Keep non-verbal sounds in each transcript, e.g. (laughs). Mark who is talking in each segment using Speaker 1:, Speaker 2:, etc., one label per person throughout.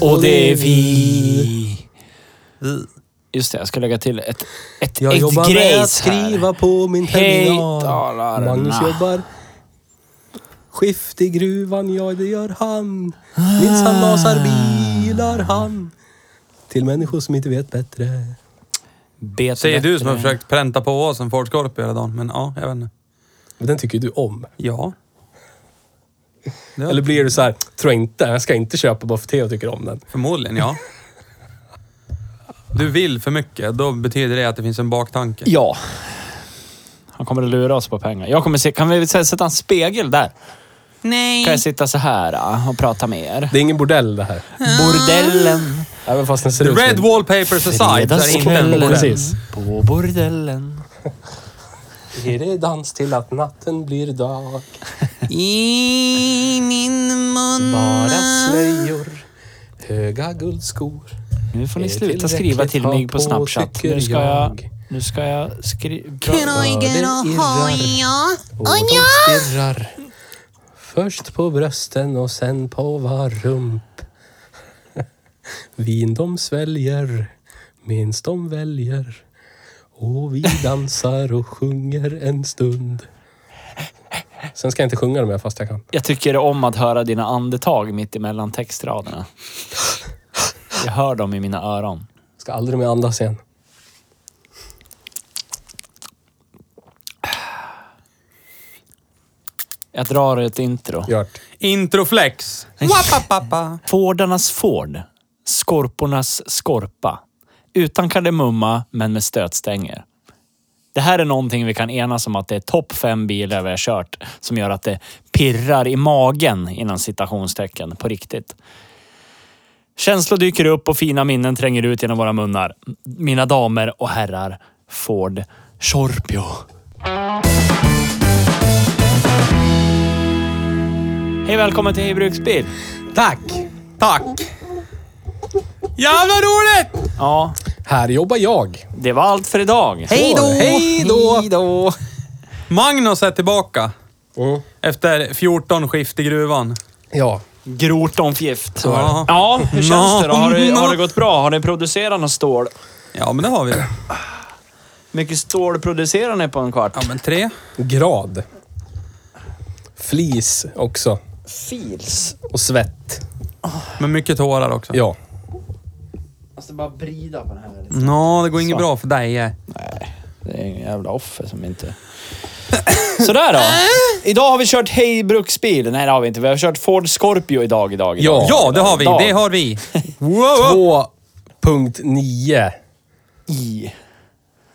Speaker 1: Och det är vi. Just det, jag ska lägga till ett, ett,
Speaker 2: Jag
Speaker 1: ett
Speaker 2: jobbar
Speaker 1: grejs
Speaker 2: med att skriva
Speaker 1: här.
Speaker 2: på min
Speaker 1: Hej,
Speaker 2: terminal.
Speaker 1: Dalarna.
Speaker 2: Magnus jobbar skift i gruvan, ja det gör han. Minns han masar bilar han. Till människor som inte vet bättre.
Speaker 1: Bet
Speaker 3: Säger du som har
Speaker 1: bättre.
Speaker 3: försökt pränta på oss en Ford Scorpio hela dagen, men ja, jag vet inte.
Speaker 2: Men den tycker ju du om.
Speaker 3: Ja. Ja.
Speaker 2: Eller blir du så här, tror inte, jag ska inte köpa bara för Theo tycker om den.
Speaker 3: Förmodligen, ja. Du vill för mycket, då betyder det att det finns en baktanke.
Speaker 1: Ja. Han kommer att lura oss på pengar. Jag kommer se, kan vi s- sätta en spegel där?
Speaker 3: Nej.
Speaker 1: Kan jag sitta så här ah, och prata med er?
Speaker 2: Det är ingen bordell det här.
Speaker 1: Bordellen.
Speaker 2: Även fast den ser
Speaker 3: The
Speaker 2: ut som
Speaker 3: red
Speaker 2: en-
Speaker 3: wallpapers aside, så är det inte en
Speaker 2: Fredagskvällen.
Speaker 3: bordell.
Speaker 2: Precis.
Speaker 1: På bordellen.
Speaker 2: Är det dans till att natten blir dag?
Speaker 3: I min mun.
Speaker 2: Bara slöjor, höga guldskor.
Speaker 1: Nu får ni
Speaker 2: Är
Speaker 1: sluta
Speaker 2: tillräckligt
Speaker 1: skriva till mig på
Speaker 2: ha på,
Speaker 1: Snapchat.
Speaker 2: tycker
Speaker 1: Nu ska jag...
Speaker 2: jag.
Speaker 1: Nu ska jag skriva...
Speaker 2: Kröger och hoja. Och de stirrar. Först på brösten och sen på var rump. (laughs) Vin de sväljer, minst de väljer. Och vi dansar och sjunger en stund. Sen ska jag inte sjunga dem här fast jag kan.
Speaker 1: Jag tycker om att höra dina andetag mitt emellan textraderna. Jag hör dem i mina öron.
Speaker 2: Ska aldrig mer andas igen.
Speaker 1: Jag drar ett intro.
Speaker 2: Gjort.
Speaker 3: Introflex. Wapapapa.
Speaker 1: Fordarnas Ford. Skorpornas Skorpa. Utan kardemumma, men med stötstänger. Det här är någonting vi kan enas om att det är topp fem bilar vi har kört som gör att det pirrar i magen inom citationstecken på riktigt. Känslor dyker upp och fina minnen tränger ut genom våra munnar. Mina damer och herrar, Ford Scorpio. Hej välkommen till Hej Bruksbil!
Speaker 2: Tack!
Speaker 3: Tack. Jävla roligt!
Speaker 1: Ja,
Speaker 2: Här jobbar jag.
Speaker 1: det var allt för idag.
Speaker 3: Hej då!
Speaker 2: Hej då! då!
Speaker 3: Magnus är tillbaka.
Speaker 2: Mm.
Speaker 3: Efter 14 skift i gruvan.
Speaker 2: Ja,
Speaker 1: Grotonfgift.
Speaker 3: var det.
Speaker 1: Ja, hur känns det då? Har det,
Speaker 3: Nå.
Speaker 1: har det gått bra? Har ni producerat något stål?
Speaker 3: Ja, men det har vi.
Speaker 1: mycket stål producerar ni på en kvart?
Speaker 3: Ja, men tre.
Speaker 2: grad. Flis också.
Speaker 1: Fils.
Speaker 2: Och svett.
Speaker 3: Men mycket tårar också.
Speaker 2: Ja.
Speaker 1: Måste bara brida på den här.
Speaker 3: Nå, det går inget bra för dig. eh.
Speaker 1: Det är ingen jävla offer som inte... Sådär då. Idag har vi kört Hej Bruksbil. Nej, det har vi inte. Vi har kört Ford Scorpio idag, idag, idag.
Speaker 2: Ja.
Speaker 3: Ja, det har vi.
Speaker 1: Idag.
Speaker 3: Det har vi. Wow.
Speaker 2: 2.9
Speaker 1: I.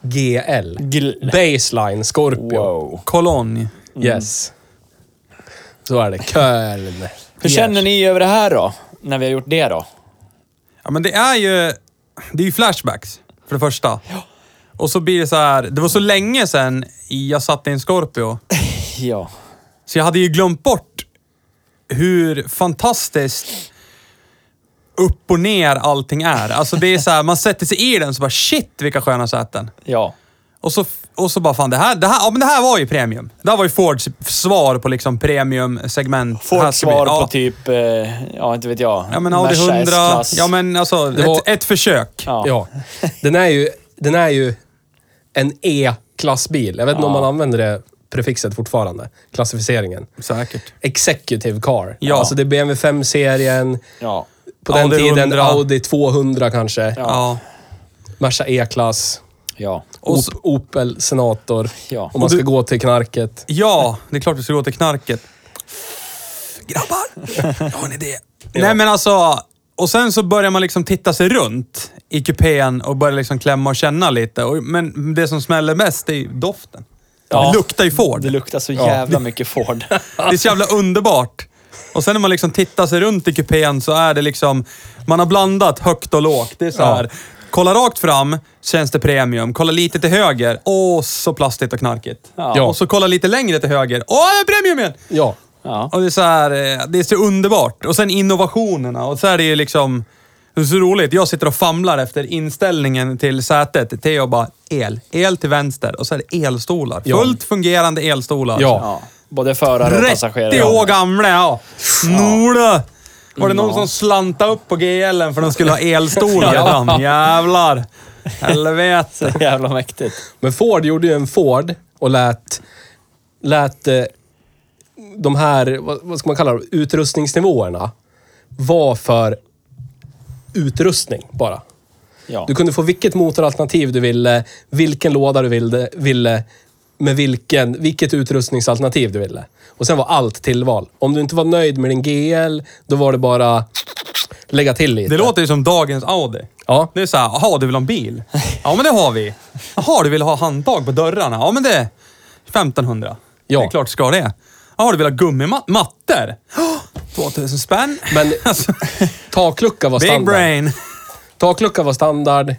Speaker 2: GL.
Speaker 1: Gl.
Speaker 2: Baseline Scorpio.
Speaker 1: Wow. Mm.
Speaker 3: Kolonj.
Speaker 2: Yes. Så är det. Köln.
Speaker 1: Hur känner ni över det här då? När vi har gjort det då?
Speaker 3: Ja, men det är ju... Det är ju flashbacks, för det första. Och så blir det så här... Det var så länge sedan jag satt i en Scorpio.
Speaker 1: Ja.
Speaker 3: Så jag hade ju glömt bort hur fantastiskt upp och ner allting är. Alltså det är så här, man sätter sig i den så bara shit vilka sköna säten.
Speaker 1: Ja.
Speaker 3: Och så, och så bara fan det här, det här, ja men det här var ju premium. Det här var ju Fords svar på liksom premiumsegment. Här
Speaker 1: Folk
Speaker 3: ska vi-
Speaker 1: svar
Speaker 3: ja.
Speaker 1: på typ, eh, ja inte vet jag.
Speaker 3: Ja men Audi
Speaker 1: Merca
Speaker 3: 100.
Speaker 1: S-klass.
Speaker 3: Ja men alltså,
Speaker 2: Det var-
Speaker 3: ett, ett försök.
Speaker 1: Ja.
Speaker 2: Ja. Den är ju, den är ju en E-klassbil. Jag vet inte om man använder det prefixet fortfarande. Klassificeringen.
Speaker 3: Säkert.
Speaker 2: Executive car.
Speaker 3: Ja.
Speaker 2: Alltså det är BMW 5-serien.
Speaker 1: Ja.
Speaker 2: På den
Speaker 3: Audi
Speaker 2: tiden
Speaker 3: 100.
Speaker 2: Audi 200 kanske.
Speaker 3: Ja.
Speaker 2: Merca E-klass.
Speaker 1: Ja.
Speaker 3: Och
Speaker 2: Op,
Speaker 3: så-
Speaker 2: Opel Senator.
Speaker 1: Ja.
Speaker 2: Om man ska gå till knarket.
Speaker 3: Ja, det är klart vi ska gå till knarket. Grabbar, jag har en idé. Nej men alltså, och sen så börjar man liksom titta sig runt i kupén och börjar liksom klämma och känna lite. Och, men det som smäller mest är ju doften.
Speaker 1: Ja.
Speaker 3: Det luktar ju Ford.
Speaker 1: Det luktar så jävla
Speaker 3: (laughs)
Speaker 1: mycket Ford.
Speaker 3: Det är så jävla underbart. Och sen när man liksom tittar sig runt i kupén så är det liksom, man har blandat högt och lågt. Det är så här. Kolla rakt fram, känns det premium. Kolla lite till höger, åh så plastigt och knarkigt.
Speaker 1: Ja.
Speaker 3: Och så kolla lite längre till höger, åh premium igen!
Speaker 2: Ja.
Speaker 1: Ja.
Speaker 3: Och det är så här, eh, det är så underbart. Och sen innovationerna. Och så är det ju liksom, det är så roligt. Jag sitter och famlar efter inställningen till sätet. Theo bara, el. El till vänster. Och så är det elstolar.
Speaker 2: Ja.
Speaker 3: Fullt fungerande elstolar.
Speaker 2: Ja.
Speaker 1: Ja. Både förare och
Speaker 3: 30
Speaker 1: passagerare.
Speaker 3: år gamla, ja. Snorde! Var det någon som slantade upp på GLen för de skulle ha elstolar
Speaker 1: (laughs) Ja.
Speaker 3: redan? Jävlar! Helvete.
Speaker 1: Så jävla mäktigt.
Speaker 2: Men Ford gjorde ju en Ford och lät, lät eh, de här, vad, vad ska man kalla dem, utrustningsnivåerna vara för utrustning bara.
Speaker 1: Ja.
Speaker 2: Du kunde få vilket motoralternativ du ville, vilken låda du ville, ville med vilken, vilket utrustningsalternativ du ville. Och sen var allt tillval. Om du inte var nöjd med din GL, då var det bara lägga till lite.
Speaker 3: Det låter ju som dagens Audi.
Speaker 2: Ja.
Speaker 3: Det är såhär, jaha du vill ha en bil? Ja men det har vi. Jaha du vill ha handtag på dörrarna? Ja men det... är 1500.
Speaker 2: Ja.
Speaker 3: Det är klart ska det. Jaha du vill ha (gasps) gummimattor? 2000 spänn?
Speaker 2: Men
Speaker 3: (laughs) Alltså,
Speaker 2: taklucka var
Speaker 3: big
Speaker 2: standard.
Speaker 3: brain.
Speaker 2: Taklucka var standard.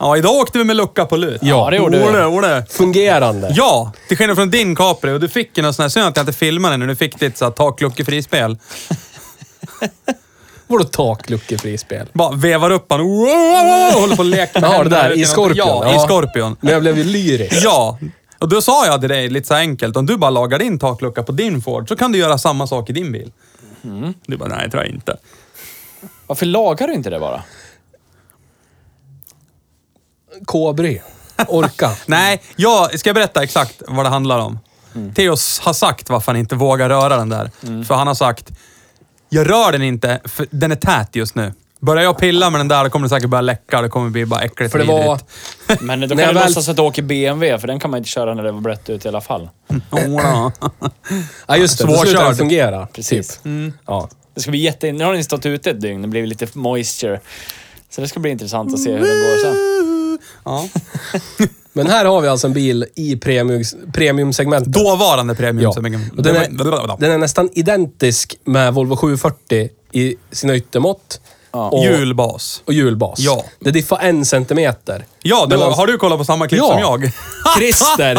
Speaker 3: Ja, idag åkte vi med lucka på lut.
Speaker 1: Ja, det gjorde vi.
Speaker 3: Ole, Ole.
Speaker 2: Fungerande.
Speaker 3: Ja, till skillnad från din Capri. Och du fick ju någon sån här, synd att jag inte filmade när du fick ditt så här takluckefrispel.
Speaker 2: Vadå takluckefrispel?
Speaker 3: Bara vevar upp han. Wow, wow, wow, håller på och leker med
Speaker 2: Ja, det
Speaker 3: händerna
Speaker 2: där.
Speaker 3: ut
Speaker 2: I
Speaker 3: något.
Speaker 2: Scorpion.
Speaker 3: Ja, i Scorpion.
Speaker 2: Men jag blev ju lyrisk.
Speaker 3: Ja. Och då sa jag till dig lite så här enkelt, om du bara lagar din taklucka på din Ford så kan du göra samma sak i din bil.
Speaker 2: Mm.
Speaker 3: Du bara, nej det tror jag inte.
Speaker 1: Varför lagar du inte det bara?
Speaker 2: KB. Orka.
Speaker 3: (laughs) Nej, jag ska jag berätta exakt vad det handlar om.
Speaker 2: Mm.
Speaker 3: Theos har sagt varför han inte vågar röra den där. För han har sagt, jag rör den inte för den är tät just nu. Börjar jag pilla med den där då kommer det säkert börja läcka det kommer bli bara äckligt
Speaker 2: För
Speaker 3: (laughs)
Speaker 2: det var...
Speaker 3: vidrigt.
Speaker 1: Men då kan
Speaker 2: När
Speaker 1: du
Speaker 2: jag väl-
Speaker 1: låtsas att du åker BMW, för den kan man inte köra när det var brett ut i alla fall.
Speaker 3: Åh, då.
Speaker 2: Ja, just det. Då slutade den
Speaker 3: Svårkörd. Mm.
Speaker 2: fungera.
Speaker 1: Precis.
Speaker 2: Typ. Ja.
Speaker 1: Det ska bli jätte... Nu har den stått ute ett dygn, det blir lite moisture. Så det ska bli intressant att se hur det går sen.
Speaker 3: ja.
Speaker 2: Men här har vi alltså en bil i premium, premiumsegmentet.
Speaker 3: Dåvarande premium.
Speaker 2: Ja.
Speaker 3: Som är,
Speaker 2: Och den, är, den är nästan identisk med Volvo 740 i sina yttermått.
Speaker 1: Ja.
Speaker 2: Och,
Speaker 3: Hjulbas.
Speaker 2: och hjulbas.
Speaker 3: Ja.
Speaker 2: Det diffar en centimeter.
Speaker 3: Ja, du,
Speaker 2: Mellan-
Speaker 3: har du kollat på samma klipp
Speaker 2: Ja.
Speaker 3: som jag? (laughs)
Speaker 2: Christer!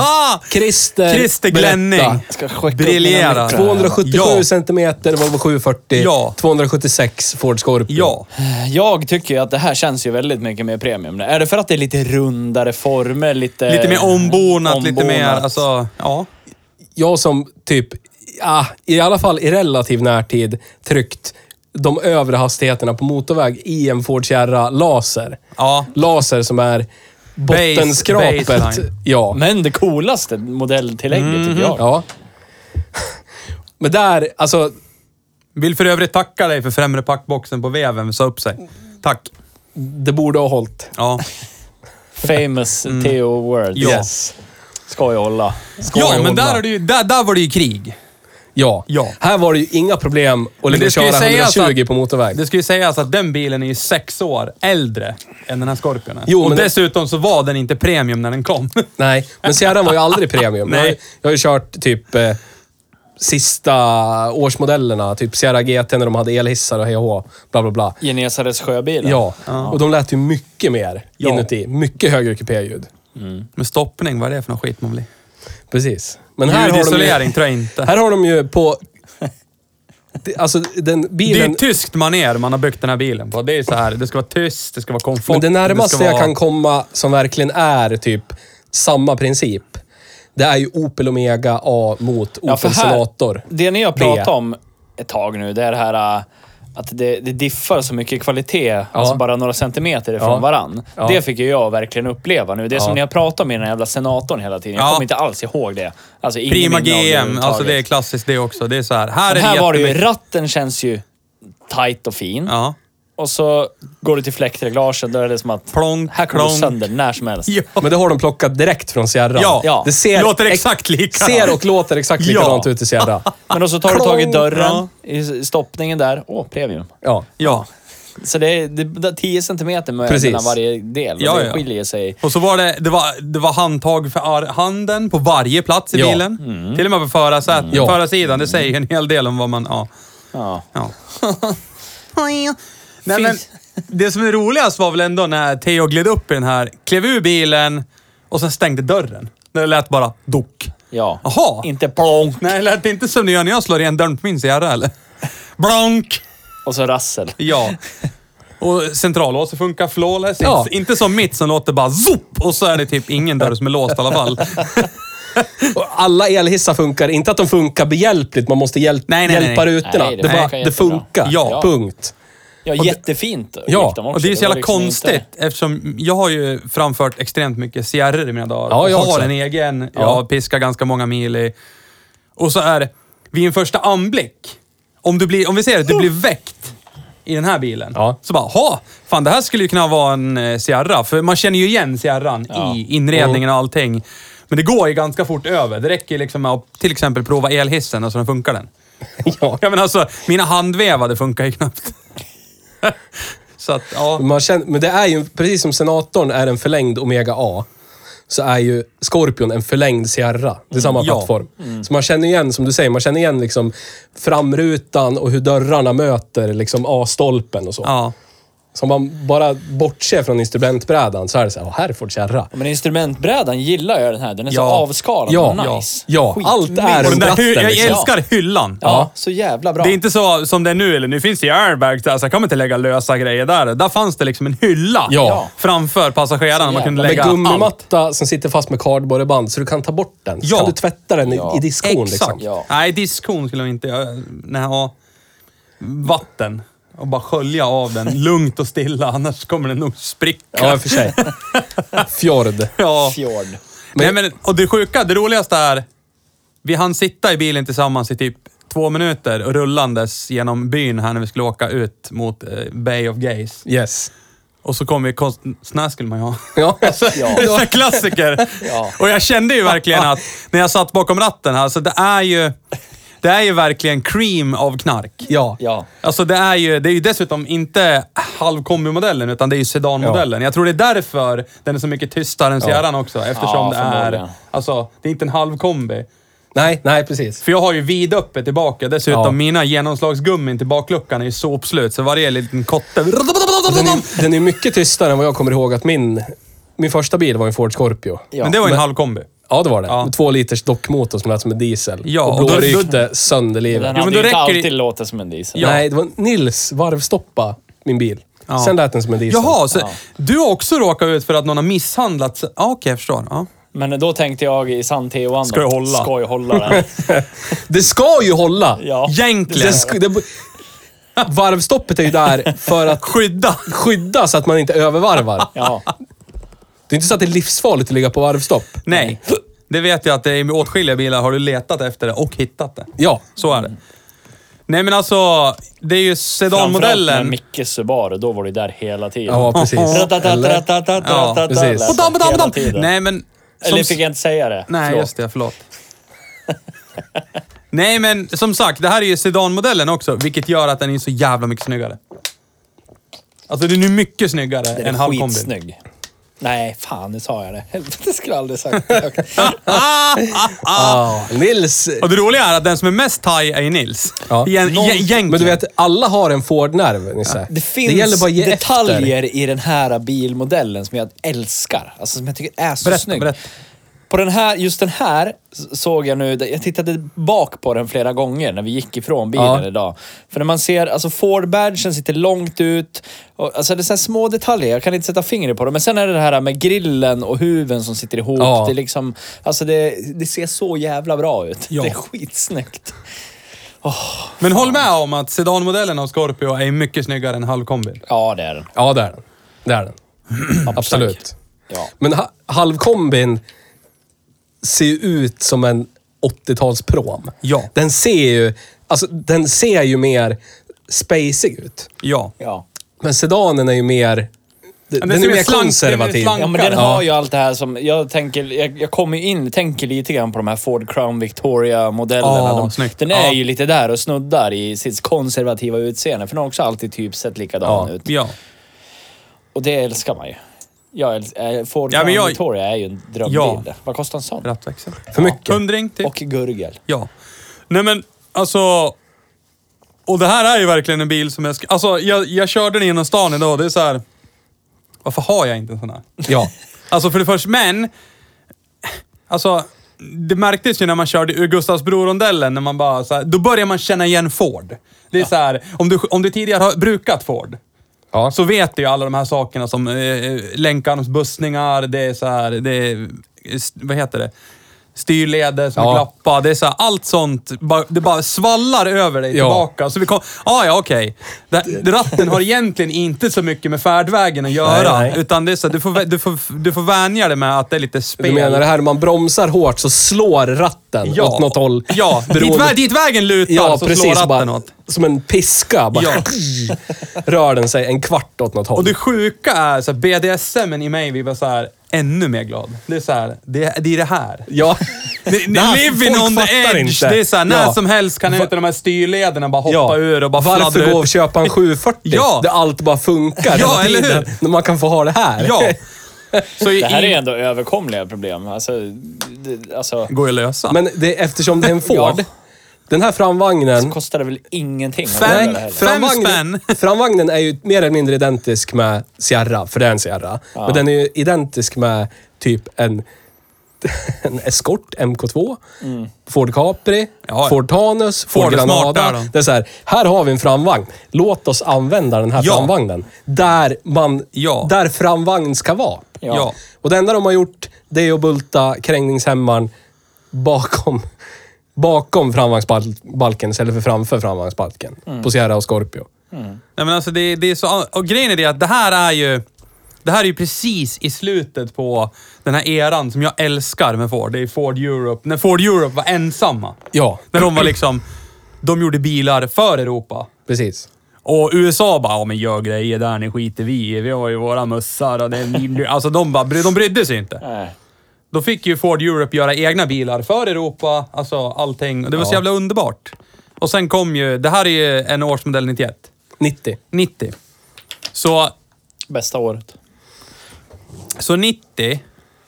Speaker 2: Christer!
Speaker 3: Christer
Speaker 2: berätta.
Speaker 3: Glänning.
Speaker 1: Jag ska skicka upp mina
Speaker 3: Briljera.
Speaker 1: mickar.
Speaker 2: 277
Speaker 3: Ja.
Speaker 2: centimeter Volvo 740.
Speaker 3: Ja.
Speaker 2: 276 Ford Scorpio.
Speaker 3: Ja.
Speaker 1: Jag tycker ju att det här känns ju väldigt mycket mer premium. Är det för att det är lite rundare former, lite...
Speaker 3: Lite
Speaker 2: Eh,
Speaker 3: mer ombonat, lite mer...
Speaker 1: ombonat?
Speaker 3: Alltså, ja.
Speaker 2: jag som typ, ja, i alla fall i relativ närtid, tryckt de övre hastigheterna på motorväg i en Ford Sierra Laser.
Speaker 3: Ja.
Speaker 2: Laser som är bottenskrapet.
Speaker 3: Base- baseline.
Speaker 2: ja.
Speaker 1: Men det coolaste modelltillägget
Speaker 3: Mm.
Speaker 1: tycker jag.
Speaker 2: ja. (laughs) Men där, alltså,
Speaker 3: Vill för övrigt tacka dig för främre packboxen på veven sa upp sig. Tack.
Speaker 2: det borde ha hållit.
Speaker 3: Ja.
Speaker 1: Famous Theo Word.
Speaker 3: Mm. Ja.
Speaker 1: Yes. Ska jag hålla.
Speaker 2: Ska
Speaker 3: Ja,
Speaker 2: jag
Speaker 3: men
Speaker 2: ordna.
Speaker 3: där, är det ju, där, där var det ju krig.
Speaker 2: Ja.
Speaker 3: Ja.
Speaker 2: Här var det ju inga problem att
Speaker 3: det
Speaker 2: liksom
Speaker 3: ska ju
Speaker 2: köra
Speaker 3: sägas
Speaker 2: 120
Speaker 3: att-
Speaker 2: på motorväg.
Speaker 3: Det ska ju sägas att den bilen är ju sex år äldre än den här Scorpion.
Speaker 2: Jo,
Speaker 3: och
Speaker 2: men det-
Speaker 3: dessutom så var den inte premium när den kom. (laughs)
Speaker 2: Nej, men Sierran var ju aldrig premium.
Speaker 3: Nej.
Speaker 2: Jag, har- jag har ju kört typ eh, sista årsmodellerna, typ Sierra GT när de hade elhissar och hej och hå, bla bla bla.
Speaker 1: Genesares sjöbilen.
Speaker 2: Ja, och de lät ju mycket mer
Speaker 3: Ja.
Speaker 2: inuti. Mycket högre kupéljud.
Speaker 3: Men stoppning, vad är det för någon skit man blir?
Speaker 2: Precis. Men här har, de
Speaker 3: Ljudisolering
Speaker 2: ju,
Speaker 3: tror jag inte.
Speaker 2: här har de ju på... det- Alltså den
Speaker 3: Det är typ ju
Speaker 2: bilen...
Speaker 3: tyskt manér man har byggt den här bilen på. Det är ju så här, det ska vara tyst, det ska vara komfort.
Speaker 2: Men det närmaste
Speaker 3: ska
Speaker 2: jag
Speaker 3: vara-
Speaker 2: kan komma som verkligen är typ samma princip, det är ju Opel Omega A mot Opel
Speaker 1: Ja, för här-
Speaker 2: Senator.
Speaker 1: Det ni har pratat
Speaker 2: Det.
Speaker 1: om ett tag nu, det är det här äh, att det, det diffar så mycket i kvalitet, alltså bara några centimeter ifrån
Speaker 2: Ja.
Speaker 1: varann.
Speaker 2: Ja.
Speaker 1: Det fick ju jag verkligen uppleva nu. Det
Speaker 2: Ja.
Speaker 1: som ni har pratat om i den här jävla senatorn hela tiden. Jag
Speaker 3: Ja.
Speaker 1: kommer inte alls ihåg det. Alltså, ingen
Speaker 3: Prima
Speaker 1: minne av
Speaker 3: GM, alltså
Speaker 1: överhuvudtaget.
Speaker 3: det är klassiskt det också. Det är så här, här
Speaker 1: Men
Speaker 3: är
Speaker 1: här var det ju,
Speaker 3: jättemycket-
Speaker 1: ratten känns ju tight och fin.
Speaker 3: Ja.
Speaker 1: och så går du till fläktreglagen. Då är det som att
Speaker 3: Plonk,
Speaker 1: här kommer du
Speaker 3: plonk.
Speaker 1: sönder när som helst.
Speaker 3: Ja.
Speaker 2: Men det har de plockat direkt från Sierra.
Speaker 3: Ja.
Speaker 1: Ja.
Speaker 2: Det ser
Speaker 3: Låter
Speaker 2: ex-
Speaker 3: exakt likadant.
Speaker 2: Ser och låter exakt
Speaker 3: Ja.
Speaker 2: likadant ut i Sierra.
Speaker 1: Men och så tar du tag i
Speaker 2: Plong.
Speaker 1: dörren,
Speaker 3: Ja.
Speaker 1: i stoppningen där. Åh, premium.
Speaker 2: Ja.
Speaker 3: Ja.
Speaker 1: Så det är, det det är 10 centimeter med-
Speaker 2: Precis.
Speaker 1: mellan varje del. Och
Speaker 3: Ja,
Speaker 1: det
Speaker 3: ja.
Speaker 1: skiljer sig.
Speaker 3: Och så var det, det, var, det var handtag för ar- handen på varje plats i
Speaker 2: Ja. Mm.
Speaker 3: bilen. Till och med på förarsätet.
Speaker 2: Ja.
Speaker 3: Förarsidan, det säger en hel del om vad man... Ja.
Speaker 1: Ja.
Speaker 2: (laughs)
Speaker 3: ja. Nej, men,
Speaker 1: Finns-
Speaker 3: det som är roligast var väl ändå när Theo gled upp i den här, klev ur bilen och sen stängde dörren. Det lät bara dock.
Speaker 1: ja.
Speaker 3: Jaha.
Speaker 1: Inte plonk.
Speaker 3: Nej, det lät inte som det gör när jag slår igen dörren på min Sierra, eller? Blank!
Speaker 1: Och så rassel.
Speaker 3: Ja. Och centrallåset funkar flawless.
Speaker 2: Ja.
Speaker 3: Inte, inte som mitt som låter bara zoop och så är det typ ingen dörr som är låst i alla fall.
Speaker 2: Och alla elhissar funkar. Inte att de funkar behjälpligt. Man måste hjälp-
Speaker 3: Nej, nej, nej,
Speaker 2: hjälpa
Speaker 3: nej.
Speaker 2: rutorna.
Speaker 1: Nej, det
Speaker 2: det, bara,
Speaker 1: funkar
Speaker 2: det
Speaker 1: jättebra.
Speaker 2: funkar.
Speaker 3: Ja.
Speaker 2: Punkt.
Speaker 1: Ja, jättefint.
Speaker 2: Ja,
Speaker 1: gick de också.
Speaker 3: Och det är ju så jävla
Speaker 1: var liksom
Speaker 3: konstigt
Speaker 1: Inte...
Speaker 3: eftersom jag har ju framfört extremt mycket Sierror i mina dagar.
Speaker 2: Ja, jag
Speaker 3: och har
Speaker 2: också.
Speaker 3: en egen. Jag
Speaker 2: Ja.
Speaker 3: piskar ganska många mil i. Och så är det, vid en första anblick, om, du blir, om vi säger att du blir väckt i den här bilen.
Speaker 2: Ja.
Speaker 3: Så bara, ha, fan det här skulle ju kunna vara en eh, Sierra. För man känner ju igen Sierran
Speaker 1: Ja.
Speaker 3: i inredningen och allting. Men det går ju ganska fort över. Det räcker ju liksom med att till exempel prova elhissen och så den funkar den.
Speaker 2: Ja.
Speaker 3: Ja men alltså, mina handvevade funkar ju knappt. så att, ja.
Speaker 2: Man känner, men det är ju, precis som Senatorn är en förlängd Omega A, så är ju Scorpion en förlängd Sierra. Det är samma
Speaker 3: Mm, Ja.
Speaker 2: plattform. Så man känner igen, som du säger, man känner igen liksom framrutan och hur dörrarna möter liksom A-stolpen och så.
Speaker 3: ja.
Speaker 2: Så om man bara bortser från instrumentbrädan så är det så här, "Åh, här får Sierra.
Speaker 1: Men instrumentbrädan gillar jag den här. Den är så
Speaker 3: Ja.
Speaker 1: avskalad
Speaker 2: Ja,
Speaker 1: och
Speaker 2: ja,
Speaker 1: nice.
Speaker 2: ja.
Speaker 1: Skit-
Speaker 2: Allt är
Speaker 3: Och den där,
Speaker 2: ratten,
Speaker 3: hy- jag
Speaker 2: liksom.
Speaker 3: älskar hyllan.
Speaker 1: Ja, så jävla bra.
Speaker 3: Det är inte så som det är nu, eller nu finns det ju airbags där, så jag kommer inte lägga lösa grejer där. Där fanns det liksom en hylla
Speaker 2: Ja.
Speaker 3: framför passagerarna. Man kunde
Speaker 1: jävla-
Speaker 2: Med
Speaker 3: lägga allt.
Speaker 2: gummimatta som sitter fast med cardboardband så du kan ta bort den. Så
Speaker 3: Ja.
Speaker 2: kan du tvätta den i,
Speaker 1: Ja.
Speaker 2: i diskon.
Speaker 3: Exakt.
Speaker 2: Liksom.
Speaker 1: Ja.
Speaker 3: Nej, diskon skulle jag inte göra. Nej, ja. Vatten. Och bara skölja av den lugnt och stilla, annars kommer den nog spricka.
Speaker 2: Ja, i och
Speaker 3: (laughs)
Speaker 2: för sig. Fjord.
Speaker 3: Ja.
Speaker 1: Fjord.
Speaker 3: Nej, men, och det sjuka, det roligaste är, vi hann sitta i bilen tillsammans i typ två minuter och rullandes genom byn här när vi skulle åka ut mot eh, Bay of Gays.
Speaker 2: Yes.
Speaker 3: Och så kom vi konst... Sån här skulle man ju ha.
Speaker 2: Ja.
Speaker 1: (laughs) Ja.
Speaker 3: Det är så här klassiker.
Speaker 1: (laughs) Ja.
Speaker 3: Och jag kände ju verkligen att när jag satt bakom ratten här, så det är ju... Det är ju verkligen cream av knark.
Speaker 2: Ja.
Speaker 1: Ja.
Speaker 3: Alltså det är ju, det är ju dessutom inte halvkombimodellen utan det är ju sedanmodellen. Jag tror det är därför den är så mycket tystare än Sierran också. Eftersom
Speaker 1: Ja,
Speaker 3: det är...
Speaker 1: förmodligen.
Speaker 3: Alltså, det är inte en halvkombi.
Speaker 2: Nej, nej precis.
Speaker 3: För jag har ju vidöppet tillbaka. Dessutom,
Speaker 2: Ja.
Speaker 3: mina genomslagsgummin till bakluckan är ju såpslut. Så varje liten kotte...
Speaker 2: Den är, den är mycket tystare än vad jag kommer ihåg att min, min första bil var en Ford Scorpio.
Speaker 1: Ja.
Speaker 3: Men det var ju en halvkombi.
Speaker 2: Ja, det var det.
Speaker 3: Ja.
Speaker 2: Med Två liters dockmotor som lät som en diesel.
Speaker 3: Ja,
Speaker 2: och
Speaker 3: och då-
Speaker 2: blårykte
Speaker 1: Den
Speaker 2: sönderlivet.
Speaker 1: hade
Speaker 3: men
Speaker 1: men
Speaker 3: då
Speaker 1: ju inte
Speaker 3: räcker det-
Speaker 1: alltid låtit som en diesel.
Speaker 3: Ja.
Speaker 2: Nej, det var Nils varvstoppa min bil.
Speaker 3: Ja.
Speaker 2: Sen lät den som en diesel.
Speaker 3: Jaha, så
Speaker 1: Ja.
Speaker 3: du har också råkat ut för att någon har misshandlat... Ja, okej, jag förstår. Ja.
Speaker 1: Men då tänkte jag i sann Theo-anda.
Speaker 3: Ska jag hålla?
Speaker 1: Ska jag hålla
Speaker 3: (laughs)
Speaker 1: den?
Speaker 2: Det ska ju hålla!
Speaker 1: Ja.
Speaker 3: Egentligen.
Speaker 2: Det sk- det, varvstoppet är ju där för att
Speaker 3: Skydda!
Speaker 2: skydda så att man inte övervarvar.
Speaker 1: Ja.
Speaker 2: Det är inte så att det är livsfarligt att ligga på varvstopp.
Speaker 3: Nej. Det vet jag att det är med åtskilliga bilar har du letat efter det och hittat det.
Speaker 2: Ja.
Speaker 3: Så är det. Nej men alltså, det är ju
Speaker 1: Framförallt med
Speaker 3: sedanmodellen.
Speaker 1: Micke Subaru, då var du där hela tiden. (laughs)
Speaker 2: Ja, precis. Eller?
Speaker 3: Ja,
Speaker 2: precis.
Speaker 1: precis.
Speaker 3: Badam, badam, badam.
Speaker 1: Nej,
Speaker 3: Nej men... som
Speaker 1: Eller fick jag inte säga det?
Speaker 3: Nej,
Speaker 1: Förlåt.
Speaker 3: just det. Förlåt. Nej, men som sagt, det här är ju sedanmodellen också, vilket gör att den är så jävla mycket snyggare. Alltså den är mycket snyggare
Speaker 1: Den
Speaker 3: än
Speaker 1: är
Speaker 3: halvkombin.
Speaker 1: skitsnygg. Nej, fan nu sa jag det. Helvete skulle jag aldrig
Speaker 2: (laughs)
Speaker 1: sagt det.
Speaker 3: Ah, ah, ah.
Speaker 2: Ah, Nils...
Speaker 3: Och det roliga är att den som är mest high är ju Nils.
Speaker 2: Ja.
Speaker 3: Igen,
Speaker 1: Någon-
Speaker 3: Någon, egentligen.
Speaker 2: Men du vet, alla har en Ford-nerv, Nisse.
Speaker 1: Det finns
Speaker 2: gäller bara att ge Efter.
Speaker 1: detaljer i den här bilmodellen som jag älskar. Alltså som jag tycker är så
Speaker 3: Berätta,
Speaker 1: snygg.
Speaker 3: berätta.
Speaker 1: På den här, just den här s- såg jag nu, jag tittade bak på den flera gånger när vi gick ifrån bilen
Speaker 2: Ja.
Speaker 1: idag. För när man ser, alltså Ford-badgen sitter långt ut. Och, alltså det är så här små detaljer, jag kan inte sätta fingret på dem. Men sen är det det här med grillen och huven som sitter ihop.
Speaker 2: Ja.
Speaker 1: Det, är liksom, alltså det, det ser så jävla bra ut.
Speaker 3: Ja.
Speaker 1: Det är skitsnyggt.
Speaker 3: Men håll med om att sedanmodellen av Scorpio är mycket snyggare än halvkombin.
Speaker 1: Ja, det är den.
Speaker 2: Ja, det är den. Det är den. (clears throat) Absolut.
Speaker 1: Ja.
Speaker 2: Men ha- halvkombin ser ju ut som en 80-talsprom.
Speaker 3: Ja.
Speaker 2: Den ser ju... Alltså, den ser ju mer spacig ut.
Speaker 3: Ja.
Speaker 1: Ja.
Speaker 2: Men sedanen är ju mer... Den, den är
Speaker 3: ser
Speaker 2: mer
Speaker 3: mer slank- den är
Speaker 2: konservativ.
Speaker 3: slank-
Speaker 4: Ja, men den
Speaker 3: Ja.
Speaker 4: har ju allt det här som... Jag, tänker, jag, jag kommer ju in, tänker lite grann på de här Ford Crown Victoria-modellerna.
Speaker 3: Ja,
Speaker 4: de,
Speaker 3: snyggt.
Speaker 4: den är
Speaker 3: Ja.
Speaker 4: ju lite där och snuddar i sitt konservativa utseende. För den har också alltid typ sett likadan
Speaker 2: Ja.
Speaker 4: ut.
Speaker 3: Ja.
Speaker 4: Och det älskar man ju. Jag älskar, Ford
Speaker 3: Ja, men
Speaker 4: Crown
Speaker 3: jag-
Speaker 4: Victoria är ju en drömbil.
Speaker 3: Ja.
Speaker 4: Vad kostar en sån?
Speaker 3: Rattväxel.
Speaker 2: För mycket.
Speaker 3: Hundring typ.
Speaker 4: Och gurgel.
Speaker 3: Ja. Nej men, alltså... Och det här är ju verkligen en bil som jag... sk- Alltså, jag, jag körde den genom stan idag och det är så här... Varför har jag inte en sån här?
Speaker 2: Ja.
Speaker 3: Alltså för det första, men... Alltså, det märktes ju när man körde ur Gustavsbro-rondellen, när man bara så här, Då börjar man känna igen Ford. Det är så här, om du, om du tidigare har brukat Ford,
Speaker 2: ja.
Speaker 3: så vet du ju alla de här sakerna som eh, länkarmsbussningar, det är så här, det är, s- vad heter det? Styrleder som
Speaker 2: Ja.
Speaker 3: ja. glappar, det är så här, allt sånt, bara, det bara svallar över dig
Speaker 2: Ja.
Speaker 3: tillbaka. Så vi kom, ah, ja okej. Det- Ratten har egentligen inte så mycket med färdvägen att göra,
Speaker 4: Nej, nej.
Speaker 3: utan det är så här, du, får, vä- du, får, du får vänja dig med att det är lite spel.
Speaker 2: Du menar det här, man bromsar hårt så slår ratten
Speaker 3: ja.
Speaker 2: åt något håll.
Speaker 3: Ja, dit,
Speaker 2: (laughs) Beroende-
Speaker 3: vä- dit vägen lutar
Speaker 2: Ja,
Speaker 3: så
Speaker 2: precis.
Speaker 3: slår ratten
Speaker 2: bara,
Speaker 3: åt.
Speaker 2: Som en piska. Bara,
Speaker 3: Ja.
Speaker 2: (laughs) Rör den sig en kvart åt något håll.
Speaker 3: Och det sjuka är, så här, BDSM i mig vi var så här, ännu mer glad. Det är så här, det, det är det här.
Speaker 2: Ja.
Speaker 3: (laughs) Ni- ni-
Speaker 2: Det här-
Speaker 3: Living
Speaker 2: folk
Speaker 3: on the
Speaker 2: fattar
Speaker 3: edge.
Speaker 2: inte.
Speaker 3: Det är såhär, när
Speaker 2: Ja.
Speaker 3: som helst kan en utav de här styrlederna bara hoppa ur och bara fladdra
Speaker 2: Varför
Speaker 3: ut.
Speaker 2: gå och köpa en 740?
Speaker 3: Ja.
Speaker 2: Där allt bara funkar
Speaker 3: Ja,
Speaker 2: hela
Speaker 3: eller
Speaker 2: tiden.
Speaker 3: hur?
Speaker 2: När man kan få ha det här. (laughs)
Speaker 3: Ja. Så i,
Speaker 4: Det här är
Speaker 3: i,
Speaker 4: ändå överkomliga problem. Alltså, det, alltså
Speaker 3: går ju att lösa.
Speaker 2: Men det, eftersom det är en Ford.
Speaker 4: Ja.
Speaker 2: Den här framvagnen...
Speaker 4: kostar det väl ingenting att
Speaker 3: Fem-
Speaker 4: göra det heller.
Speaker 3: fem-
Speaker 2: Framvagnen,
Speaker 3: spänn.
Speaker 2: framvagnen är ju mer eller mindre identisk med Sierra, för det är en Sierra. Men den är ju identisk med typ en, (laughs) en Escort MK2, Ford Capri,
Speaker 3: Ja.
Speaker 2: Ford Tanus, Ford,
Speaker 3: Ford är smart
Speaker 2: Granada.
Speaker 3: där då.
Speaker 2: det är så här, här har vi en framvagn. Låt oss använda den här
Speaker 3: Ja.
Speaker 2: framvagnen. Där, man,
Speaker 3: Ja.
Speaker 2: där framvagn ska vara.
Speaker 3: ja.
Speaker 4: Ja.
Speaker 2: Och det enda de har gjort, det är att bulta krängningshämmaren bakom, bakom framvagnsbalken istället för framför framvagnsbalken. På Sierra och Scorpio.
Speaker 3: Nej, men alltså det, det är så, och grejen är det att det här är ju... Det här är ju precis i slutet på den här eran som jag älskar med Ford. Det är Ford Europe. När Ford Europe var ensamma.
Speaker 2: Ja,
Speaker 3: När de var liksom... De gjorde bilar för Europa.
Speaker 2: precis.
Speaker 3: Och USA bara, ja men gör grejer där, ni skiter vi i. Vi har ju våra mössar och det är min... (laughs) Alltså de bara, de brydde sig inte.
Speaker 4: Nej.
Speaker 3: Då fick ju Ford Europe göra egna bilar för Europa, alltså allting. Och det var så
Speaker 2: Ja.
Speaker 3: jävla underbart. Och sen kom ju, det här är ju en årsmodell 91.
Speaker 2: 90.
Speaker 3: 90. Så,
Speaker 4: Bästa året.
Speaker 3: så 90,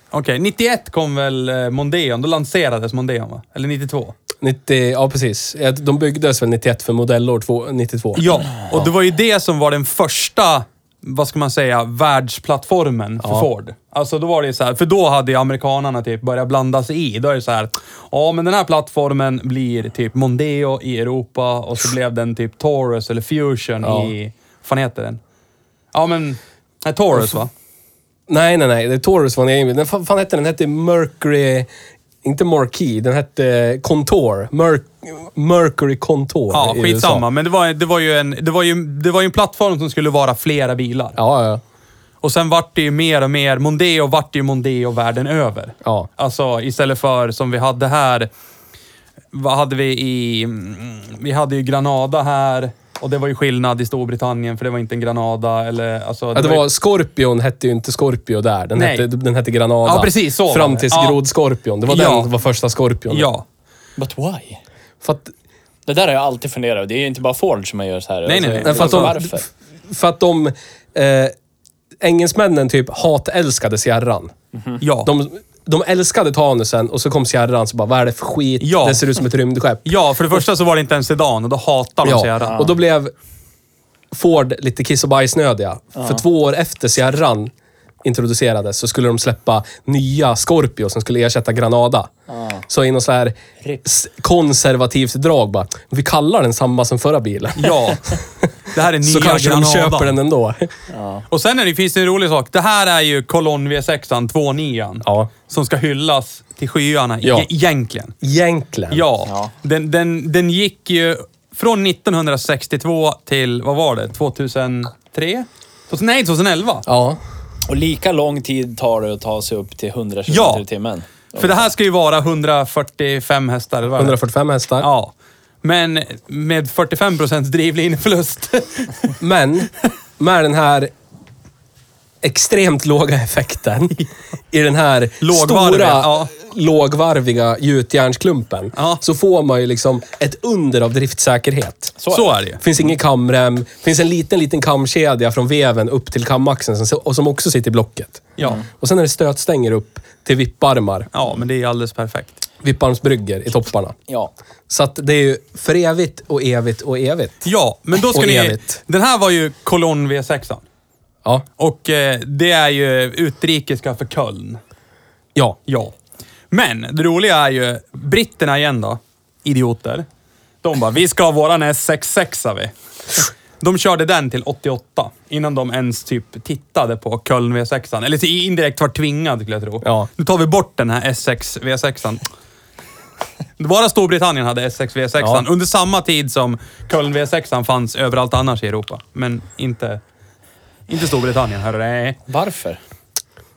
Speaker 3: okej 91 kom väl eh, Mondeon, då lanserades Mondeon va? Eller 92?
Speaker 2: 90 ja, precis. Eh, De byggdes väl 91 för modellår två- 92.
Speaker 3: Ja, och det var ju det som var den första, vad ska man säga, världsplattformen för
Speaker 2: Ja.
Speaker 3: Ford. Alltså då var det ju så här, för då hade ju amerikanarna typ börjat blanda sig i. Då är det så här, ja men den här plattformen blir typ Mondeo i Europa och så blev den typ Taurus eller Fusion
Speaker 2: Ja.
Speaker 3: i, vad fan heter den? Ja men, nej, Taurus va?
Speaker 2: Nej, nej, nej. Det är Taurus var en egen bil. Den fan, fan hette den? Den hette Mercury... Inte Marquis, den hette Contour. Merc Mercury Contour
Speaker 3: Ja,
Speaker 2: i USA.
Speaker 3: skitsamma. Men det var, det, var ju en, det, var ju, det var ju en plattform som skulle vara flera bilar.
Speaker 2: Ja, ja.
Speaker 3: Och sen vart det ju mer och mer, Mondeo vart ju Mondeo världen över.
Speaker 2: Ja.
Speaker 3: Alltså istället för som vi hade här, vad hade vi i, mm, vi hade ju Granada här och det var ju skillnad i Storbritannien för det var inte en Granada eller alltså.
Speaker 2: Ja, det
Speaker 3: ju-
Speaker 2: var, Scorpion hette ju inte Scorpio där. Den,
Speaker 3: Nej.
Speaker 2: hette, den hette Granada.
Speaker 3: Ja, precis, så var
Speaker 2: Fram
Speaker 3: det.
Speaker 2: till
Speaker 3: Ja.
Speaker 2: Grod Scorpion. Det var
Speaker 3: Ja.
Speaker 2: den var första Scorpion.
Speaker 3: Ja.
Speaker 4: But why?
Speaker 2: För att,
Speaker 4: Det där har jag alltid funderat över. Det är ju inte bara Ford som man gör så här. Alltså,
Speaker 3: nej, nej.
Speaker 2: nej, för att de,
Speaker 4: Varför?
Speaker 2: För att de... Eh, engelsmännen typ hatälskade Sierran.
Speaker 3: Mhm. Ja.
Speaker 2: De, de älskade Tanusen och så kom Sierran så bara, vad är det för skit?
Speaker 3: Ja.
Speaker 2: Det ser ut som ett rymdskepp.
Speaker 3: ja, för det första så var det inte en sedan och då hatar de Sierra.
Speaker 2: Och då blev Ford lite kiss och bajsnödiga. För två år efter Sierran introducerades så skulle de släppa nya Scorpio som skulle ersätta Granada. Så i något så här
Speaker 4: Ripp.
Speaker 2: s- konservativt drag bara. Vi kallar den samma som förra bilen.
Speaker 3: Ja. Det här är nya
Speaker 2: (laughs) så kanske
Speaker 3: Granada.
Speaker 2: de köper den ändå.
Speaker 3: Och sen är det, finns det en rolig sak. Det här är ju kolonn V6an, 29an.
Speaker 2: Ja.
Speaker 3: Som ska hyllas till skyarna
Speaker 2: Ja.
Speaker 3: e- egentligen.
Speaker 2: Egentligen.
Speaker 3: Ja.
Speaker 4: Ja.
Speaker 3: Den, den, den gick ju från 1962 till, vad var det, 2003? Så- Nej, 2011.
Speaker 2: Ja.
Speaker 4: Och lika lång tid tar det att ta sig upp till 100 km
Speaker 3: Ja.
Speaker 4: i timmen.
Speaker 3: För det här ska ju vara 145 hästar, eller vad är det?
Speaker 2: 145 hästar.
Speaker 3: Ja. Men med 45 procents drivlineförlust.
Speaker 2: Men med den här extremt låga effekten i den här
Speaker 3: Lågvarvig,
Speaker 2: stora,
Speaker 3: ja.
Speaker 2: lågvarviga gjutjärnsklumpen,
Speaker 3: Ja.
Speaker 2: så får man ju liksom ett under av driftsäkerhet.
Speaker 3: Så, så är det ju.
Speaker 2: Det finns ingen kamrem. finns en liten, liten kamkedja från veven upp till kamaxeln som, och som också sitter i blocket. Mm.
Speaker 3: Ja.
Speaker 2: Och sen är det stötstänger upp till vipparmar,
Speaker 3: (laughs) Ja, men det är alldeles perfekt.
Speaker 2: vipparmsbrygger i topparna.
Speaker 4: Ja.
Speaker 2: Så att det är ju för evigt och evigt och evigt.
Speaker 3: Ja, men då ska
Speaker 2: Och
Speaker 3: ni...
Speaker 2: evigt.
Speaker 3: Den här var ju kolonn V6.
Speaker 2: Ja.
Speaker 3: Och eh, det är ju utrikiska för Köln.
Speaker 2: Ja.
Speaker 3: Ja. Men det roliga är ju, britterna igen då, idioter. De bara, vi ska ha våran S66 sa vi. De körde den till 88 innan de ens typ tittade på Köln V6. Eller så indirekt var tvingad skulle jag tro.
Speaker 2: Ja.
Speaker 3: Nu tar vi bort den här S6 V6. Bara Storbritannien hade S6 V6
Speaker 2: Ja.
Speaker 3: under samma tid som Köln V6 fanns överallt annars i Europa. Men inte, inte Storbritannien, hörru.
Speaker 4: Varför?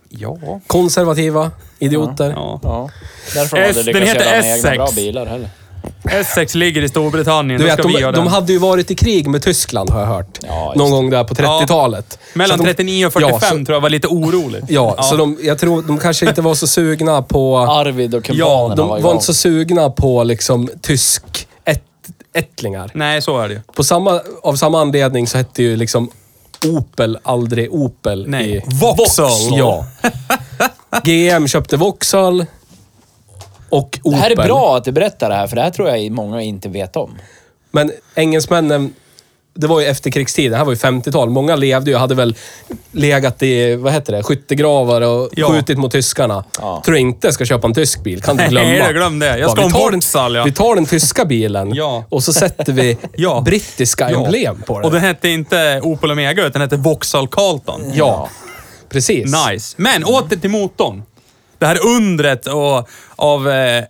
Speaker 3: Ja.
Speaker 2: Konservativa idioter.
Speaker 3: ja.
Speaker 4: Ja. Därför
Speaker 3: S- den
Speaker 4: hade de lyckats
Speaker 3: heter
Speaker 4: göra några
Speaker 3: S6.
Speaker 4: egna bra bilar heller.
Speaker 3: S6 ligger i Storbritannien.
Speaker 2: Du
Speaker 3: Då
Speaker 2: vet,
Speaker 3: ska vi
Speaker 2: de,
Speaker 3: göra
Speaker 2: de
Speaker 3: den.
Speaker 2: hade ju varit i krig med Tyskland har jag hört.
Speaker 4: Ja, just
Speaker 2: Någon
Speaker 4: det.
Speaker 2: gång där på 30-talet.
Speaker 3: Mellan
Speaker 2: Så att de-
Speaker 3: 39 och 45
Speaker 2: Ja, så,
Speaker 3: tror jag var lite orolig.
Speaker 2: ja, så de, jag tror de kanske inte var så sugna på...
Speaker 4: Arvid och kumpanerna
Speaker 2: Ja, de
Speaker 4: var
Speaker 2: var,
Speaker 4: igång.
Speaker 2: inte så sugna på liksom tysk ett, ättlingar.
Speaker 3: Nej, så är det ju.
Speaker 2: På samma, av samma anledning så hette ju liksom Opel aldrig Opel
Speaker 3: Nej.
Speaker 2: i...
Speaker 3: Vauxhall.
Speaker 4: (laughs)
Speaker 2: Ja. GM köpte Vauxhall och Opel.
Speaker 4: Det här är bra att du berättar det här, för det här tror jag många inte vet om.
Speaker 2: Men engelsmännen, det var ju efterkrigstiden, det här var ju 50-tal. Många levde ju, hade väl legat i, vad heter det, skyttegravar och
Speaker 3: Ja.
Speaker 2: skjutit mot tyskarna.
Speaker 4: Ja.
Speaker 2: Tror inte jag ska köpa en tysk bil, kan du
Speaker 3: Nej,
Speaker 2: glömma.
Speaker 3: jag glöm det. Jag
Speaker 2: Bara,
Speaker 3: ska
Speaker 2: vi
Speaker 3: ha en
Speaker 2: tar den-
Speaker 3: Vauxhall, ja.
Speaker 2: Vi tar den tyska bilen
Speaker 3: Ja.
Speaker 2: och så sätter vi
Speaker 3: (laughs) Ja.
Speaker 2: brittiska emblem på den.
Speaker 3: Och den hette inte Opel Omega, utan den hette Vauxhall Carlton.
Speaker 2: Ja, precis.
Speaker 3: Nice. Men åter till motorn. Det här undret och, av... Eh,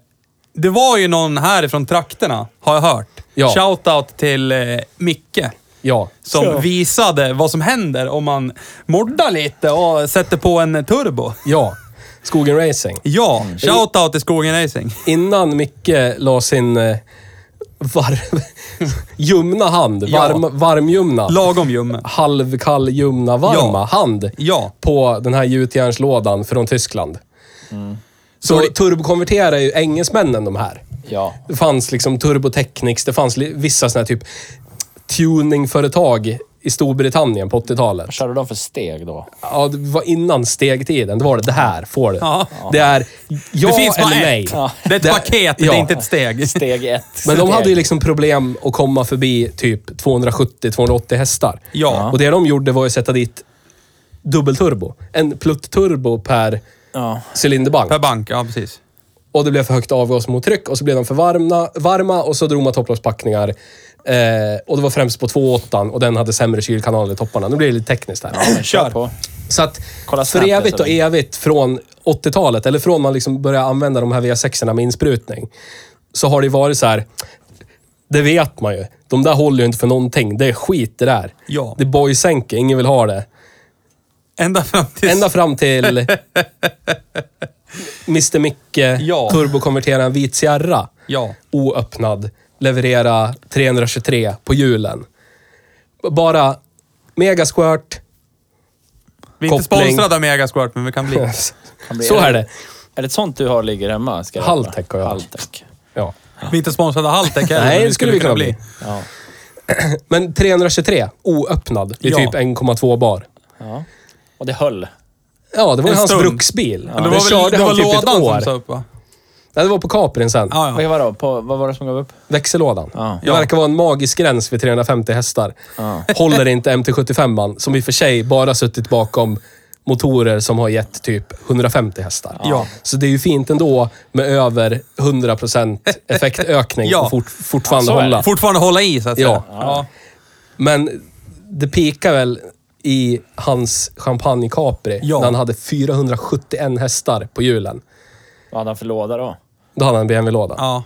Speaker 3: det var ju någon härifrån trakterna, har jag hört.
Speaker 2: Ja.
Speaker 3: Shoutout till eh, Micke.
Speaker 2: Ja.
Speaker 3: Som
Speaker 4: Ja.
Speaker 3: visade vad som händer om man moddar lite och sätter på en turbo.
Speaker 2: Ja. Skogen Racing.
Speaker 3: Ja,
Speaker 4: Mm.
Speaker 3: shoutout till Skogen Racing.
Speaker 2: Innan Micke la sin eh, varm, (laughs) ljumna hand,
Speaker 3: Ja.
Speaker 2: varm, varmljumna.
Speaker 3: Lagom ljummen.
Speaker 2: halvkall ljumna varma
Speaker 3: Ja.
Speaker 2: hand
Speaker 3: Ja.
Speaker 2: på den här gjutjärnslådan från Tyskland. Så
Speaker 3: Mm. Så-
Speaker 2: turbokonverterar ju engelsmännen de här.
Speaker 4: Ja.
Speaker 2: Det fanns liksom Turbotechnics, det fanns li- vissa sådana här typ tuningföretag i Storbritannien på 80-talet.
Speaker 4: Körde de för steg då?
Speaker 2: Ja, det var innan stegtiden. Det var det. Det här får du.
Speaker 3: Ja.
Speaker 2: Det är ja
Speaker 3: det finns bara
Speaker 2: eller nej.
Speaker 3: ett. Det är ett paket, det är inte ett steg.
Speaker 4: Steg ett.
Speaker 2: Men de
Speaker 4: steg.
Speaker 2: hade ju liksom problem att komma förbi typ 270-280 hästar.
Speaker 3: Ja.
Speaker 2: Och det de gjorde var ju att sätta dit dubbelturbo. En plutturbo per
Speaker 4: Ja.
Speaker 2: cylinderbank.
Speaker 3: Per bank, ja precis.
Speaker 2: Och det blev för högt avgasmottryck och så blev de för varma, varma och så drog man topplockspackningar. Eh, och det var främst på 28 och den hade sämre kylkanaler i topparna. Nu blir det lite tekniskt här.
Speaker 4: Ja,
Speaker 3: Kör.
Speaker 4: men kör på.
Speaker 2: Så att
Speaker 4: Kolla
Speaker 2: för
Speaker 4: Snapchat
Speaker 2: evigt och
Speaker 4: eller?
Speaker 2: evigt från 80-talet, eller från man liksom började använda de här V6-erna med insprutning, så har det varit så här. Det vet man ju. De där håller ju inte för någonting. Det är skit det där.
Speaker 3: Ja.
Speaker 2: Det är boysänke. Ingen vill ha det.
Speaker 3: Ända fram till...
Speaker 2: Ända fram till Mr Micke
Speaker 3: Ja.
Speaker 2: turbokonvertera en vit Sierra.
Speaker 3: Ja.
Speaker 2: Oöppnad. Leverera 323 på hjulen. B- Bara megasquirt.
Speaker 3: Vi är inte
Speaker 2: koppling.
Speaker 3: sponsrade av Megasquirt, men vi kan bli.
Speaker 4: Kan bli-
Speaker 2: (laughs) Så är det.
Speaker 4: Är det ett sånt du har ligger hemma? Ska jag
Speaker 2: Halvtech
Speaker 4: veta?
Speaker 2: har jag.
Speaker 4: Halvtech.
Speaker 2: Ja.
Speaker 3: Vi är inte sponsrade av Haltech heller.
Speaker 2: Nej,
Speaker 3: men
Speaker 2: det skulle vi kunna bli.
Speaker 4: Ja.
Speaker 2: Men 323, oöppnad. Det är
Speaker 3: Ja.
Speaker 2: typ 1,2 bar.
Speaker 4: ja. Och det höll.
Speaker 2: Ja, det var ju
Speaker 3: En
Speaker 2: hans
Speaker 3: stund.
Speaker 2: bruksbil.
Speaker 3: Men
Speaker 2: Den
Speaker 3: det var, väl,
Speaker 2: körde
Speaker 3: det var
Speaker 2: han typ ett
Speaker 3: lådan
Speaker 2: år.
Speaker 3: som sa upp va?
Speaker 2: Nej, det var på Caprin sen.
Speaker 3: Ja,
Speaker 4: Vad
Speaker 3: ja.
Speaker 4: var det? På, vad var det som gav upp?
Speaker 2: Växellådan.
Speaker 4: Ja.
Speaker 2: Det verkar vara en magisk gräns vid 350 hästar. Håller inte MT-75an, som i och för sig bara suttit bakom motorer som har gett typ 150 hästar.
Speaker 3: Ja.
Speaker 2: Så det är ju fint ändå med över 100% effektökning
Speaker 3: (laughs) Ja.
Speaker 2: och fort, fortfarande
Speaker 4: Ja, så är det.
Speaker 2: hålla.
Speaker 3: Fortfarande hålla i så att säga.
Speaker 2: Ja. Men det pikar väl i hans Champagne Capri,
Speaker 3: Ja.
Speaker 2: när han hade 471 hästar på hjulen.
Speaker 4: Vad hade han för låda då?
Speaker 2: Då hade han en BMW-låda.
Speaker 3: ja.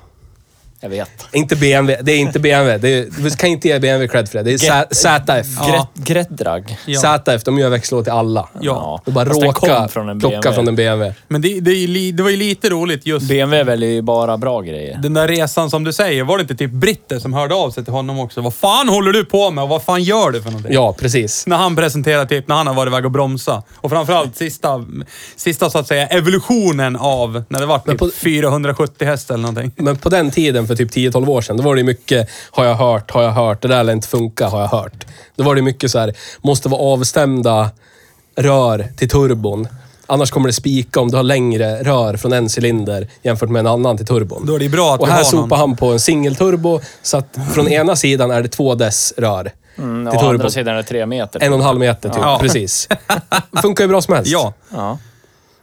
Speaker 1: Jag vet.
Speaker 2: Inte BMW. Det är inte BMW. Det är, vi kan inte ge BMW cred för det. Det är Z- ZF.
Speaker 3: Ja.
Speaker 1: Gret- Gretdrag.
Speaker 3: Ja.
Speaker 2: ZF, de gör växellåda till alla.
Speaker 3: Ja.
Speaker 2: De bara
Speaker 1: Fast den
Speaker 2: råkar
Speaker 1: kom från en
Speaker 2: plocka
Speaker 1: BMW.
Speaker 2: från en BMW.
Speaker 3: Men det, det, är ju li- det var ju lite roligt just
Speaker 1: BMW väljer ju bara bra grejer.
Speaker 3: den där resan som du säger. Var det inte typ britter som hörde av sig till honom också? Vad fan håller du på med och vad fan gör du för någonting?
Speaker 2: Ja, precis.
Speaker 3: När han presenterar typ när han har varit iväg och bromsa. Och framförallt sista, sista så att säga evolutionen av när det var typ
Speaker 2: på-
Speaker 3: 470 häst eller någonting.
Speaker 2: Men på den tiden, för typ 10-12 år sedan, då var det ju mycket har jag hört, har jag hört, det där lär inte funka, har jag hört. Då var det mycket så här, måste vara avstämda rör till turbon. Annars kommer det spika om du har längre rör från en cylinder jämfört med en annan till turbon.
Speaker 3: Då är det ju bra att
Speaker 2: Och
Speaker 3: du
Speaker 2: här
Speaker 3: har någon.
Speaker 2: sopar han på en singelturbo, så att från ena sidan är det två dess rör
Speaker 1: Mm,
Speaker 2: till
Speaker 1: å andra
Speaker 2: turbon.
Speaker 1: sidan är det tre meter.
Speaker 2: En och en halv meter typ,
Speaker 3: Ja.
Speaker 2: precis. Funkar ju bra som helst.
Speaker 3: Ja,
Speaker 1: Ja.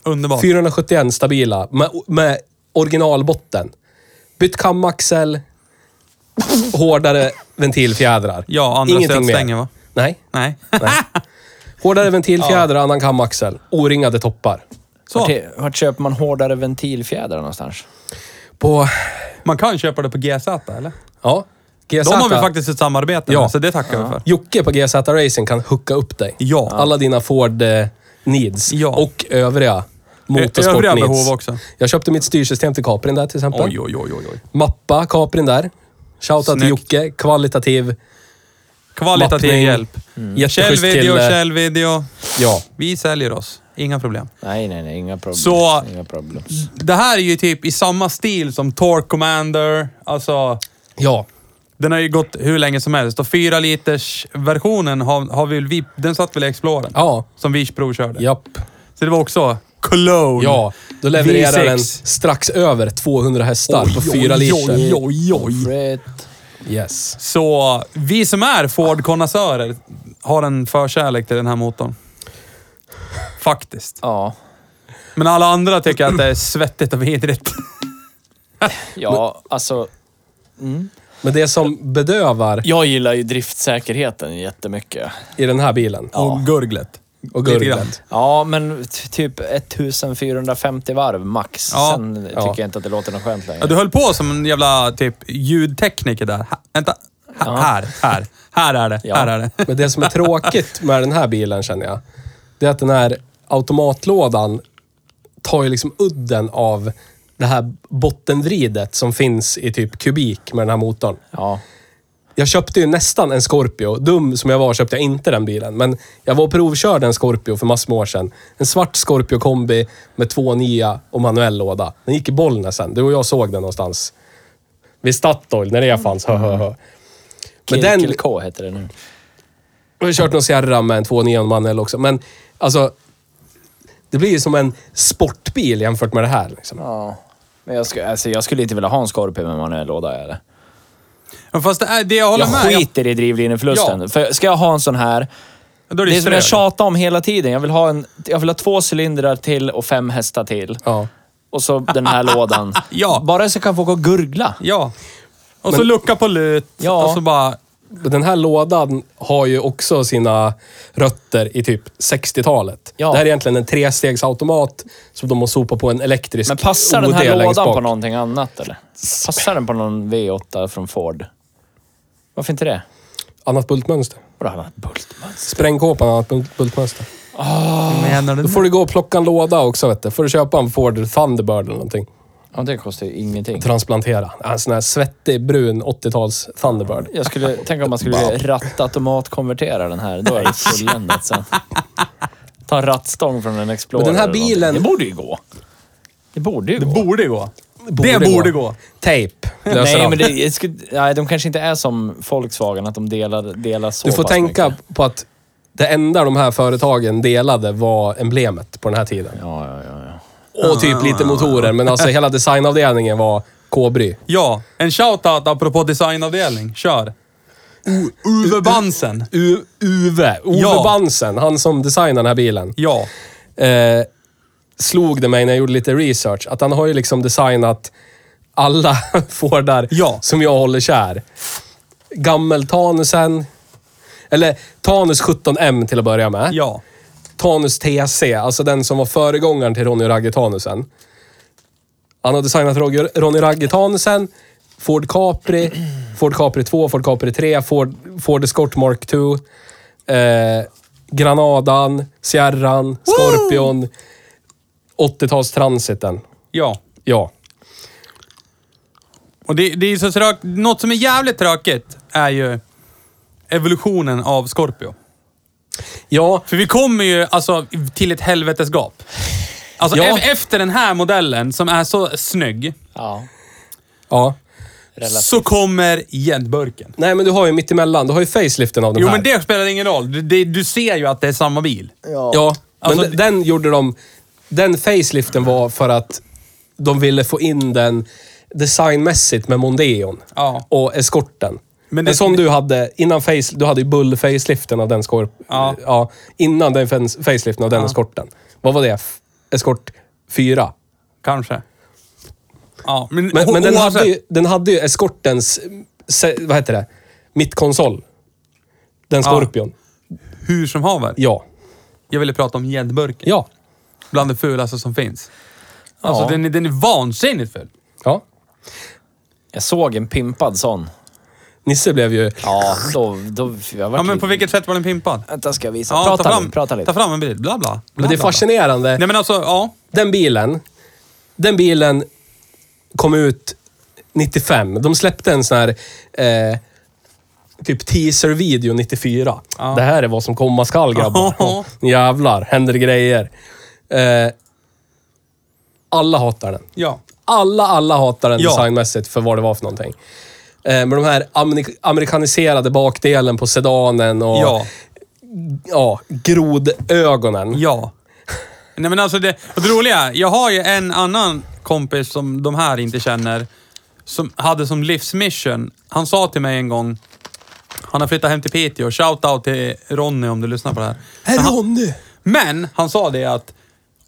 Speaker 3: underbart.
Speaker 2: 471 stabila med, med originalbotten. Bytt kamaxel, hårdare ventilfjädrar.
Speaker 3: Ja, andra
Speaker 2: Ingenting
Speaker 3: stötstänger,
Speaker 2: mer.
Speaker 3: va?
Speaker 2: Nej.
Speaker 3: Nej.
Speaker 2: Hårdare ventilfjädrar, annan kamaxel, oringade toppar.
Speaker 3: (laughs) Så.
Speaker 1: Vart, är- vart köper man hårdare ventilfjädrar någonstans?
Speaker 2: På...
Speaker 3: Man kan köpa det på GZ, eller?
Speaker 2: Ja. GZ.
Speaker 3: De har vi faktiskt ett samarbete
Speaker 2: Ja.
Speaker 3: med, så det tackar vi för.
Speaker 2: Jocke på GZ Racing kan hooka upp dig.
Speaker 3: Ja.
Speaker 2: Alla dina Ford eh, needs
Speaker 3: Ja.
Speaker 2: och övriga motorsport
Speaker 3: övriga
Speaker 2: needs.
Speaker 3: behov också.
Speaker 2: Jag köpte mitt styrsystem till Caprin där till exempel.
Speaker 3: Oj, oj, oj, oj. oj.
Speaker 2: Mappa Caprin där. Shoutout till
Speaker 3: Snyggt.
Speaker 2: Jocke. Kvalitativ.
Speaker 3: Kvalitativ
Speaker 2: Mappning.
Speaker 3: hjälp.
Speaker 2: Jätteschysst
Speaker 3: Källvideo,
Speaker 2: Mm. kille.
Speaker 3: källvideo.
Speaker 2: Ja.
Speaker 3: Vi säljer oss. Inga problem.
Speaker 1: Nej, nej, nej. Inga problem.
Speaker 3: Så-
Speaker 1: Inga problem.
Speaker 3: Det här är ju typ i samma stil som Torque Commander. Alltså,
Speaker 2: Ja.
Speaker 3: den har ju gått hur länge som helst. Och fyra liters versionen har, har väl vi, den satt väl i Exploren?
Speaker 2: Ja.
Speaker 3: Som vi provkörde.
Speaker 2: Japp.
Speaker 3: Så det var också Cologne.
Speaker 2: Ja. Då levererar
Speaker 3: V6.
Speaker 2: den strax över 200 hästar på
Speaker 3: Oj,
Speaker 2: 4
Speaker 3: oj,
Speaker 2: liter.
Speaker 3: oj, oj, oj.
Speaker 1: Fred.
Speaker 2: Yes.
Speaker 3: Så vi som är Ford-konnässörer har en förkärlek till den här motorn. Faktiskt.
Speaker 1: Ja.
Speaker 3: Men alla andra tycker att det är svettigt och vidrigt.
Speaker 1: Ja, alltså.
Speaker 2: Men det som bedövar
Speaker 1: Jag gillar ju driftsäkerheten jättemycket.
Speaker 2: i den här bilen
Speaker 3: Och gurglet.
Speaker 2: och
Speaker 3: Lite grann.
Speaker 2: gurglet.
Speaker 1: Ja, men t- typ 1450 varv max.
Speaker 3: Ja.
Speaker 1: Sen tycker
Speaker 2: Ja.
Speaker 1: jag inte att det låter något skönt längre.
Speaker 3: Ja, du höll på som en jävla typ ljudtekniker där. Ha, vänta. Ha, Här, här. Här är det.
Speaker 1: Ja.
Speaker 3: Här är det.
Speaker 2: Men det som är tråkigt med den här bilen känner jag, det är att den här automatlådan tar ju liksom udden av det här bottenvridet som finns i typ kubik med den här motorn.
Speaker 1: Ja.
Speaker 2: Jag köpte ju nästan en Scorpio. Dum som jag var köpte jag inte den bilen. Men jag var och provkörde en Scorpio för massor med år sedan. En svart Scorpio kombi med två nya och manuell låda. Den gick i Bollnäs sen. Du och jag såg den någonstans. Vid Statoil, när det fanns. Hö, hö, hö. Men den...
Speaker 1: Kirkel K heter det nu.
Speaker 2: Jag har kört någon Sierra med en 2.9 och manuell också. Men alltså... Det blir ju som en sportbil jämfört med det här. Liksom.
Speaker 1: Ja. Men jag, skulle, alltså, jag skulle inte vilja ha en Scorpio med manuell låda eller?
Speaker 3: Men Fast det, är, det jag håller
Speaker 1: Jag
Speaker 3: med
Speaker 1: skiter i drivlineförlusten.
Speaker 3: Ja.
Speaker 1: För ska jag ha en sån här...
Speaker 3: Då är det
Speaker 1: Det är som jag
Speaker 3: ströd.
Speaker 1: tjatar om hela tiden. Jag vill ha, en, jag vill ha två cylindrar till och fem hästar till.
Speaker 2: Ja.
Speaker 1: Och så den här lådan.
Speaker 3: Ja.
Speaker 1: Bara så jag kan få gå och gurgla.
Speaker 3: Ja. Och så lucka på lut.
Speaker 1: Ja.
Speaker 3: Och så bara...
Speaker 2: Den här lådan har ju också sina rötter i typ 60-talet.
Speaker 1: Ja.
Speaker 2: Det här är egentligen en trestegsautomat som de har sopat på en elektrisk
Speaker 1: Men passar den
Speaker 2: OD
Speaker 1: här
Speaker 2: längst
Speaker 1: lådan
Speaker 2: bak.
Speaker 1: på någonting annat eller? Passar den på någon V8 från Ford? Varför inte det?
Speaker 2: Annat bultmönster.
Speaker 1: Vadå, han har ett bultmönster?
Speaker 2: Sprängkåpan har annat bult- bultmönster.
Speaker 3: Menar
Speaker 2: Då
Speaker 3: du
Speaker 2: får du gå och plocka en låda också vet du. får du köpa en Ford Thunderbird eller någonting.
Speaker 1: Ja, det kostar ju ingenting.
Speaker 2: Transplantera. En sån här svettig brun 80-tals Thunderbird.
Speaker 1: Jag skulle tänka om man skulle rattautomatkonvertera den här. Då är det fulländat sen. Ta en rattstång från en Explorer.
Speaker 2: Men den här
Speaker 1: eller någonting.
Speaker 2: bilen-
Speaker 1: Det borde ju gå. Det borde ju gå.
Speaker 3: Borde gå. det borde gå.
Speaker 2: Tejp. löser
Speaker 1: Nej,
Speaker 2: allt.
Speaker 1: men det, jag skulle, nej, de kanske inte är som Volkswagen, att de delar, delar så
Speaker 2: Du får
Speaker 1: pass
Speaker 2: tänka
Speaker 1: mycket.
Speaker 2: på att det enda de här företagen delade var emblemet på den här tiden.
Speaker 1: Ja, ja, ja. ja.
Speaker 2: Och typ lite motorer, men alltså hela designavdelningen var kobry.
Speaker 3: Ja. En shoutout apropå designavdelning. Kör. U- Uwe Bansen.
Speaker 2: U- Uwe, Ove
Speaker 3: Ja.
Speaker 2: Bansen, han som designade den här bilen,
Speaker 3: Ja.
Speaker 2: eh, slog det mig när jag gjorde lite research att han har ju liksom designat alla (laughs) Fordar
Speaker 3: Ja.
Speaker 2: som jag håller kär. Gammeltanusen, eller Tanus 17M till att börja med.
Speaker 3: Ja.
Speaker 2: Tanus TC, alltså den som var föregångaren till Ronny Ragge Tanusen. Han har designat Roger- Ronny Ragge Tanusen, Ford Capri, Ford Capri 2, Ford Capri 3, Ford, Ford Escort Mark 2, eh, Granadan, Sierran, Scorpion, 80-talstransiten.
Speaker 3: Ja.
Speaker 2: Ja.
Speaker 3: Och det, det är så trögt. Något som är jävligt tråkigt är ju evolutionen av Scorpio.
Speaker 2: Ja,
Speaker 3: För vi kommer ju alltså till ett helvetesgap. Alltså
Speaker 2: Ja.
Speaker 3: e- efter den här modellen som är så snygg
Speaker 1: Ja.
Speaker 2: ja.
Speaker 1: Relativt.
Speaker 3: så kommer jetburken.
Speaker 2: Nej, men du har ju mittemellan. Du har ju faceliften av den
Speaker 3: Jo
Speaker 2: här.
Speaker 3: men det spelar ingen roll. Du, det, du ser ju att det är samma bil.
Speaker 2: Ja,
Speaker 3: Alltså,
Speaker 2: men d- den gjorde de... Den faceliften var för att de ville få in den designmässigt med Mondeon
Speaker 3: Ja.
Speaker 2: och eskorten.
Speaker 3: Men
Speaker 2: Men
Speaker 3: det-
Speaker 2: som du hade innan face, du hade ju bull faceliften av den skorp,
Speaker 3: Ja.
Speaker 2: innan den fens- faceliften av den eskorten. Vad var det? F- Eskort 4.
Speaker 3: Kanske. Ja, men,
Speaker 2: Men,
Speaker 3: o-
Speaker 2: men den,
Speaker 3: oavsett-
Speaker 2: hade ju, den hade ju eskortens, se, vad heter det, mittkonsol. Den
Speaker 3: Ja.
Speaker 2: Scorpion.
Speaker 3: Hur som haver.
Speaker 2: Ja.
Speaker 3: Jag ville prata om gäddburken.
Speaker 2: Ja.
Speaker 3: Bland det fulaste som finns. Alltså
Speaker 1: Ja.
Speaker 3: den, är- den är vansinnigt ful.
Speaker 2: Ja.
Speaker 1: Jag såg en pimpad sån.
Speaker 2: Nisse blev ju...
Speaker 1: Ja, då... då jag var
Speaker 3: Ja, men på vilket sätt var den pimpad?
Speaker 1: Vänta, ska jag visa.
Speaker 3: Ja,
Speaker 1: prata,
Speaker 3: ta, fram,
Speaker 1: lite, prata lite.
Speaker 3: ta fram en bild. Bla, bla. bla
Speaker 2: Men det
Speaker 3: bla,
Speaker 2: är
Speaker 3: bla.
Speaker 2: fascinerande.
Speaker 3: Nej men alltså, ja.
Speaker 2: den bilen, den bilen kom ut 95. De släppte en sån här eh, typ teaser-video 94. Det här är vad som komma skall grabbar.
Speaker 3: Ja.
Speaker 2: Jävlar, händer grejer. Eh, alla hatar den.
Speaker 3: Ja.
Speaker 2: Alla, alla hatar den
Speaker 3: Ja.
Speaker 2: designmässigt för vad det var för någonting. Eh, med de här ameri- amerikaniserade bakdelen på sedanen och
Speaker 3: Ja.
Speaker 2: ja, grodögonen.
Speaker 3: Ja. Nej men alltså det, och det roliga är, jag har ju en annan kompis som de här inte känner, som hade som livsmission, han sa till mig en gång, han har flyttat hem till Piteå, shout-out till Ronny om du lyssnar på det här. Men han-
Speaker 2: Ronny!
Speaker 3: Men han sa det att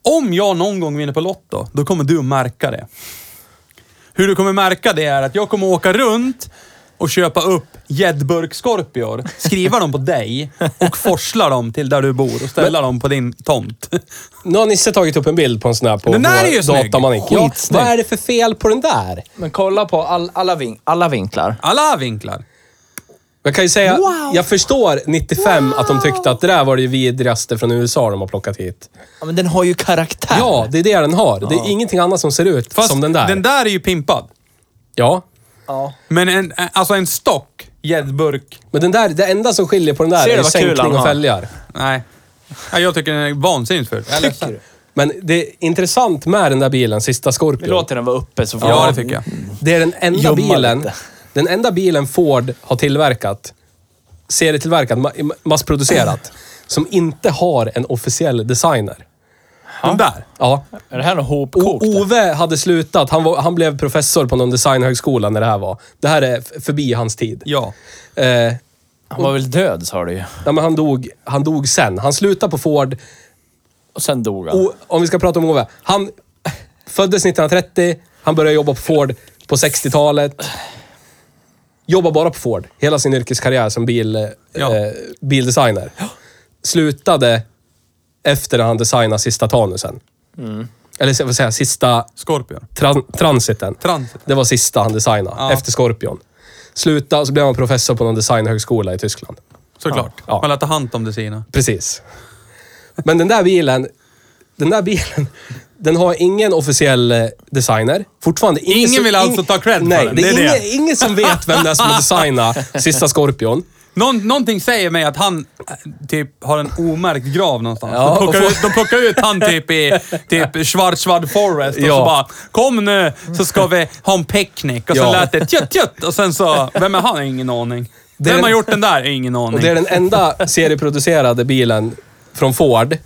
Speaker 3: om jag någon gång vinner på Lotto, då kommer du märka det. Hur du kommer märka det är att jag kommer åka runt och köpa upp gäddburkskorpior, skriva dem på dig och forsla dem till där du bor och ställa dem på din tomt.
Speaker 2: Nu har Nisse tagit upp en bild på en sån här på
Speaker 3: Den där
Speaker 2: vår
Speaker 3: är ju snygg.
Speaker 2: datamanik. Ja,
Speaker 1: Skitsnygg.
Speaker 2: vad är det för fel på den där?
Speaker 1: Men kolla på all, alla, vin, alla vinklar.
Speaker 3: Alla vinklar.
Speaker 2: Jag kan ju säga, jag förstår 95 att de tyckte att det där var det vidrigaste från USA de har plockat hit.
Speaker 1: Ja, men den har ju karaktär.
Speaker 2: Ja, det är det den har. Det är ingenting annat som ser ut
Speaker 3: Fast
Speaker 2: som den där.
Speaker 3: den där är ju pimpad.
Speaker 2: Ja,
Speaker 1: Ja.
Speaker 3: Men en, alltså en stock gäddburk,
Speaker 2: men den där, det enda som skiljer på den där
Speaker 1: Ser du
Speaker 2: är
Speaker 1: vad kul han
Speaker 2: sänkning och
Speaker 1: har?
Speaker 2: fälgar.
Speaker 3: nej. Ja, Jag tycker den är vansinnigt ful. Jag är ledsen.
Speaker 2: Men det är intressant med den där bilen, sista
Speaker 1: Vi
Speaker 2: Scorpion.
Speaker 1: låter den vara uppe så får
Speaker 3: Ja,
Speaker 1: vi-
Speaker 3: det tycker jag.
Speaker 2: Det är den enda
Speaker 1: Ljumma
Speaker 2: bilen,
Speaker 1: lite.
Speaker 2: den enda bilen Ford har tillverkat, serietillverkat, ma- massproducerat, som inte har en officiell designer.
Speaker 3: Den där.
Speaker 2: Ja.
Speaker 1: Är det här något
Speaker 2: O-
Speaker 1: hopkokt?
Speaker 2: Ove hade slutat. Han, var, han blev professor på någon designhögskola när det här var. Det här är f- förbi hans tid.
Speaker 3: Ja.
Speaker 2: Eh,
Speaker 1: Han var väl död sa du ju.
Speaker 2: ja, men han, dog, han dog sen. Han slutade på Ford.
Speaker 1: Och sen dog han.
Speaker 2: O, om vi ska prata om Ove. Han föddes 1930. Han började jobba på Ford på 60-talet. Jobbade bara på Ford. Hela sin yrkeskarriär som bil, eh,
Speaker 3: Ja.
Speaker 2: eh, bildesigner. Slutade efter när han designade sista Tanusen.
Speaker 3: Mm.
Speaker 2: Eller så- vad säger jag, sista
Speaker 3: Scorpion.
Speaker 2: tran- transiten.
Speaker 3: Transit.
Speaker 2: Det var sista han designade,
Speaker 3: Ja.
Speaker 2: efter Scorpion. Slutade och så blev han professor på någon designhögskola i Tyskland.
Speaker 3: Såklart.
Speaker 2: Ja.
Speaker 3: Man lär ta hand om det sina.
Speaker 2: Precis. Men den där bilen, den där bilen, den har ingen officiell eh, designer. Fortfarande.
Speaker 3: Ingen
Speaker 2: som-
Speaker 3: vill alltså ta cred för
Speaker 2: nej,
Speaker 3: den.
Speaker 2: Det är,
Speaker 3: Det är
Speaker 2: ingen,
Speaker 3: det.
Speaker 2: ingen som vet vem det är som har designat sista Scorpion.
Speaker 3: Någon, någonting säger mig att han äh, typ har en omärkt grav någonstans.
Speaker 2: Ja,
Speaker 3: de, plockar
Speaker 2: och-
Speaker 3: ut, de plockar ut han typ i typ Schwarzwald Forest och
Speaker 2: Ja.
Speaker 3: så bara “Kom nu så ska vi ha en picknick” och så
Speaker 2: Ja.
Speaker 3: lät det tjut tjut och sen så, vem är han? Ingen aning.
Speaker 2: Det är
Speaker 3: vem har
Speaker 2: den-
Speaker 3: gjort den där? Ingen aning.
Speaker 2: Och det är den enda serieproducerade bilen från Ford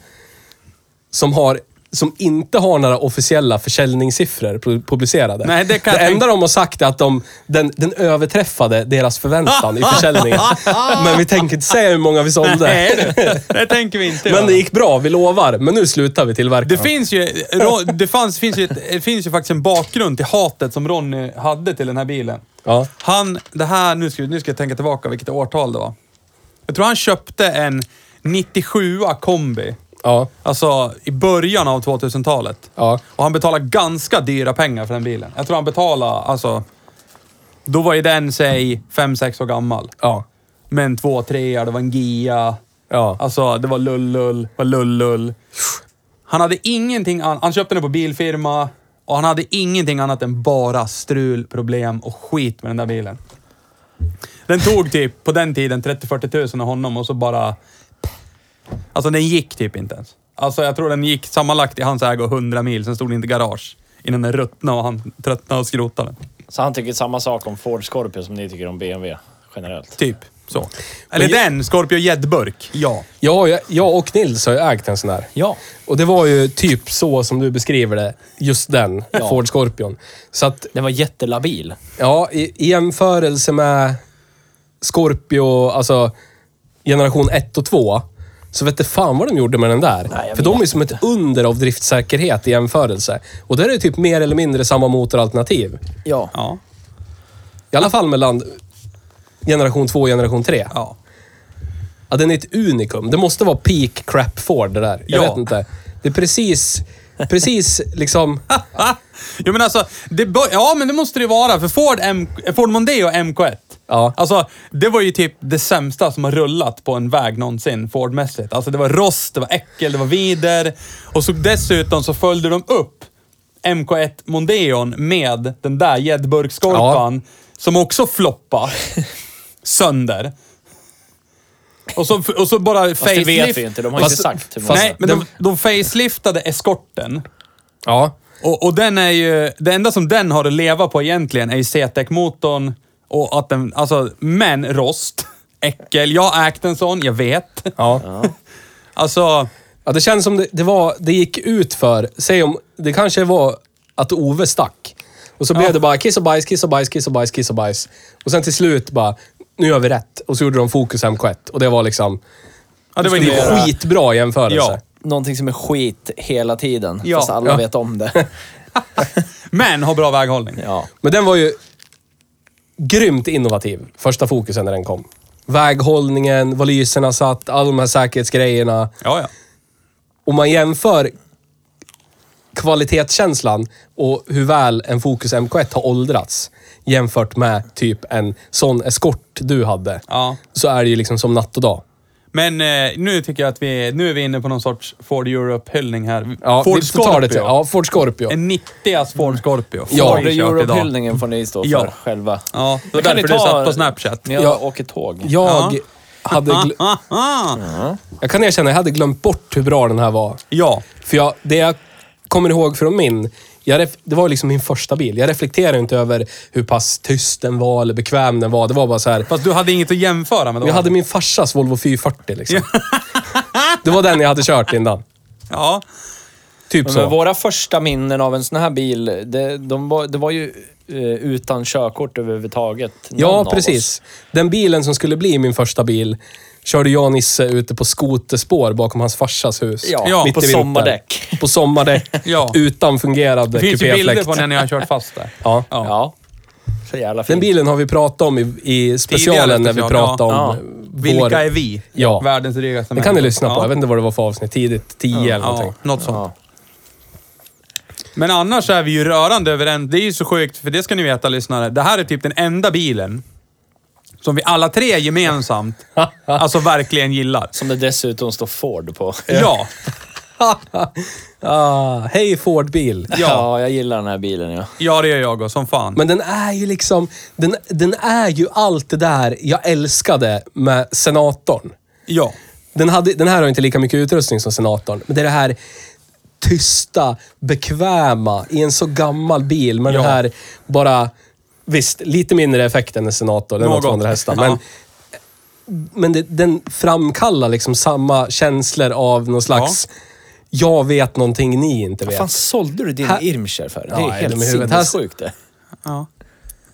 Speaker 2: som har som inte har några officiella försäljningssiffror pu- publicerade.
Speaker 3: Nej, det kan jag
Speaker 2: det
Speaker 3: tänka-
Speaker 2: enda de har sagt är att de, den, den överträffade deras förväntan i
Speaker 3: (laughs)
Speaker 2: försäljningen. Men vi tänker inte säga hur många vi sålde.
Speaker 3: Nej, det, det tänker vi inte
Speaker 2: Men
Speaker 3: göra.
Speaker 2: det gick bra, vi lovar. Men nu slutar vi tillverka
Speaker 3: Det
Speaker 2: dem.
Speaker 3: finns ju, Ro- det fanns, finns ju, ett, det finns ju faktiskt en bakgrund till hatet som Ronny hade till den här bilen.
Speaker 2: Ja.
Speaker 3: Han, det här, nu ska, nu ska jag tänka tillbaka vilket årtal det var. Jag tror han köpte en 97a kombi.
Speaker 2: Ja,
Speaker 3: Alltså i början av 2000-talet.
Speaker 2: ja.
Speaker 3: Och han betalade ganska dyra pengar för den bilen. Jag tror han betalade, alltså... Då var ju den, säg, fem sex år gammal.
Speaker 2: Ja.
Speaker 3: Med en 2 3 det var en GIA.
Speaker 2: Ja.
Speaker 3: Alltså, det var lullull, var lullull. Han hade ingenting annat. Han köpte den på bilfirma och han hade ingenting annat än bara strul, problem och skit med den där bilen. Den tog typ, på den tiden, 30-40 tusen av honom och så bara... Alltså den gick typ inte ens. Alltså jag tror den gick sammanlagt i hans ägo 100 mil, sen stod den inte i garage. Innan den ruttnade och han tröttnade och skrotade den.
Speaker 5: Så han tycker samma sak om Ford Scorpio som ni tycker om BMW generellt.
Speaker 3: Typ så. Eller
Speaker 2: Men jag-
Speaker 3: den, Scorpio Gäddburk. Ja.
Speaker 2: Ja, jag, jag och Nils har ju ägt en sån där.
Speaker 5: Ja.
Speaker 2: Och det var ju typ så som du beskriver det, just den, Ford Scorpion. Så att,
Speaker 5: Den var jättelabil.
Speaker 2: ja, i, i jämförelse med Scorpio, alltså generation 1 och 2, så vet du fan vad de gjorde med den där.
Speaker 5: Nej, jag
Speaker 2: För de är ju
Speaker 5: vet
Speaker 2: som ett under av driftsäkerhet i jämförelse. Och där är det typ mer eller mindre samma motoralternativ.
Speaker 5: Ja.
Speaker 3: Ja.
Speaker 2: I alla fall mellan generation 2 och generation 3.
Speaker 3: ja.
Speaker 2: Ja, den är ett unikum. Det måste vara peak crap Ford det där. Jag
Speaker 3: Ja.
Speaker 2: vet inte. Det är precis, precis
Speaker 3: (laughs)
Speaker 2: liksom...
Speaker 3: Ah, jo men alltså, det bör, ja men det måste det ju vara. För Ford, M, Ford Mondeo MK1.
Speaker 2: Ja.
Speaker 3: Alltså, det var ju typ det sämsta som har rullat på en väg någonsin Ford-mässigt. Alltså det var rost, det var äckel, det var vider. Och så dessutom så följde de upp MK1 Mondeon med den där gäddburkskorpan som
Speaker 5: (laughs)
Speaker 3: också floppade sönder. Och så, och så bara
Speaker 5: Fast det vet
Speaker 3: facelift...
Speaker 5: vi ju inte. De har ju inte
Speaker 2: Fast-
Speaker 5: sagt hur många.
Speaker 3: Nej, men de, de faceliftade eskorten.
Speaker 2: Ja.
Speaker 3: Och, och den är ju, det enda som den har att leva på egentligen är ju CTEC-motorn och att den, alltså, men rost, äckel. Jag har ägt en sån, jag vet.
Speaker 2: Ja.
Speaker 3: (laughs) Alltså,
Speaker 2: ja. Det känns som det, det, var, det gick ut för Säg om... Det kanske var att Ove stack. Och så blev det bara kiss och bajs, kiss och bajs, kiss och bajs, kiss och bajs. Och sen till slut bara, nu gör vi rätt. Och så gjorde de Fokus MK1. Och det var liksom...
Speaker 3: ja, det var
Speaker 2: det
Speaker 3: inte
Speaker 2: är
Speaker 3: skit.
Speaker 2: skitbra jämförelse.
Speaker 3: Ja.
Speaker 1: Någonting som är skit hela tiden,
Speaker 3: Ja.
Speaker 1: fast alla
Speaker 2: Ja.
Speaker 1: vet
Speaker 3: (laughs)
Speaker 1: om det.
Speaker 3: Men har bra väghållning.
Speaker 1: Ja.
Speaker 2: Men den var ju grymt innovativ, första fokusen när den kom. Väghållningen, vad lyserna satt, alla de här säkerhetsgrejerna.
Speaker 3: Ja, ja.
Speaker 2: Om man jämför kvalitetskänslan och hur väl en Focus MK1 har åldrats jämfört med typ en sån eskort du hade.
Speaker 3: Ja.
Speaker 2: Så är det ju liksom som natt och dag.
Speaker 3: Men eh, nu tycker jag att vi, nu är vi inne på någon sorts Ford Europe-hyllning här.
Speaker 2: Ja,
Speaker 3: Ford
Speaker 2: vi får ta det till. Ja, Ford Scorpio.
Speaker 3: En 90-as Ford Scorpio.
Speaker 2: Ja,
Speaker 3: Har
Speaker 1: Ford
Speaker 3: vi kört idag.
Speaker 1: Europe-hyllningen får ni stå för
Speaker 3: Ja.
Speaker 1: själva.
Speaker 3: Ja, det var
Speaker 1: Kan ni
Speaker 3: därför du
Speaker 1: ta-
Speaker 3: satt på Snapchat.
Speaker 1: När jag
Speaker 2: Ja.
Speaker 1: åker tåg.
Speaker 2: Jag,
Speaker 3: Ja.
Speaker 2: hade gl-
Speaker 3: Ah, ah.
Speaker 2: jag kan erkänna, jag hade glömt bort hur bra den här var.
Speaker 3: Ja.
Speaker 2: För jag, det jag kommer ihåg från min, jag ref, det var ju liksom min första bil. Jag reflekterade inte över hur pass tyst den var eller bekväm den var. Det var bara så här.
Speaker 3: Fast du hade inget att jämföra med då?
Speaker 2: Jag hade min farsas Volvo 440
Speaker 3: (laughs)
Speaker 2: liksom. Det var den jag hade kört innan.
Speaker 3: Ja.
Speaker 2: Typ
Speaker 1: Men
Speaker 2: så.
Speaker 1: våra första minnen av en sån här bil, det, de var, det var ju eh, utan körkort överhuvudtaget. någon
Speaker 2: Ja,
Speaker 1: av oss.
Speaker 2: precis. Den bilen som skulle bli min första bil körde jag och Nisse ute på skoterspår bakom hans farsas hus.
Speaker 1: Ja,
Speaker 3: Ja,
Speaker 2: mitt
Speaker 1: på
Speaker 2: i vintern.
Speaker 1: sommardäck.
Speaker 2: På sommardäck.
Speaker 3: (laughs) Ja.
Speaker 2: Utan fungerande
Speaker 3: Det finns ju bilder
Speaker 2: kupéfläkt.
Speaker 3: på när ni har kört fast där.
Speaker 2: Ja.
Speaker 3: Ja.
Speaker 1: Ja. Så jävla
Speaker 2: Den
Speaker 1: fint.
Speaker 2: bilen har vi pratat om i, i specialen när vi
Speaker 3: special,
Speaker 2: pratade om
Speaker 1: ja.
Speaker 2: ja.
Speaker 1: Ja.
Speaker 3: Vilka är vi?
Speaker 2: Ja.
Speaker 3: Världens drygaste
Speaker 2: Det kan ni
Speaker 3: människor.
Speaker 2: lyssna på.
Speaker 3: Ja.
Speaker 2: Jag vet inte vad det var för avsnitt. Tidigt, 10 eller
Speaker 3: Ja,
Speaker 2: någonting.
Speaker 3: något sånt.
Speaker 1: Ja.
Speaker 3: Men annars är vi ju rörande överens. Det är ju så sjukt, för det ska ni veta lyssnare. Det här är typ den enda bilen som vi alla tre gemensamt,
Speaker 2: (laughs)
Speaker 3: alltså verkligen gillar.
Speaker 5: Som det dessutom står Ford på.
Speaker 3: Ja,
Speaker 2: (laughs) Ah, hej Ford-bil!
Speaker 1: Ja. ja, jag gillar den här bilen ja.
Speaker 3: ja det gör jag och som fan.
Speaker 2: Men den är ju liksom... Den, den är ju allt det där jag älskade med Senatorn.
Speaker 3: Ja.
Speaker 2: Den, hade, den här har ju inte lika mycket utrustning som Senatorn, men det är det här tysta, bekväma i en så gammal bil. Men
Speaker 3: Ja.
Speaker 2: det här bara... Visst, lite mindre effekt än en Senator. Den har
Speaker 3: Något.
Speaker 2: 200 hästar.
Speaker 3: Ja.
Speaker 2: Men, men det, den framkallar liksom samma känslor av någon slags... Jag vet någonting ni inte vet.
Speaker 1: Fan, sålde du din
Speaker 2: Här-
Speaker 1: Irmscher för? Det är
Speaker 2: Ja, är
Speaker 1: helt
Speaker 2: de i huvudet? Här-
Speaker 1: sinnessjukt det.
Speaker 3: ja.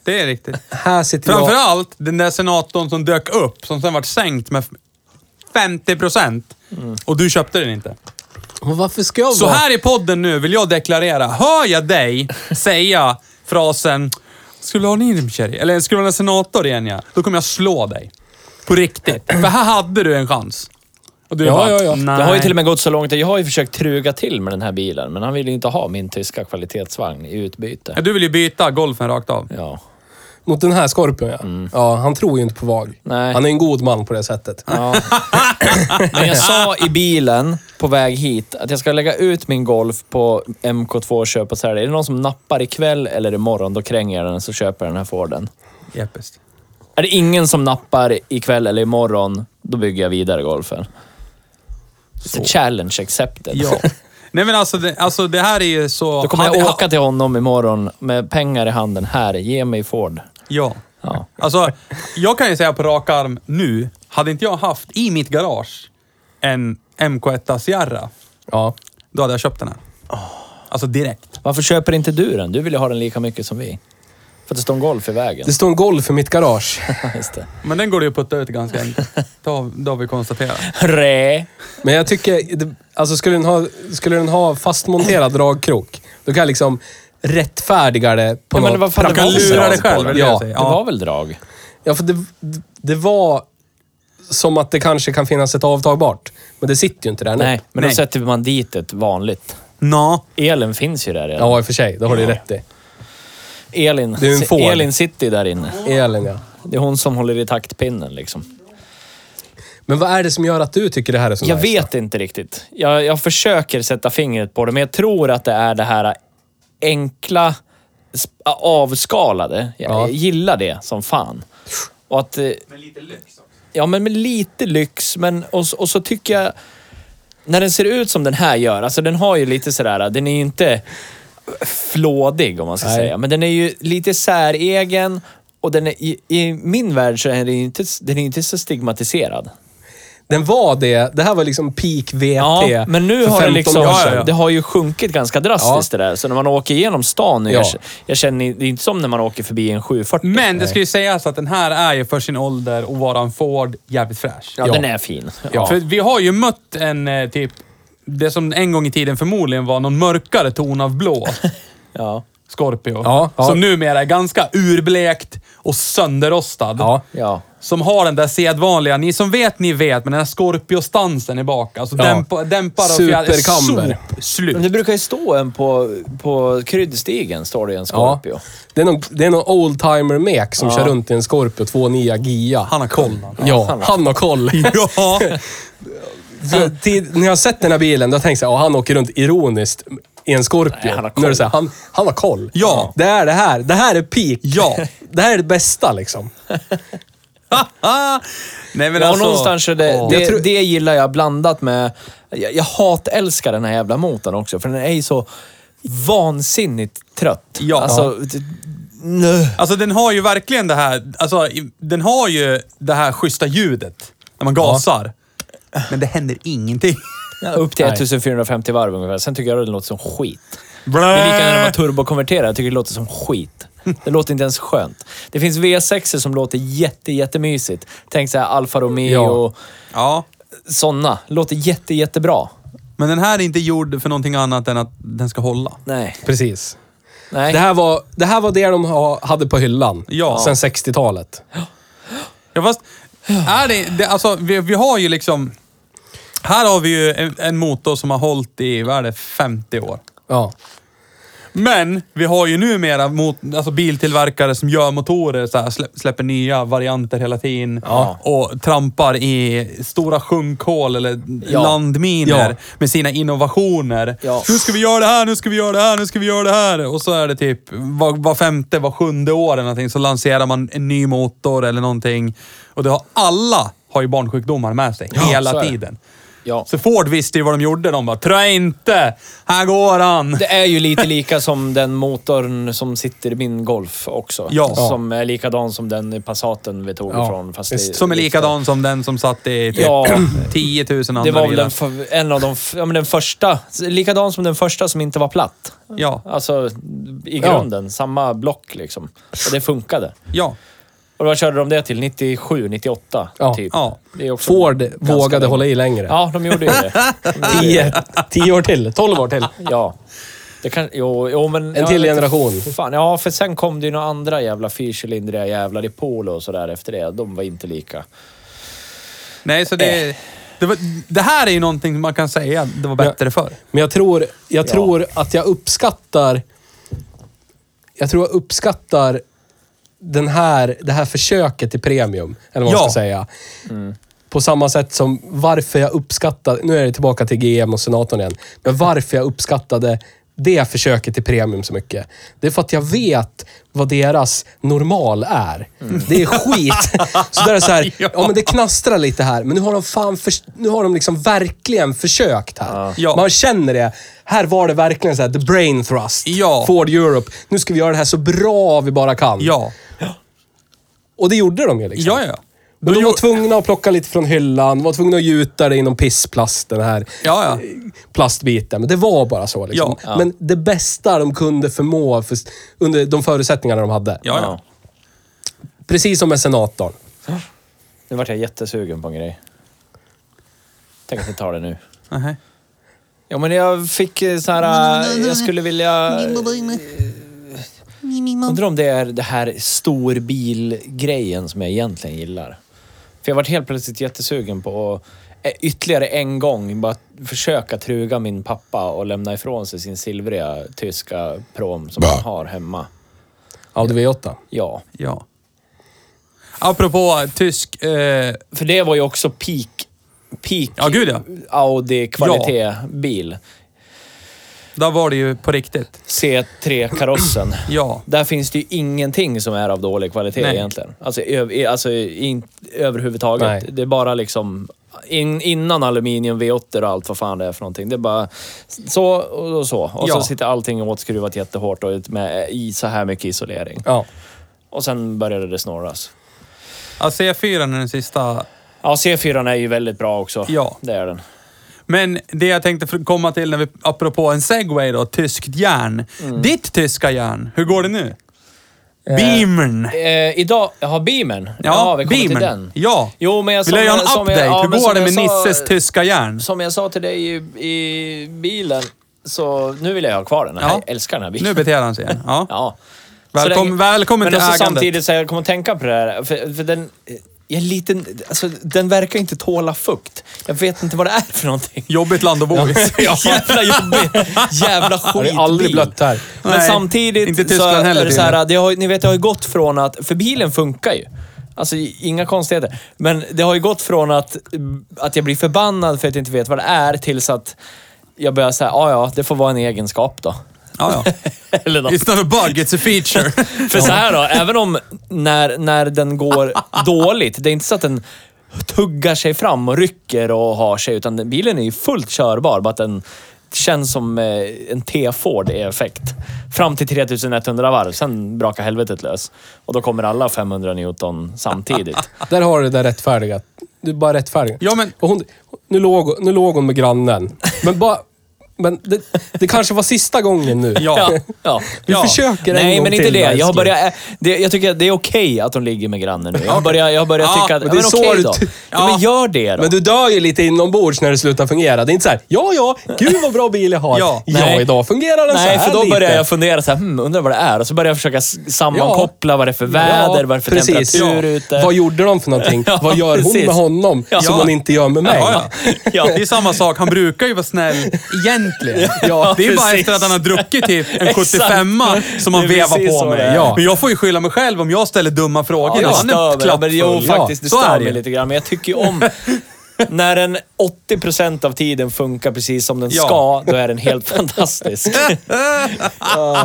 Speaker 3: Det är riktigt.
Speaker 2: Här sitter jag...
Speaker 3: Framförallt den där senatorn som dök upp, som sen vart sänkt med 50 procent. Och du köpte den inte.
Speaker 2: Men Varför ska jag
Speaker 3: Så
Speaker 2: vara...
Speaker 3: här i podden nu vill jag deklarera. Hör jag dig säga frasen “Skulle du ha en Irmkärr?” eller “Skulle du ha en senator igen?” ja? Då kommer jag slå dig. På riktigt. För här hade du en chans. Och du
Speaker 2: Ja,
Speaker 3: bara,
Speaker 2: ja, ja. Det
Speaker 3: Nej.
Speaker 5: Det har ju till och
Speaker 3: med...
Speaker 5: med gått så långt att jag har ju försökt truga till med den här bilen, men han ville ju inte ha min tyska kvalitetsvagn i utbyte.
Speaker 3: Du vill ju byta golfen rakt av.
Speaker 5: Ja.
Speaker 2: Mot den här Scorpion, ja. ja. Han tror ju inte på VAG.
Speaker 1: Nej.
Speaker 2: Han är en god man på det sättet.
Speaker 1: Ja. Men jag sa i bilen på väg hit att jag ska lägga ut min golf på MK2 och köpa och sälja. Är det någon som nappar ikväll eller imorgon, då kränger jag den så köper jag den här Forden.
Speaker 3: Episkt.
Speaker 1: Är det ingen som nappar ikväll eller imorgon, då bygger jag vidare golfen. It's a challenge accepted.
Speaker 3: Ja. (laughs) Nej men alltså det, alltså det här är ju så...
Speaker 1: Då kommer jag
Speaker 3: hade- ha-
Speaker 1: åka till honom imorgon med pengar i handen. Här, ge mig Ford.
Speaker 3: Ja.
Speaker 1: Ja.
Speaker 3: Alltså, jag kan ju säga på rak arm nu, hade inte jag haft i mitt garage en MK1 Sierra,
Speaker 2: Ja.
Speaker 3: då hade jag köpt den här. Alltså direkt.
Speaker 1: Varför köper inte du den? Du vill ju ha den lika mycket som vi. För att det står en golf i vägen. (laughs)
Speaker 2: Det står en golf i mitt garage.
Speaker 1: Just det.
Speaker 3: Men den går det ju att putta ut ganska
Speaker 1: (laughs)
Speaker 3: enkelt. Det har, det har vi konstaterat.
Speaker 1: Rä.
Speaker 2: Men jag tycker, det- alltså skulle den ha, skulle den ha fastmonterad dragkrok, då kan jag liksom rättfärdiga det på
Speaker 1: Ja, men
Speaker 2: något
Speaker 1: vad fan,
Speaker 2: praktiskt
Speaker 1: det var
Speaker 3: Du lurar
Speaker 1: väl drag
Speaker 3: dig
Speaker 1: på
Speaker 3: själv,
Speaker 1: den?
Speaker 3: är det det
Speaker 2: Ja.
Speaker 3: jag säger?
Speaker 1: Det
Speaker 3: Ja.
Speaker 1: var väl drag?
Speaker 2: Ja, för det, det var som att det kanske kan finnas ett avtagbart. Men det sitter ju inte där nu.
Speaker 1: Nej, men
Speaker 3: Nej.
Speaker 1: då sätter man dit ett vanligt.
Speaker 3: Nå.
Speaker 1: Elen finns ju där redan.
Speaker 2: Ja, i och för sig. Det har du ju rätt i.
Speaker 1: Elin,
Speaker 2: Det är en Ford.
Speaker 1: Elin sitter ju där inne.
Speaker 2: Elin, ja.
Speaker 1: Det är hon som håller i taktpinnen liksom.
Speaker 2: Men vad är det som gör att du tycker det här är så
Speaker 1: Jag
Speaker 2: nice?
Speaker 1: vet inte riktigt. Jag, jag försöker sätta fingret på det, men jag tror att det är det här enkla, sp- avskalade. Jag
Speaker 2: Ja.
Speaker 1: gillar det som fan. Och att, eh, Ja, men med lite lyx. Men, och, s- och så tycker jag... När den ser ut som den här gör, alltså den har ju lite sådär, den är ju inte flådig om man ska
Speaker 2: Nej.
Speaker 1: säga, men den är ju lite säregen och den är, i, i min värld så är den ju inte, den är inte så stigmatiserad.
Speaker 2: Den var det. Det här var liksom peak VT
Speaker 1: Ja, men nu
Speaker 2: för
Speaker 1: har det
Speaker 2: 15
Speaker 1: liksom...
Speaker 2: år sedan.
Speaker 1: Det har ju sjunkit ganska drastiskt det där. Så när man åker igenom stan nu,
Speaker 2: Ja.
Speaker 1: jag, jag känner det är inte som när man åker förbi en 740.
Speaker 3: Men det ska ju sägas att den här är ju för sin ålder och vara en Ford jävligt fräsch.
Speaker 1: ja, den är fin.
Speaker 3: För vi har ju mött en eh, typ, det som en gång i tiden förmodligen var någon mörkare ton av blå.
Speaker 1: Ja.
Speaker 3: Scorpio.
Speaker 2: Ja, ja.
Speaker 3: Som numera är ganska urblekt och sönderrostad.
Speaker 2: Ja.
Speaker 1: Ja.
Speaker 3: Som har den där sedvanliga, ni som vet ni vet, men den här Scorpio-stansen i bak. Alltså
Speaker 2: Ja.
Speaker 3: dämpa, dämpar och
Speaker 2: Superkamber.
Speaker 3: Sop, slut.
Speaker 1: Men det brukar ju stå en på, på kryddstigen, står det ju en Scorpio.
Speaker 2: Ja. Det är någon, det är någon oldtimer-mek som kör runt i en Scorpio 2.9 GIA.
Speaker 3: Han har koll.
Speaker 2: ja, han har koll. (laughs)
Speaker 3: Ja.
Speaker 2: Så, till, när jag har sett den här bilen, då har jag tänkt så här, "Ja, han åker runt ironiskt i en Scorpio.
Speaker 1: Nej, han har
Speaker 2: Nu är det
Speaker 1: koll.
Speaker 2: så här, han, han har koll.
Speaker 3: Ja.
Speaker 2: Det är det här. Det här är peak.
Speaker 3: Ja.
Speaker 2: (laughs) Det här är det bästa liksom.
Speaker 3: Nej men
Speaker 1: Ja,
Speaker 3: alltså.
Speaker 1: någonstans är det,
Speaker 3: Ja.
Speaker 1: det,
Speaker 2: Jag tror-
Speaker 1: det gillar jag blandat med... Jag, jag hatälskar den här jävla motorn också, för den är ju så vansinnigt trött.
Speaker 3: Ja.
Speaker 1: Alltså, d- nö.
Speaker 3: Alltså den har ju verkligen det här, alltså i- den har ju det här schyssta ljudet när man gasar. Men det händer
Speaker 2: (laughs)
Speaker 3: ingenting.
Speaker 1: Ja, upp till
Speaker 2: Nej.
Speaker 1: 1450 varv ungefär. Sen tycker jag det låter som skit. Det är lika
Speaker 3: Eh.
Speaker 1: när man turbokonverterar. Jag tycker det låter som skit. Det låter inte ens skönt. Det finns V6 som låter jätte, jättemysigt. Tänk så här Alfa Romeo
Speaker 2: Ja.
Speaker 1: och
Speaker 3: Ja.
Speaker 1: sådana. Låter jätte, jättebra.
Speaker 3: Men den här är inte gjord för någonting annat än att den ska hålla.
Speaker 1: Nej.
Speaker 2: Precis.
Speaker 1: Nej.
Speaker 2: Det här var det, här var det de ha, hade på hyllan
Speaker 3: Ja.
Speaker 2: sen 60-talet.
Speaker 3: Ja, fast är det, det alltså, vi, vi har ju liksom... Här har vi ju en, en motor som har hållit i, vad är det, 50 år.
Speaker 2: Ja.
Speaker 3: Men vi har ju numera mot, alltså biltillverkare som gör motorer, så här, slä- släpper nya varianter hela tiden
Speaker 1: Ja.
Speaker 3: och trampar i stora sjunkhål eller
Speaker 1: Ja.
Speaker 3: landminer
Speaker 2: Ja.
Speaker 3: med sina innovationer.
Speaker 1: Ja.
Speaker 3: Nu ska vi göra det här, nu ska vi göra det här, nu ska vi göra det här. Och så är det typ var, var femte, var sjunde år eller någonting så lanserar man en ny motor eller någonting. Och det har, alla har ju barnsjukdomar med sig
Speaker 1: så
Speaker 3: hela
Speaker 1: är det.
Speaker 3: tiden.
Speaker 1: Ja.
Speaker 3: Så Ford visste ju vad de gjorde. De bara, trö inte! Här går han!
Speaker 1: Det är ju lite lika som den motorn som sitter i min Golf också.
Speaker 3: Ja.
Speaker 1: Som är likadan som den Passaten vi tog
Speaker 2: Ja.
Speaker 1: ifrån. Fast
Speaker 2: Just.
Speaker 1: det-
Speaker 3: Som är likadan som den som satt i typ (clears throat)
Speaker 1: Ja.
Speaker 3: 10 000 andra
Speaker 1: Det var väl
Speaker 3: bilar.
Speaker 1: den, f- en av de f- ja, men den första. Likadan som den första som inte var platt.
Speaker 3: Ja,
Speaker 1: Alltså i grunden, samma block liksom. Och det funkade.
Speaker 3: ja,
Speaker 1: Och vad körde de det till? 97, 98
Speaker 2: Ja.
Speaker 1: typ.
Speaker 3: ja.
Speaker 1: Det är också
Speaker 2: Ford
Speaker 1: ganska
Speaker 2: vågade
Speaker 1: länge.
Speaker 2: hålla i längre.
Speaker 1: Ja, de gjorde ju (laughs) det.
Speaker 2: Tio, tio år till. Tolv år till.
Speaker 1: Ja. Det kan, jo, jo, men,
Speaker 2: En
Speaker 1: ja,
Speaker 2: till
Speaker 1: jag vet inte
Speaker 2: generation.
Speaker 1: Fan, ja, för sen kom det ju några andra jävla fyrcylindriga jävlar i Polo och sådär efter det. De var inte lika.
Speaker 3: Nej, så det,
Speaker 1: Eh.
Speaker 3: det, var, det här är ju någonting man kan säga det var bättre förr.
Speaker 2: Men jag tror, jag tror att jag uppskattar... Jag tror jag uppskattar den här, det här försöket till premium, eller vad man
Speaker 3: Ja.
Speaker 2: ska säga. På samma sätt som varför jag uppskattade, nu är det tillbaka till GM och senatorn igen, men varför jag uppskattade det försöket till premium så mycket. Det är för att jag vet vad deras normal är. Det är skit. Så där är det så här, ja. men det knastrar lite här, men nu har de fan, förs- nu har de liksom verkligen försökt här.
Speaker 3: Ja.
Speaker 2: Man känner det. Här var det verkligen så här, the brain thrust.
Speaker 3: Ja.
Speaker 2: Ford Europe. Nu ska vi göra det här så bra vi bara kan.
Speaker 3: Ja,
Speaker 2: Och det gjorde de ju liksom.
Speaker 3: ja, ja.
Speaker 2: Men de var tvungna att plocka lite från hyllan, var tvungna att gjuta det inom pissplast, den här eh,
Speaker 3: Ja, ja.
Speaker 2: plastbiten. Men det var bara så liksom.
Speaker 3: Ja.
Speaker 2: Men det bästa de kunde förmå för, under de förutsättningarna de hade.
Speaker 3: Ja, ja.
Speaker 2: Precis som med senatorn.
Speaker 1: Nu vart jag jättesugen på en grej. Tänk att vi tar det nu.
Speaker 3: Nähä.
Speaker 1: Ja, men jag fick eh, så här... eh, Jag skulle vilja... Undrar om det är det här storbilgrejen som jag egentligen gillar. För jag vart helt plötsligt jättesugen på att eh, ytterligare en gång bara försöka truga min pappa och lämna ifrån sig sin silvriga tyska prom som han har hemma.
Speaker 2: Audi V8.
Speaker 1: Ja.
Speaker 3: Ja. Apropå tysk... Eh,
Speaker 1: För det var ju också peak, peak
Speaker 3: ja, gud ja.
Speaker 1: Audi-kvalitet-bil.
Speaker 3: Där var det ju på riktigt.
Speaker 1: C3-karossen.
Speaker 3: Ja.
Speaker 1: Där finns det ju ingenting som är av dålig kvalitet
Speaker 3: Nej.
Speaker 1: egentligen. Alltså, ö- i- alltså in, överhuvudtaget.
Speaker 2: Nej.
Speaker 1: Det är bara liksom... In, innan aluminium, V8 och allt vad fan det är för någonting. Det är bara så och så. Och
Speaker 3: Ja.
Speaker 1: så sitter allting åtskruvat jättehårt och ut med i så här mycket isolering.
Speaker 2: Ja.
Speaker 1: Och sen började det snorras.
Speaker 3: ja C4 är den sista.
Speaker 1: Ja, C4 är ju väldigt bra också.
Speaker 3: Ja.
Speaker 1: Det är den.
Speaker 3: Men det jag tänkte fr- komma till, när vi, apropå en segway då, tyskt järn.
Speaker 1: Mm.
Speaker 3: Ditt tyska järn, hur går det nu? Beamern.
Speaker 1: Eh, idag, jaha, Beamern. Ja, vi kommer
Speaker 3: Beamern.
Speaker 1: till den.
Speaker 3: Ja.
Speaker 1: Jo, men jag
Speaker 3: Vill jag göra en
Speaker 1: som
Speaker 3: update?
Speaker 1: ja,
Speaker 3: hur
Speaker 1: men
Speaker 3: går
Speaker 1: som
Speaker 3: det med
Speaker 1: jag sa-
Speaker 3: Nisses tyska järn?
Speaker 1: Som jag sa till dig i, i bilen, så nu vill jag ha kvar den.
Speaker 3: Ja.
Speaker 1: Jag älskar den här bilen.
Speaker 3: Nu beter han sig igen. Ja.
Speaker 1: Ja.
Speaker 3: Välkom-
Speaker 1: Så länge-
Speaker 3: välkommen
Speaker 1: men
Speaker 3: till
Speaker 1: också
Speaker 3: ägandet.
Speaker 1: samtidigt så här, jag kommer att tänka på det här, för, för den... Jag är liten, alltså, den verkar inte tåla fukt. Jag vet inte vad det är för någonting.
Speaker 3: Jobbigt land att bo i. (laughs)
Speaker 1: (laughs) Jävla jobbig, jävla skitbil.
Speaker 2: Det är aldrig blött här.
Speaker 1: Men
Speaker 3: Nej,
Speaker 1: samtidigt
Speaker 3: inte
Speaker 1: så
Speaker 3: Tyskland
Speaker 1: är
Speaker 3: heller,
Speaker 1: det så här, det har, ju- ni vet det har ju gått från att, för bilen funkar ju. Alltså inga konstigheter. Men det har ju gått från att, att jag blir förbannad för att jag inte vet vad det är tills att jag börjar säga, ja ja, det får vara en egenskap då. (laughs)
Speaker 3: Ja, ja.
Speaker 1: Eller något.
Speaker 3: It's not a bug, it's a feature.
Speaker 1: (laughs) För så här då, även om när, när den går dåligt, det är inte så att den tuggar sig fram och rycker och har sig, utan den- bilen är ju fullt körbar. Bara att den känns som eh, en T-Ford i effekt. Fram till 3100 varv, sen brakar helvetet lös. Och då kommer alla 500 Newton
Speaker 2: (laughs)
Speaker 1: samtidigt.
Speaker 2: Där har du det där rättfärdiga. Du är bara rättfärdig.
Speaker 3: Ja, men-
Speaker 2: Och hon, nu, låg, nu låg hon med grannen. Men bara... Men det, det kanske var sista gången nu.
Speaker 3: Ja.
Speaker 1: Ja.
Speaker 2: Vi
Speaker 3: Ja.
Speaker 2: försöker en
Speaker 1: Nej,
Speaker 2: gång
Speaker 1: men inte
Speaker 2: till,
Speaker 1: det. Jag, har
Speaker 2: älskling.
Speaker 1: börjat, eh, det. jag tycker att det är okej att de ligger med grannen nu. Jag har börjat, jag har börjat
Speaker 3: Ja,
Speaker 1: tycka att...
Speaker 2: men
Speaker 1: Men,
Speaker 2: det är
Speaker 1: men
Speaker 2: så
Speaker 1: okej
Speaker 2: du
Speaker 1: då.
Speaker 2: ty-
Speaker 1: Ja, men gör det då.
Speaker 2: Men du dör ju lite inombords när det slutar fungera. Det är inte så här, ja, ja, gud vad bra bil jag har.
Speaker 3: Ja.
Speaker 2: ja,
Speaker 1: Nej.
Speaker 2: idag fungerar den så
Speaker 1: Nej,
Speaker 2: här
Speaker 1: för då
Speaker 2: lite.
Speaker 1: börjar jag fundera så här, hmm, undrar vad det är. Och så börjar jag försöka s- sammankoppla vad det är för väder, vad det är för
Speaker 2: precis.
Speaker 1: temperatur
Speaker 2: Ja.
Speaker 1: ute.
Speaker 2: Vad gjorde de för någonting?
Speaker 1: Ja,
Speaker 2: vad gör hon
Speaker 1: precis.
Speaker 2: med honom
Speaker 1: Ja.
Speaker 2: som hon inte gör med mig?
Speaker 3: Ja, ja.
Speaker 1: Ja.
Speaker 3: Det är samma sak. Han brukar ju vara snäll egentligen.
Speaker 1: (laughs) Ja,
Speaker 3: det är bara
Speaker 1: precis.
Speaker 3: efter att han har druckit typ en
Speaker 1: Exakt.
Speaker 3: 75 som
Speaker 1: Det
Speaker 3: han
Speaker 1: är precis
Speaker 3: vevar
Speaker 1: så
Speaker 3: på
Speaker 1: det är.
Speaker 3: mig.
Speaker 2: Ja.
Speaker 3: Men jag får ju skylla mig själv om jag ställer dumma frågor.
Speaker 1: Ja, det
Speaker 3: han är
Speaker 1: stör mig. Men,
Speaker 3: klappfull.
Speaker 1: jo, faktiskt, det
Speaker 3: så är
Speaker 1: stör
Speaker 3: det
Speaker 1: mig
Speaker 3: ju. (laughs)
Speaker 1: lite grann. Men jag tycker ju
Speaker 2: (laughs)
Speaker 1: om när den 80% av tiden funkar precis som den
Speaker 3: Ja.
Speaker 1: ska, då är den helt
Speaker 2: (laughs)
Speaker 1: fantastisk.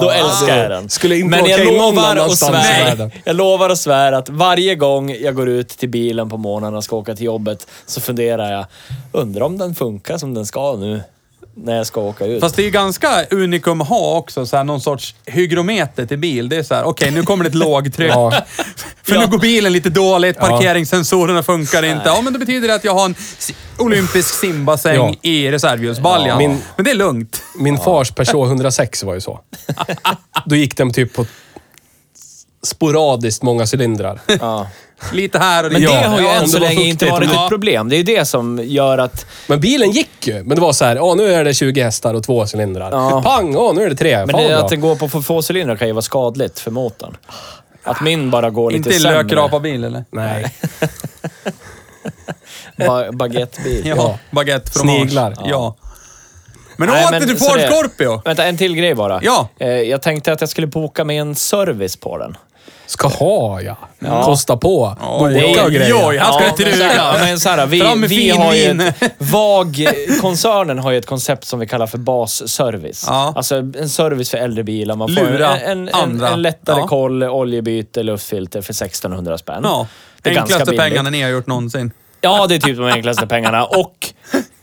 Speaker 1: då älskar jag den.
Speaker 2: Skulle inte
Speaker 1: Men
Speaker 2: åka
Speaker 1: jag
Speaker 2: i någon
Speaker 1: lovar och
Speaker 2: annanstans i
Speaker 1: svär,
Speaker 2: världen.
Speaker 1: jag lovar och svär att varje gång jag går ut till bilen på morgonen och ska åka till jobbet så funderar jag, undrar om den funkar som den ska nu när jag ska åka ut.
Speaker 3: Fast det är ju ganska unikum att ha också, så här, någon sorts hygrometer till bil. Det är så här, okej nu kommer det
Speaker 1: (laughs)
Speaker 3: ett lågtryck.
Speaker 2: Ja.
Speaker 3: (laughs) För
Speaker 1: Ja.
Speaker 3: nu går bilen lite dåligt, parkeringssensorerna funkar inte. Ja, men det betyder det att jag har en si- olympisk simbassäng
Speaker 2: Ja.
Speaker 3: i reservhjulsbaljan.
Speaker 2: Ja. Min-
Speaker 3: Men det är lugnt.
Speaker 2: Min fars Peugeot 106 var ju så. Då gick den typ på sporadiskt många cylindrar.
Speaker 1: Ja.
Speaker 3: Lite här och
Speaker 1: Men
Speaker 3: lite
Speaker 1: det
Speaker 3: där.
Speaker 1: har ju
Speaker 3: Ja,
Speaker 1: än
Speaker 3: om
Speaker 1: så
Speaker 3: det var
Speaker 1: länge inte
Speaker 3: fuktigt.
Speaker 1: varit
Speaker 3: Ja.
Speaker 1: ett problem. Det är ju det som gör att...
Speaker 2: Men bilen gick ju. Men det var så här, ja nu är det 20 hästar och två cylindrar.
Speaker 1: Ja.
Speaker 2: Pang, ja nu är det tre.
Speaker 1: Men
Speaker 2: Fan,
Speaker 1: det,
Speaker 2: bra.
Speaker 1: att den går på för få cylindrar kan ju vara skadligt för motorn. Att min bara går lite
Speaker 3: Inte en
Speaker 1: sämre.
Speaker 3: lökrapa-bil eller?
Speaker 2: Nej.
Speaker 1: (laughs) Ba baguettebil.
Speaker 3: Ja,
Speaker 2: Ja.
Speaker 3: baguette från
Speaker 2: Sniglar.
Speaker 3: Mars. Ja. Men
Speaker 1: Nej,
Speaker 3: åter
Speaker 1: men-
Speaker 3: till
Speaker 1: så
Speaker 3: Ford
Speaker 1: det-
Speaker 3: Scorpio.
Speaker 1: Vänta, en till grej bara.
Speaker 3: Ja.
Speaker 1: Eh, Jag tänkte att jag skulle boka med en service på den.
Speaker 2: Ska ha ja. Kosta på. Gå
Speaker 6: Oj,
Speaker 2: borta och
Speaker 6: oj,
Speaker 2: grejer.
Speaker 6: oj. Han ska truga.
Speaker 1: såhär, men såhär, vi,
Speaker 6: Fram med
Speaker 1: vi
Speaker 6: fin
Speaker 1: har ju
Speaker 6: vin.
Speaker 1: ett vag... Koncernen har ju ett koncept som vi kallar för basservice.
Speaker 6: Ja.
Speaker 1: Alltså en service för äldre bilar. Man får
Speaker 6: Lura
Speaker 1: en, en, en,
Speaker 6: andra.
Speaker 1: en lättare
Speaker 6: Ja.
Speaker 1: koll, oljebyte, luftfilter för 1600 spänn.
Speaker 6: Ja.
Speaker 1: Det är ganska
Speaker 6: Enklaste
Speaker 1: billigt.
Speaker 6: pengarna ni har gjort någonsin.
Speaker 1: Ja, det är typ de enklaste pengarna. Och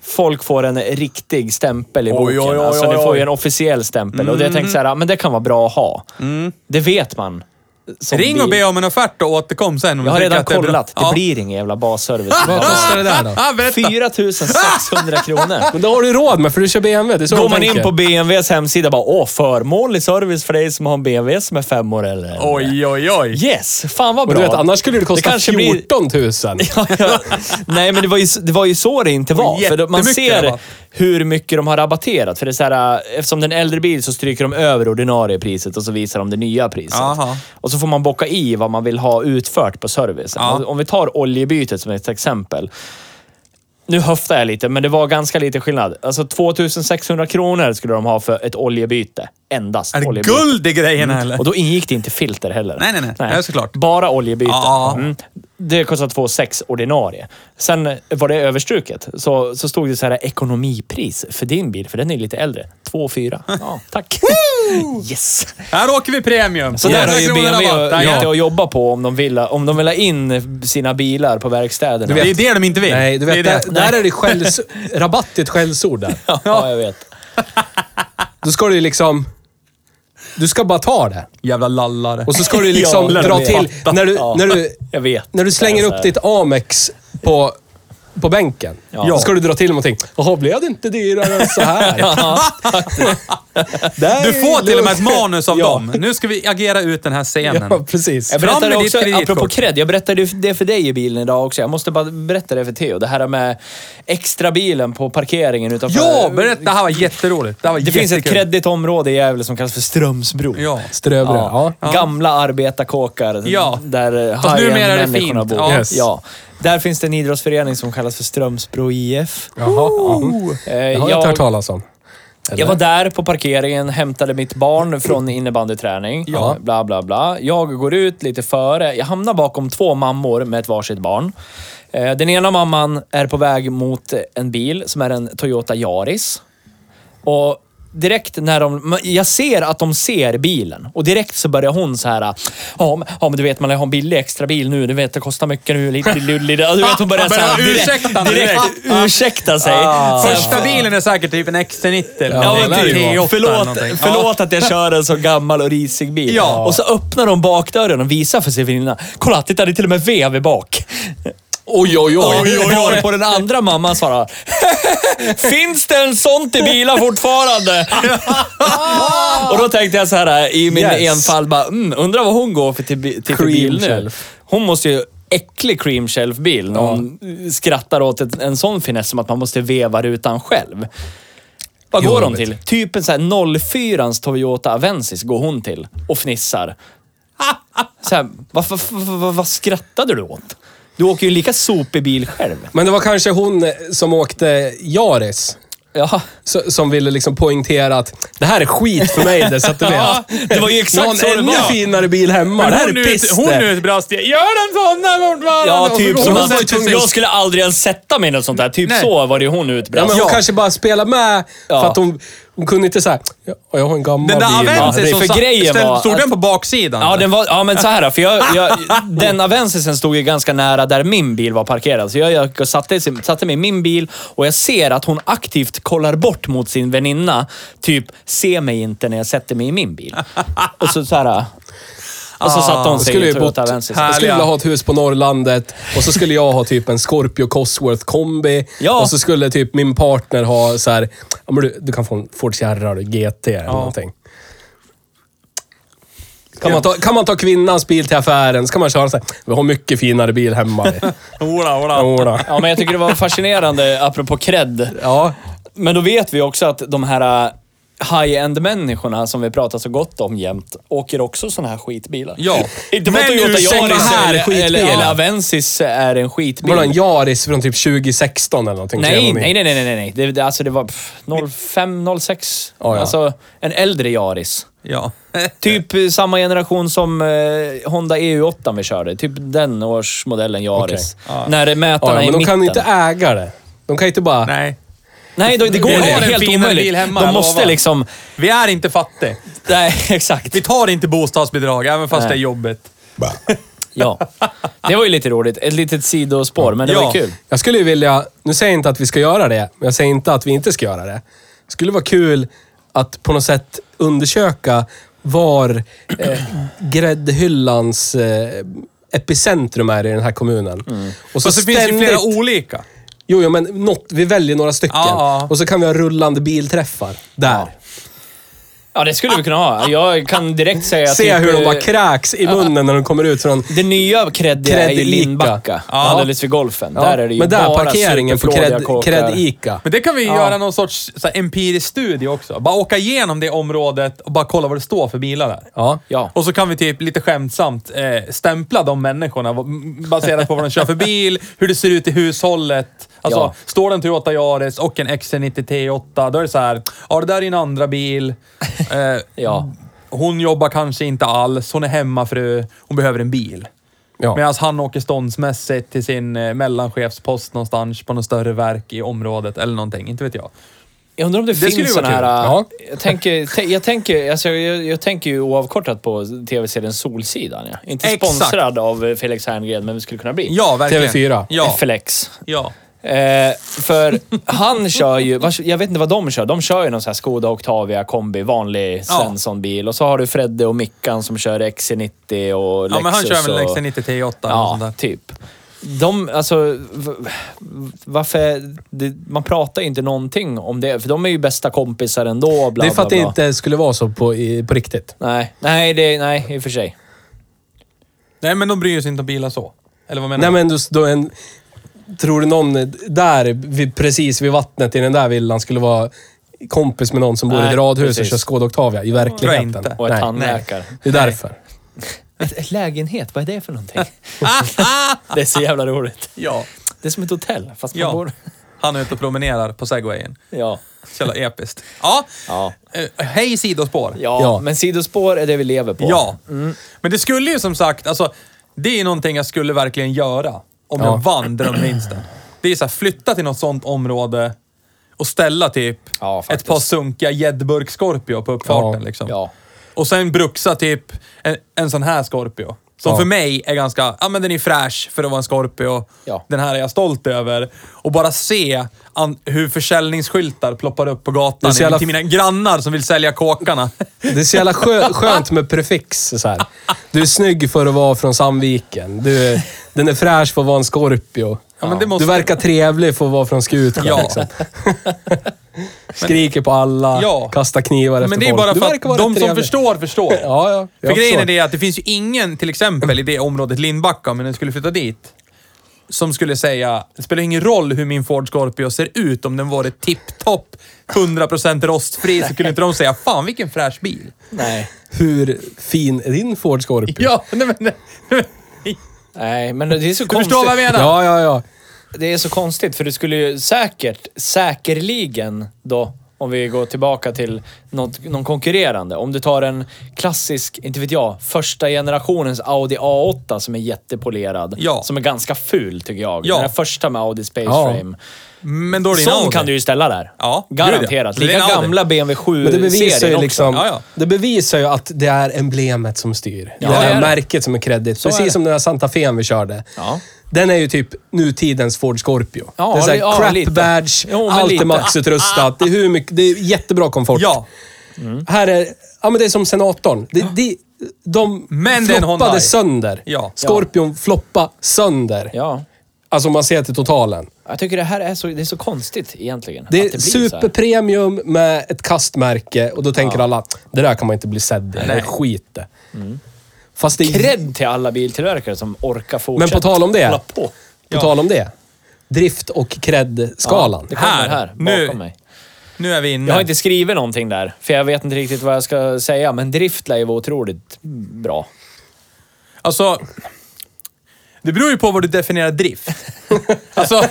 Speaker 1: folk får en riktig stämpel i boken.
Speaker 6: Oj, oj, oj,
Speaker 1: alltså, ni
Speaker 6: oj,
Speaker 1: får
Speaker 6: oj. Mm.
Speaker 1: ju en officiell stämpel. Och det jag tänkte så här, ja, men det kan vara bra att ha. Det vet man. som
Speaker 6: Ring och
Speaker 1: bil.
Speaker 6: be om en offert och återkom sen. om
Speaker 1: Jag har
Speaker 6: du tycker
Speaker 1: redan
Speaker 6: att det är bra.
Speaker 1: kollat. Det,
Speaker 6: Ja.
Speaker 1: blir ingen jävla (laughs) basservice.
Speaker 2: Vad kostar det där då?
Speaker 6: Ah, berätta.
Speaker 1: 4 600 (laughs) kronor.
Speaker 2: Men det har du råd med för du kör BMW. Det är så
Speaker 1: Går
Speaker 2: de
Speaker 1: man
Speaker 2: tänker.
Speaker 1: in på BMWs hemsida och bara åh, förmånlig service för dig som har en BMW som är fem år eller äldre."
Speaker 6: Oj, oj, oj.
Speaker 1: Yes, fan vad
Speaker 2: Och
Speaker 1: bra.
Speaker 2: du vet, annars skulle det kosta
Speaker 1: kanske blir-
Speaker 2: 14 000.
Speaker 1: (laughs) Ja, ja. Nej, men det var, ju, det var ju så det inte var. För då- man
Speaker 6: Jättemycket
Speaker 1: ser
Speaker 6: rabatt.
Speaker 1: hur mycket de har rabatterat. För det är så här, äh, eftersom det är en äldre bil så stryker de över ordinarie priset och så visar de det nya priset.
Speaker 6: Aha.
Speaker 1: Och så får man bocka i vad man vill ha utfört på servicen.
Speaker 6: Ja.
Speaker 1: Och Om vi tar oljebytet som ett exempel. Nu höftar jag lite, men det var ganska lite skillnad. Alltså 2600 kronor skulle de ha för ett oljebyte. Endast
Speaker 6: Är det
Speaker 1: oljebyte.
Speaker 6: guld i grejerna eller?
Speaker 1: Och då ingick det inte filter heller.
Speaker 6: Nej, nej, nej. Ja, såklart.
Speaker 1: Bara oljebyte.
Speaker 6: Ja.
Speaker 1: Mm. Det kostade 2,6 ordinarie. Sen eh, var det överstruket. Så, så stod det så här ekonomipris för din bil, för den är lite äldre.
Speaker 2: (laughs)
Speaker 1: 2,4. Ja, tack. (laughs) yes!
Speaker 6: Här åker vi premium.
Speaker 1: Så där har ju
Speaker 6: 100 kronor
Speaker 1: BMW
Speaker 6: rabatt. Där,
Speaker 1: lite
Speaker 6: ja.
Speaker 1: att jobba på om de, vill, om de vill ha in sina bilar på verkstäderna.
Speaker 6: Det är det de inte vill.
Speaker 2: Nej, du vet,
Speaker 6: det är
Speaker 2: där,
Speaker 6: det.
Speaker 2: där är
Speaker 1: (laughs)
Speaker 2: det skälls, rabatt är ett skällsord där.
Speaker 1: Ja, jag vet.
Speaker 2: Då ska du ju liksom... Du ska bara ta det.
Speaker 6: Jävla lallare.
Speaker 2: Och så ska du liksom
Speaker 1: (laughs) Ja,
Speaker 2: dra
Speaker 1: jag
Speaker 2: till.
Speaker 1: vet.
Speaker 2: När du,
Speaker 1: Ja,
Speaker 2: när du,
Speaker 1: jag vet.
Speaker 2: när du
Speaker 1: Det
Speaker 2: slänger
Speaker 1: är så här.
Speaker 2: upp ditt Amex på, på bänken.
Speaker 1: Ja.
Speaker 2: Då ska du dra till med någonting. Jaha, blev det inte dyrare än
Speaker 1: (laughs)
Speaker 2: så här? (laughs) Där
Speaker 6: Du får
Speaker 2: är
Speaker 6: till och med
Speaker 2: lugnt.
Speaker 6: ett manus av
Speaker 1: (laughs)
Speaker 2: Ja.
Speaker 6: dem. Nu ska vi agera ut den här scenen.
Speaker 2: Ja, precis.
Speaker 1: Jag
Speaker 6: Fram med
Speaker 1: berättade
Speaker 6: ditt
Speaker 1: också,
Speaker 6: kreditkort.
Speaker 1: apropå cred, jag berättade ju det för dig i bilen idag också. Jag måste bara berätta det för Theo. Det här med extra bilen på parkeringen utanför...
Speaker 6: Ja, berätta. Det här var jätteroligt. Det, här var
Speaker 1: Eh, Det finns ett
Speaker 6: jättekul.
Speaker 1: kreddigt område i Gävle som kallas för Strömsbro.
Speaker 6: Ja.
Speaker 2: Ströbröd. Ja.
Speaker 1: Gamla arbetarkåkar
Speaker 6: Ja.
Speaker 1: där
Speaker 6: Fast numera är det
Speaker 1: high-end-människorna
Speaker 6: fint.
Speaker 1: bor.
Speaker 6: Ja.
Speaker 2: Yes.
Speaker 1: Ja. Där finns det en idrottsförening som kallas för Strömsbro IF.
Speaker 2: Jaha. ja.
Speaker 1: Eh,
Speaker 2: Det har jag inte hört talas om.
Speaker 1: jag var där på parkeringen, hämtade mitt barn från innebandyträning.
Speaker 2: Ja.
Speaker 1: Bla, bla, bla. Jag går ut lite före. Jag hamnar bakom två mammor med ett varsitt barn. Eh, Den ena mamman är på väg mot en bil som är en Toyota Yaris. Och direkt när de... Jag ser att de ser bilen och direkt så börjar hon så här... Ja, men- ja men du vet man har en billig extra bil nu. Du vet det kostar mycket nu. Lite lullig. Ja, Du vet hon börjar så här,
Speaker 6: Ursäkta
Speaker 1: direkt,
Speaker 6: direkt.
Speaker 1: direkt ursäkta sig.
Speaker 3: Ah.
Speaker 1: Så här,
Speaker 6: Första bilen är säkert typ en XC90.
Speaker 1: Ja,
Speaker 6: eller
Speaker 1: men
Speaker 6: en
Speaker 1: typ,
Speaker 6: T8 eller
Speaker 1: förlåt
Speaker 6: någonting.
Speaker 1: förlåt att jag kör en så gammal och risig bil.
Speaker 6: Ja.
Speaker 1: Och så öppnar de bakdörren och visar för sin väninna. Kolla, titta det är till och med vev bak. Oj, oj,
Speaker 6: Oj, oj, oj.
Speaker 1: på den andra mamman svarar. (laughs) Finns det en sånt i
Speaker 6: (laughs)
Speaker 1: bilar fortfarande? och då tänkte jag så här i min
Speaker 2: Yes.
Speaker 1: enfald bara, mm, undrar vad hon går för till, bi- till för bil nu.
Speaker 2: Creamshelf.
Speaker 1: Hon måste ju äcklig creamshelf-bil när hon skrattar åt ett, en sån finess som att man måste veva rutan själv. Vad
Speaker 2: Jo,
Speaker 1: går
Speaker 2: jag
Speaker 1: hon
Speaker 2: vet.
Speaker 1: till? Typ en sån här 04 Toyota Avensis går hon till och fnissar. Så här, vad, vad, vad, vad, vad skrattade du åt? Du åker ju en lika sopig bil själv.
Speaker 2: Men det var kanske hon eh, som åkte Yaris.
Speaker 1: Ja.
Speaker 2: så- Som ville liksom poängtera att det här är skit för mig, det, så att du vet.
Speaker 1: Ja, det var ju
Speaker 2: Jag
Speaker 1: exakt
Speaker 2: har
Speaker 1: så det
Speaker 2: en ännu
Speaker 1: var.
Speaker 2: finare bil hemma.
Speaker 6: Men
Speaker 2: det här
Speaker 6: hon
Speaker 2: är
Speaker 6: ut-
Speaker 2: piss
Speaker 6: Hon
Speaker 2: det.
Speaker 6: nu brast det. Gör den sån där fortfarande?
Speaker 1: Ja,
Speaker 6: Och så
Speaker 1: typ
Speaker 6: går
Speaker 1: som
Speaker 6: hon
Speaker 1: att
Speaker 6: och sätter sig.
Speaker 1: jag skulle aldrig ens sätta mig i något sånt där. Typ
Speaker 6: Nej.
Speaker 1: så var det ju hon
Speaker 2: Ja,
Speaker 1: utbrast.
Speaker 2: men hon kanske bara spelar med
Speaker 1: Ja.
Speaker 2: för att hon, hon kunde inte säga ja, jag har en gammal
Speaker 6: Den där
Speaker 2: bil. va?"
Speaker 1: Avensis-
Speaker 6: Avensis
Speaker 1: för
Speaker 6: som satt-
Speaker 1: grejen
Speaker 6: ställ-
Speaker 1: var
Speaker 6: Stod
Speaker 1: att-
Speaker 6: den på baksidan?
Speaker 1: Ja, den var, ja, men så här då, för jag, jag, den Avensisen stod ju ganska nära där min bil var parkerad. Så jag, jag satte, satte mig i min bil och jag ser att hon aktivt kollar bort mot sin väninna. Typ, se mig inte när jag sätter mig i min bil. Och så, så här. Och så satte hon sig
Speaker 2: skulle
Speaker 1: i
Speaker 2: ju bott
Speaker 1: Toyota Avensisen.
Speaker 2: Jag skulle
Speaker 6: Härliga.
Speaker 2: vilja ha ett hus på Norrlandet och så skulle jag ha typ en Scorpio Cosworth kombi.
Speaker 1: Ja.
Speaker 2: Och så skulle typ min partner ha så här, ja, men du, du kan få en Ford Sierra eller GT eller någonting. Kan man, ta, kan man ta kvinnans bil till affären så kan man köra så här, vi har mycket finare
Speaker 1: (laughs)
Speaker 2: bil hemma.
Speaker 6: Ola, ola.
Speaker 2: Jodå.
Speaker 1: Ja, men jag tycker det var fascinerande, apropå cred.
Speaker 2: ja,
Speaker 1: Men då vet vi också att de här äh, high-end-människorna som vi pratar så gott om jämt åker också såna här skitbilar.
Speaker 6: Ja.
Speaker 1: Inte för att
Speaker 6: Men
Speaker 1: Toyota
Speaker 6: ursäkta,
Speaker 1: Yaris
Speaker 2: här
Speaker 1: eller,
Speaker 2: skitbilar.
Speaker 1: eller, eller Avensis är en skitbil.
Speaker 2: var det en Yaris från typ 2016 eller någonting?
Speaker 1: Nej,
Speaker 2: 309?
Speaker 1: nej, nej, nej, nej, nej. Det, det, alltså det var pff, 05, 06.
Speaker 2: Ja, ja.
Speaker 1: Alltså en äldre Yaris.
Speaker 3: Ja.
Speaker 1: (laughs) Typ eh, samma generation som eh, Honda EU8 vi körde. Typ den årsmodellen Yaris. När det mätarna
Speaker 2: Ja,
Speaker 1: är i
Speaker 2: men de
Speaker 1: mitten.
Speaker 2: kan inte äga det. De kan inte bara...
Speaker 3: Nej.
Speaker 1: Nej, då, det går
Speaker 3: Vi har
Speaker 1: inte.
Speaker 3: en
Speaker 1: Helt
Speaker 3: finare
Speaker 1: omöjligt.
Speaker 3: bil hemma,
Speaker 1: De
Speaker 3: jag
Speaker 1: måste
Speaker 3: lovar.
Speaker 1: liksom...
Speaker 3: Vi är inte fattiga.
Speaker 1: Nej, (laughs) exakt.
Speaker 3: Vi tar inte bostadsbidrag, även fast
Speaker 1: Nej.
Speaker 3: det är jobbigt.
Speaker 1: Ja. Det var ju lite roligt. Ett litet sidospår, men det var
Speaker 3: Ja.
Speaker 1: ju kul.
Speaker 2: Jag skulle ju vilja... Nu säger jag inte att vi ska göra det, men jag säger inte att vi inte ska göra det. Det skulle vara kul att på något sätt undersöka var eh, gräddhyllans eh, epicentrum är i den här kommunen. Och
Speaker 3: Mm. Fast det finns ju flera olika.
Speaker 2: Jo, jo, men något, vi väljer några stycken.
Speaker 3: Ja, ja.
Speaker 2: Och så kan vi ha rullande bilträffar där.
Speaker 1: Ja, det skulle vi kunna ha. Jag kan direkt säga...
Speaker 2: Se
Speaker 1: typ,
Speaker 2: hur de
Speaker 1: eh,
Speaker 2: bara kräks i munnen när de kommer ut från...
Speaker 1: Det nya creddiga är ju
Speaker 2: Cred-Ica.
Speaker 1: Lindbacka.
Speaker 2: Ja.
Speaker 1: Alldeles vid golfen. Där är det ju
Speaker 2: men där,
Speaker 1: bara
Speaker 2: parkeringen på
Speaker 1: superflådiga
Speaker 2: cred-
Speaker 1: kåkar.
Speaker 2: Cred-Ica.
Speaker 3: Men det kan vi göra någon sorts så här, empirisk studie också. Bara åka igenom det området och bara kolla vad det står för bilar där.
Speaker 2: Ja.
Speaker 1: Ja.
Speaker 3: Och så kan vi typ lite skämtsamt eh, stämpla de människorna vad- m- baserat på vad de kör för bil, hur det ser ut i hushållet. Alltså,
Speaker 1: Ja.
Speaker 3: står det en Toyota Yaris och en XC90 T8, då är det så här, ja det där är en andra bil. Eh,
Speaker 1: Ja.
Speaker 3: Hon jobbar kanske inte alls, hon är hemmafru, hon behöver en bil.
Speaker 2: Ja.
Speaker 3: Medan han åker ståndsmässigt till sin eh, mellanchefspost någonstans på något större verk i området eller någonting, inte vet jag.
Speaker 1: Jag undrar om det,
Speaker 3: skulle ju
Speaker 1: finns
Speaker 3: vara
Speaker 1: sådana här...
Speaker 2: kul.
Speaker 1: Jag, tänker, tä- jag, tänker, alltså, jag, jag tänker ju oavkortat på tv-serien Solsidan. Ja. Inte
Speaker 3: Exakt.
Speaker 1: sponsrad av eh, Felix Herngren, men vi skulle kunna bli.
Speaker 3: Ja, verkligen.
Speaker 2: TV4.
Speaker 3: Ja.
Speaker 1: Flex.
Speaker 3: ja.
Speaker 1: Eh, för han kör ju, vad- jag vet inte vad de kör. De kör ju någon sån här Skoda Octavia kombi, vanlig
Speaker 3: Ja.
Speaker 1: Svensson-bil. Och så har du Fredde och Mickan som kör XC90 och Lexus.
Speaker 3: ja, men han kör väl
Speaker 1: och...
Speaker 3: XC90 T8 eller
Speaker 1: Ja,
Speaker 3: sånt där.
Speaker 1: typ. De, alltså, v- varför... Det, man pratar ju inte någonting om det, för de är ju bästa kompisar ändå. Bla,
Speaker 2: det är för
Speaker 1: bla,
Speaker 2: att det
Speaker 1: bla.
Speaker 2: inte skulle vara så på, i, på riktigt.
Speaker 1: Nej, nej, det, nej, i och för sig.
Speaker 3: Nej, men de bryr sig inte om bilar så. Eller vad menar du?
Speaker 2: Nej, men du, då en, tror du någon där, vid, precis vid vattnet i den där villan, skulle vara kompis med någon som bor i
Speaker 1: Nej,
Speaker 2: ett radhus och
Speaker 1: precis.
Speaker 2: kör Skoda Octavia i verkligheten?
Speaker 3: Tror jag inte.
Speaker 1: Och ett
Speaker 3: (laughs)
Speaker 2: Nej.
Speaker 1: tandläkare.
Speaker 2: Det är därför.
Speaker 1: Ett lägenhet, vad är det för någonting? det är så jävla roligt.
Speaker 3: Ja.
Speaker 1: Det är som ett hotell, fast man
Speaker 3: Ja.
Speaker 1: bor...
Speaker 3: Han är ute och promenerar på segwayen.
Speaker 1: Ja.
Speaker 3: Så jävla episkt. Ja.
Speaker 1: Ja.
Speaker 3: Eh, Hej sidospår.
Speaker 1: Ja,
Speaker 2: Ja.
Speaker 1: men sidospår är det vi lever på.
Speaker 3: Ja. Men det skulle ju som sagt, alltså, det är någonting jag skulle verkligen göra om jag
Speaker 2: Ja.
Speaker 3: vann drömvinsten. Det är så här, flytta till något sånt område och ställa typ
Speaker 1: Ja,
Speaker 3: ett
Speaker 1: faktiskt.
Speaker 3: par sunkiga gäddburk Scorpio på uppfarten.
Speaker 2: Ja.
Speaker 3: Liksom.
Speaker 1: Ja.
Speaker 3: Och sen bruxa typ en, en sån här Scorpio. Som
Speaker 2: Ja.
Speaker 3: för mig är ganska, ja men den är fräsch för att vara en Scorpio.
Speaker 1: Ja.
Speaker 3: Den här är jag stolt över. Och bara se an, hur försäljningsskyltar ploppar upp på gatan
Speaker 2: är så jävla-
Speaker 3: till mina grannar som vill sälja kåkarna.
Speaker 2: Det är så
Speaker 3: (laughs)
Speaker 2: jävla skö, skönt med prefix så här. Du är snygg för att vara från Sandviken. Du, är- den är fräsch för att vara en Scorpio.
Speaker 3: Ja, men det måste-
Speaker 2: Du verkar trevlig för att vara från Skutskär.
Speaker 3: Ja.
Speaker 2: Liksom. Skriker på alla,
Speaker 3: Ja.
Speaker 2: kastar knivar efter
Speaker 3: Men det är
Speaker 2: folk.
Speaker 3: bara
Speaker 2: Du
Speaker 3: för att
Speaker 2: verkar vara
Speaker 3: de
Speaker 2: rätt
Speaker 3: som
Speaker 2: trevlig.
Speaker 3: förstår, förstår.
Speaker 2: Ja, ja.
Speaker 3: För
Speaker 2: Jag
Speaker 3: grejen är
Speaker 2: förstår.
Speaker 3: det att det finns ju ingen, till exempel i det området Lindbacka, om jag nu skulle flytta dit, som skulle säga, det spelar ingen roll hur min Ford Scorpio ser ut, om den varit tipptopp, 100% rostfri, så skulle inte de säga, fan vilken fräsch
Speaker 2: (laughs)
Speaker 3: bil.
Speaker 1: Nej.
Speaker 2: Hur fin är din Ford Scorpio?
Speaker 3: Ja, nej men... Nej, nej.
Speaker 1: Nej, men det är så
Speaker 3: Du
Speaker 1: konstigt.
Speaker 3: förstår vad jag menar?
Speaker 2: Ja, ja, ja.
Speaker 1: Det är så konstigt, för du skulle ju säkert, säkerligen då, om vi går tillbaka till något, någon konkurrerande. Om du tar en klassisk, inte vet jag, första generationens Audi A8 som är jättepolerad.
Speaker 3: Ja.
Speaker 1: Som är ganska ful tycker jag.
Speaker 3: Ja.
Speaker 1: Den här första med Audi Space
Speaker 2: Ja.
Speaker 1: Frame.
Speaker 3: Men då är det en
Speaker 1: Sån
Speaker 3: Audi.
Speaker 1: kan du ju ställa där.
Speaker 3: Ja, gud ja.
Speaker 1: Garanterat.
Speaker 3: Det är en
Speaker 1: Lika
Speaker 3: Audi.
Speaker 1: gamla BMW 7-serien
Speaker 2: Men det bevisar, ju
Speaker 1: också.
Speaker 2: liksom,
Speaker 3: Ja, ja.
Speaker 2: det bevisar ju att det är emblemet som styr.
Speaker 1: Ja,
Speaker 2: det
Speaker 1: det är
Speaker 2: här
Speaker 1: det.
Speaker 2: märket som är kreddigt.
Speaker 1: är det.
Speaker 2: Precis som den här Santa Fe vi körde.
Speaker 1: Ja.
Speaker 2: Den är ju typ nutidens Ford Scorpio.
Speaker 1: Ja,
Speaker 2: det är såhär
Speaker 1: li- ja,
Speaker 2: crap
Speaker 1: lite.
Speaker 2: badge,
Speaker 1: Jo, men
Speaker 2: allt
Speaker 1: lite.
Speaker 2: är maxutrustat. Det är, hur mycket, det är jättebra komfort. Mm.
Speaker 3: Ja.
Speaker 2: Här är, ja, men det är som senatorn. Det, det, de
Speaker 3: Men det är en Hyundai.
Speaker 2: floppade sönder.
Speaker 3: Ja.
Speaker 2: Scorpion floppa sönder.
Speaker 1: Ja.
Speaker 2: Alltså om man ser till totalen.
Speaker 1: Jag tycker det här är så, det är så konstigt egentligen.
Speaker 2: Det
Speaker 1: att
Speaker 2: är
Speaker 1: blir så här.
Speaker 2: superpremium med ett kastmärke och då tänker alla det där kan man inte bli sedd i. Det är
Speaker 3: Nej.
Speaker 2: skit det. Fast det
Speaker 3: Mm.
Speaker 2: är,
Speaker 1: Mm. Cred till alla biltillverkare som orkar fortsätta
Speaker 2: Men på tal om det.
Speaker 1: hålla på.
Speaker 2: på tal om det, drift och cred-skalan.
Speaker 1: Det kommer här,
Speaker 3: Här.
Speaker 1: bakom
Speaker 3: Nu.
Speaker 1: mig.
Speaker 3: Nu är vi inne.
Speaker 1: Jag har inte skrivit någonting där, för jag vet inte riktigt vad jag ska säga, men drift lär ju vara otroligt bra.
Speaker 2: (laughs)
Speaker 3: Alltså, det beror ju på vad du definierar drift. alltså,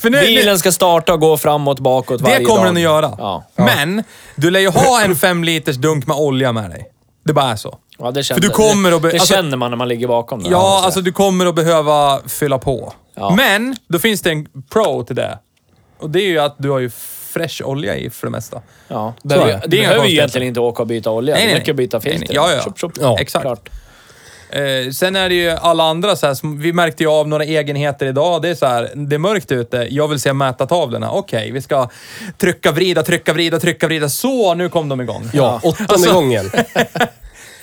Speaker 3: För nu,
Speaker 1: Bilen ska starta och gå framåt, bakåt varje
Speaker 3: det kommer
Speaker 1: dag.
Speaker 3: den att göra.
Speaker 1: Ja.
Speaker 3: Men du lär ju ha en fem liters dunk med olja med dig. Det bara är så.
Speaker 1: Ja, det känner,
Speaker 3: För du kommer att
Speaker 1: det,
Speaker 3: be-
Speaker 1: det
Speaker 3: alltså-
Speaker 1: känner man när man ligger bakom den.
Speaker 3: Ja, alltså du kommer att behöva fylla på.
Speaker 1: Ja.
Speaker 3: Men då finns det en pro till det. Och det är ju att du har ju fräsch olja i för det mesta.
Speaker 1: Ja. Behöver,
Speaker 3: är det.
Speaker 1: du
Speaker 3: Det är inga
Speaker 1: behöver ju
Speaker 3: konstigheter.
Speaker 1: egentligen inte åka och byta olja.
Speaker 3: Nej,
Speaker 1: Nej,
Speaker 3: nej,
Speaker 1: nej,
Speaker 3: nej.
Speaker 1: det räcker att byta
Speaker 3: Nej, nej.
Speaker 1: filter.
Speaker 3: Ja, ja.
Speaker 1: Chop, chop.
Speaker 3: Ja, exakt.
Speaker 1: Klart.
Speaker 3: Eh, sen är det ju alla andra så här, som, vi märkte ju av några egenheter idag. Det är så här, det är mörkt ute. Jag vill se mätartavlorna. Okej, vi ska trycka, vrida, trycka, vrida, trycka, vrida. Så, nu kom de igång.
Speaker 2: Ja, åttonde
Speaker 1: Alltså- (laughs)
Speaker 2: gången.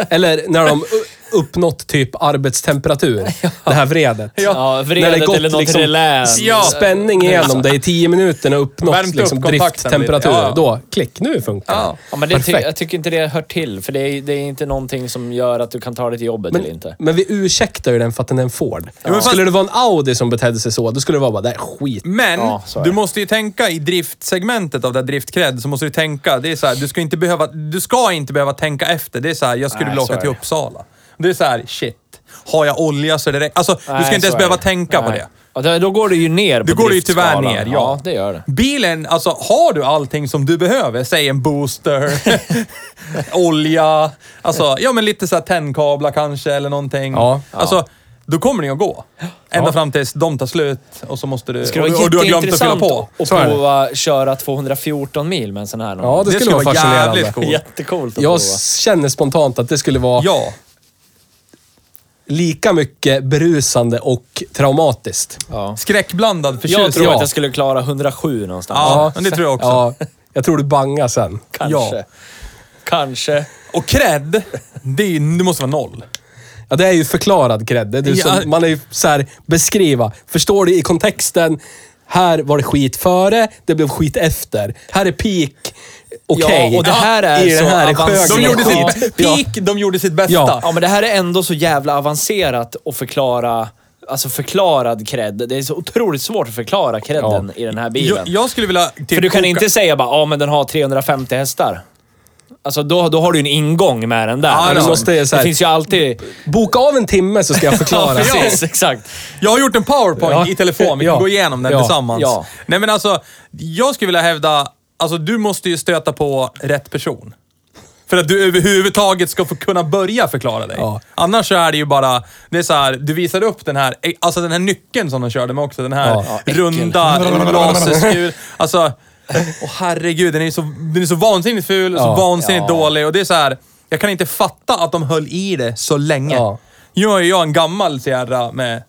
Speaker 2: Eller när de u- uppnått typ
Speaker 1: (laughs)
Speaker 2: arbetstemperatur. Det här vredet.
Speaker 1: Ja, vredet eller något
Speaker 3: liksom.
Speaker 1: relä.
Speaker 3: Ja.
Speaker 2: liksom, spänning
Speaker 1: alltså-
Speaker 2: igenom det i tio minuter när
Speaker 3: Värmt
Speaker 2: uppnått
Speaker 3: upp
Speaker 2: liksom,
Speaker 3: kontakten lite.
Speaker 2: drifttemperatur.
Speaker 3: Ja, ja.
Speaker 2: Då, klick, nu funkar
Speaker 3: Ja.
Speaker 2: det.
Speaker 1: Ja, men det ty-
Speaker 2: Perfekt.
Speaker 1: jag tycker inte det hör till, för det är, det är inte någonting som gör att du kan ta dig till jobbet eller inte.
Speaker 2: Men vi ursäktar ju den för att den är en Ford.
Speaker 3: men fast-
Speaker 2: Skulle det vara en Audi som betedde sig så, då skulle det vara bara, det här är skit.
Speaker 3: Men
Speaker 1: Ja, så är
Speaker 3: du
Speaker 1: det.
Speaker 3: måste ju tänka i driftsegmentet av det här driftkred, så måste du tänka, det är så här, du ska inte behöva, du ska inte behöva tänka efter. Det är så här, jag skulle
Speaker 1: Nej,
Speaker 3: vilja
Speaker 1: så
Speaker 3: åka
Speaker 1: är
Speaker 3: till
Speaker 1: det.
Speaker 3: Uppsala. Det är så här, shit, har jag olja så är det rätt. Alltså, du ska
Speaker 1: Nej,
Speaker 3: inte ens
Speaker 1: så är
Speaker 3: behöva
Speaker 1: det.
Speaker 3: tänka på
Speaker 1: Nej.
Speaker 3: det.
Speaker 1: Ja, då- då går det ju ner på
Speaker 3: Du går det ju tyvärr
Speaker 1: driftskalan.
Speaker 3: ner, ja.
Speaker 1: ja. det gör det.
Speaker 3: Bilen, alltså har du allting som du behöver? Säg en booster, (laughs) olja, alltså ja men lite så här tännkablar kanske eller någonting.
Speaker 2: Ja.
Speaker 3: Alltså, då kommer det ju att gå. Ända fram tills de tar slut och så måste du...
Speaker 1: Det skulle
Speaker 3: och,
Speaker 1: vara
Speaker 3: och du har glömt att fylla
Speaker 1: jätteintressant
Speaker 3: på.
Speaker 1: att
Speaker 2: Så är det.
Speaker 1: prova köra 214 mil med en sån här. någon
Speaker 2: Ja,
Speaker 1: gång.
Speaker 2: det, skulle vara fascinerande.
Speaker 3: jävligt coolt.
Speaker 1: Jättecoolt att
Speaker 2: Jag
Speaker 1: prova.
Speaker 2: känner spontant att det skulle vara
Speaker 3: Ja.
Speaker 2: lika mycket berusande och traumatiskt.
Speaker 1: Ja.
Speaker 3: Skräckblandad förtjusning.
Speaker 1: Jag tror
Speaker 2: Ja.
Speaker 1: att jag skulle klara 107 någonstans.
Speaker 3: Ja, men det tror jag också.
Speaker 2: Ja, jag tror du bangar sen.
Speaker 1: Kanske.
Speaker 3: ja.
Speaker 1: Kanske.
Speaker 3: Och cred, det, är, ju- det måste vara noll.
Speaker 2: Ja, det är ju förklarad cred. Det är ju
Speaker 3: Ja.
Speaker 2: så, man är ju så här, beskriva. Förstår du i kontexten? Här var det skit före, det blev skit efter. Här är peak. Okej.
Speaker 1: Ja, och det här är
Speaker 2: I den
Speaker 1: så
Speaker 2: här är
Speaker 1: avancerat.
Speaker 3: De
Speaker 1: Ja.
Speaker 3: gjorde
Speaker 1: Ja.
Speaker 3: sitt peak, de gjorde sitt bästa.
Speaker 2: Ja.
Speaker 1: Ja, men det här är ändå så jävla avancerat att förklara, alltså förklarad cred. Det är så otroligt svårt att förklara credden i den här bilen.
Speaker 3: Jag, jag skulle vilja... typ
Speaker 1: För du kan
Speaker 3: koka-
Speaker 1: inte säga bara, ja men den har 350 hästar. Alltså då, då har du en ingång med den där.
Speaker 3: Ja,
Speaker 1: Men
Speaker 3: det
Speaker 1: du
Speaker 3: har
Speaker 1: måste-
Speaker 2: du.
Speaker 1: det finns ju alltid...
Speaker 2: Boka av en timme så
Speaker 3: (laughs)
Speaker 2: ska jag
Speaker 1: Ja,
Speaker 2: förklara.
Speaker 1: precis. Exakt.
Speaker 3: Jag har gjort en powerpoint
Speaker 2: Ja.
Speaker 3: i telefon, vi kan
Speaker 2: Ja.
Speaker 3: gå igenom den
Speaker 2: Ja.
Speaker 3: tillsammans.
Speaker 1: Ja.
Speaker 3: Nej men alltså, jag skulle vilja hävda, alltså du måste ju stöta på rätt person. För att du överhuvudtaget ska få kunna börja förklara dig.
Speaker 2: Ja.
Speaker 3: Annars så är det ju bara, det är så här, du visar upp den här, alltså den här nyckeln som de körde med också. Den här
Speaker 2: Ja. Ja,
Speaker 3: runda laserskur. Alltså, åh herregud, den är ju så, den är så vansinnigt ful, så
Speaker 2: Ja.
Speaker 3: vansinnigt
Speaker 1: Ja.
Speaker 3: dålig. Och det är så här, jag kan inte fatta att de höll i det så länge.
Speaker 2: Ja.
Speaker 3: Nu har ju jag en gammal Sierra med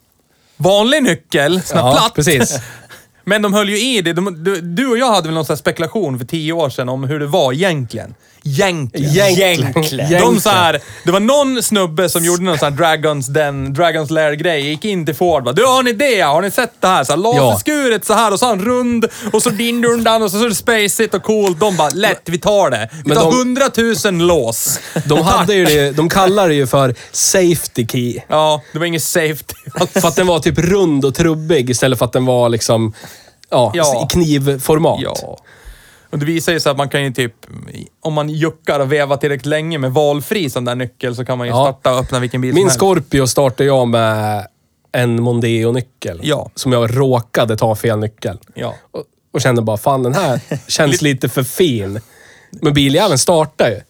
Speaker 3: vanlig nyckel, sån här
Speaker 2: Ja,
Speaker 3: platt.
Speaker 2: precis.
Speaker 3: (laughs) Men de höll ju i det. De, du, du och jag hade väl någon sån här spekulation för tio år sedan om hur det var egentligen. Egentligen.
Speaker 2: Egentligen.
Speaker 3: De
Speaker 2: Egentligen.
Speaker 3: så här, det var någon snubbe som gjorde någon sån här Dragons, den, Dragons Lair-grej. Gick in till Ford bara, Du, har ni det? Har ni sett det här? Så här laserskuret så här och så har han rund och så din dundan och så, så är det spacet och coolt. De bara, lätt, vi tar det. Vi
Speaker 2: Men
Speaker 3: tar
Speaker 2: de-
Speaker 3: hundratusen lås.
Speaker 2: De, hade ju det, de kallar det ju för safety key.
Speaker 3: Ja, det var ingen safety.
Speaker 2: För att den var typ rund och trubbig istället för att den var liksom ja,
Speaker 3: Ja.
Speaker 2: i knivformat.
Speaker 3: Ja. Och det visar ju så att man kan ju typ, om man juckar och vevar tillräckligt länge med valfri sån där nyckel så kan man ju
Speaker 2: Ja.
Speaker 3: starta och öppna vilken bil
Speaker 2: Min
Speaker 3: som helst.
Speaker 2: Scorpio startade jag med en Mondeo-nyckel.
Speaker 3: Ja.
Speaker 2: Som jag råkade ta fel nyckel.
Speaker 3: Ja.
Speaker 2: Och, och kände bara, fan den här känns lite för fin. Men biljäveln startade ju. Och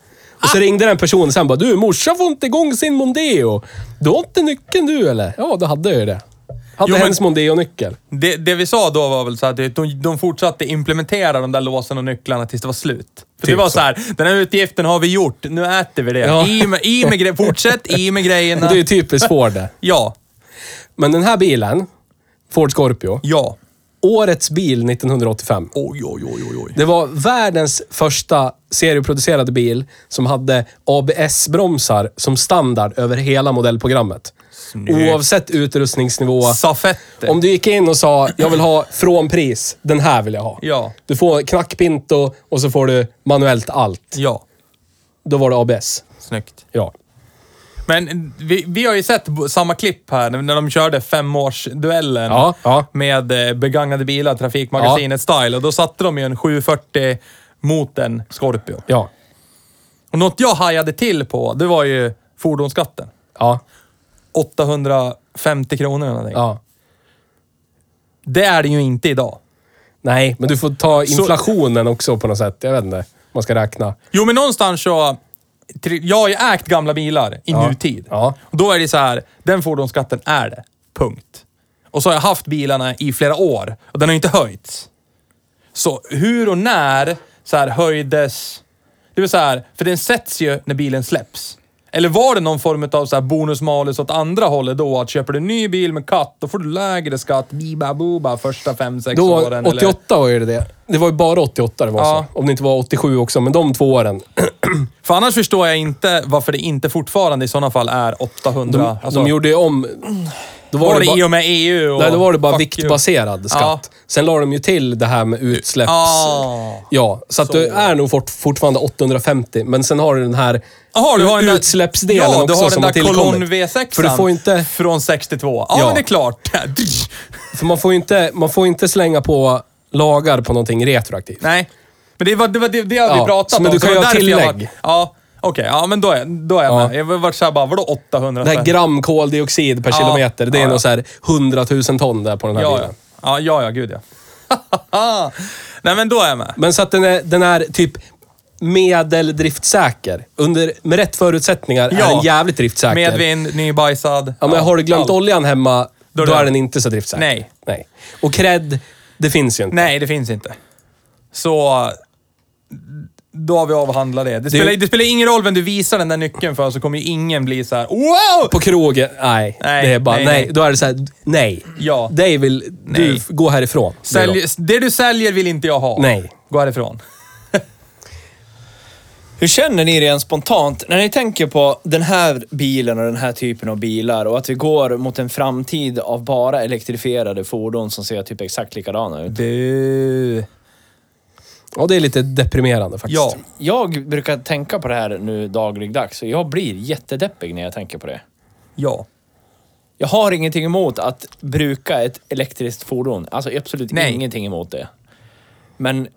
Speaker 3: Ah!
Speaker 2: så ringde den personen sen bara, du morsan får inte igång sin Mondeo. Du har inte nyckeln du eller? Ja, då hade jag ju det. Hade
Speaker 3: Jo, men-
Speaker 2: hennes Mondeo-nyckel.
Speaker 3: Det, det vi sa då var väl så att de, de fortsatte implementera de där låsen och nycklarna tills det var slut. För det
Speaker 2: Typ
Speaker 3: var så
Speaker 2: så.
Speaker 3: här, den här utgiften har vi gjort, nu äter vi det.
Speaker 2: Ja.
Speaker 3: I med, i med gre- fortsätt i med
Speaker 2: (laughs) Det
Speaker 3: grejerna.
Speaker 2: är
Speaker 3: (laughs)
Speaker 2: ju typiskt Ford det.
Speaker 3: Ja,
Speaker 2: Men den här bilen, Ford Scorpio,
Speaker 3: ja.
Speaker 2: årets bil 1985.
Speaker 3: Oj, oj, oj, oj, oj.
Speaker 2: Det var världens första serieproducerade bil som hade ABS-bromsar som standard över hela modellprogrammet. Oavsett utrustningsnivå.
Speaker 3: Safetter.
Speaker 2: Om du gick in och sa, jag vill ha från pris, den här vill jag ha.
Speaker 3: Ja.
Speaker 2: Du får knackpinto och så får du manuellt allt.
Speaker 3: Ja,
Speaker 2: Då var det ABS.
Speaker 3: snyggt.
Speaker 2: Ja.
Speaker 3: Men vi, vi har ju sett b- samma klipp här när när de körde femårsduellen
Speaker 2: Ja, ja.
Speaker 3: med eh, begagnade bilar, Trafikmagasinet Style. Och då satte de ju en 740 mot en Scorpio.
Speaker 2: Ja.
Speaker 3: Och något jag hajade till på, det var ju fordonsskatten.
Speaker 2: Ja.
Speaker 3: 850 kronor eller någonting.
Speaker 2: Ja.
Speaker 3: Det är den ju inte idag.
Speaker 2: Nej, men du får ta inflationen också på något sätt. Jag vet inte. Man ska räkna.
Speaker 3: Jo, men någonstans så... Jag har ju ägt gamla bilar i
Speaker 2: Ja.
Speaker 3: nutid.
Speaker 2: Ja.
Speaker 3: Och då är det så här, den fordonsskatten är det. Punkt. Och så har jag haft bilarna i flera år och den har ju inte höjts. Så hur och när så här höjdes... Det vill säga, för den sätts ju när bilen släpps. Eller var det någon form av så här bonus-malus åt andra hållet då? Att köper du en ny bil med katt, då får du lägre skatt. Biba boba första fem sex
Speaker 2: Då,
Speaker 3: åren. eller-
Speaker 2: 88 var ju det. Det var ju bara 88 det var
Speaker 3: Ja.
Speaker 2: så. Om det inte var 87 också, men de två åren.
Speaker 3: För annars förstår jag inte varför det inte fortfarande i sådana fall är 800.
Speaker 2: De,
Speaker 3: alltså,
Speaker 2: de gjorde ju om... Då
Speaker 3: var det
Speaker 2: bara-
Speaker 3: i och med EU och...
Speaker 2: Nej, då var det bara
Speaker 3: fuck
Speaker 2: viktbaserad skatt. Sen la de ju till det här med utsläpps...
Speaker 3: Ah.
Speaker 2: Ja, så att du är nog fort, fortfarande 850, men sen har du den här
Speaker 3: Jaha, du har den där-
Speaker 2: utsläppsdelen
Speaker 3: ja,
Speaker 2: också
Speaker 3: du har den
Speaker 2: som har
Speaker 3: där kolonn
Speaker 2: tillkommit.
Speaker 3: V6
Speaker 2: För du får ju inte-
Speaker 3: från 62. Ja,
Speaker 2: Ja.
Speaker 3: men det är klart. (laughs)
Speaker 2: För man får ju inte, man får ju inte slänga på lagar på någonting retroaktivt.
Speaker 3: Nej, men det var det, var, det, det hade vi
Speaker 2: Ja,
Speaker 3: pratat
Speaker 2: men
Speaker 3: om.
Speaker 2: du kan
Speaker 3: så det
Speaker 2: ju
Speaker 3: var
Speaker 2: ha
Speaker 3: därför jag var-
Speaker 2: tillägg.
Speaker 3: Ja, okej. ja, men då är, då är jag
Speaker 2: Ja.
Speaker 3: med. Jag var såhär bara, vadå 800
Speaker 2: Det här
Speaker 3: spänn?
Speaker 2: gram koldioxid per
Speaker 3: Ja.
Speaker 2: kilometer, det är
Speaker 3: Ja, ja.
Speaker 2: nog så här 100 000 ton där på den här
Speaker 3: ja, ja.
Speaker 2: bilen.
Speaker 3: ja, ja, ja, (laughs) gud ja. Nej, men då är jag med.
Speaker 2: Men så att den är, den är typ medeldriftsäker. Under, med rätt förutsättningar
Speaker 3: Ja.
Speaker 2: är den jävligt driftsäker.
Speaker 3: Medvind, nybajsad.
Speaker 2: Ja, men har du glömt
Speaker 3: allt.
Speaker 2: oljan hemma,
Speaker 3: Då
Speaker 2: då
Speaker 3: är
Speaker 2: är,
Speaker 3: det-
Speaker 2: den inte så driftsäker.
Speaker 3: Nej.
Speaker 2: Nej. Och cred, det finns ju inte.
Speaker 3: Nej, det finns inte. Så... Då har vi avhandlat det. Det
Speaker 2: är ju-
Speaker 3: spelar, det spelar ingen roll vem du visar den där nyckeln för så kommer ju ingen bli så här: wow!
Speaker 2: På krogen, nej.
Speaker 3: Nej,
Speaker 2: Det är bara
Speaker 3: nej,
Speaker 2: nej.
Speaker 3: nej.
Speaker 2: Då är det så här, nej.
Speaker 3: Ja.
Speaker 2: Dig vill du
Speaker 3: Nej.
Speaker 2: f- gå härifrån. Det är
Speaker 3: Sälj,
Speaker 2: de.
Speaker 3: det du säljer vill inte jag ha.
Speaker 2: Nej.
Speaker 3: Gå härifrån.
Speaker 1: Hur känner ni rent spontant när ni tänker på den här bilen och den här typen av bilar och att vi går mot en framtid av bara elektrifierade fordon som ser typ exakt likadana ut?
Speaker 3: Du...
Speaker 2: Ja, det är lite deprimerande faktiskt.
Speaker 3: Ja.
Speaker 1: Jag brukar tänka på det här nu dagligdags och jag blir jättedeppig när jag tänker på det.
Speaker 3: Ja.
Speaker 1: Jag har ingenting emot att bruka ett elektriskt fordon. Alltså absolut
Speaker 3: Nej.
Speaker 1: ingenting emot det. Men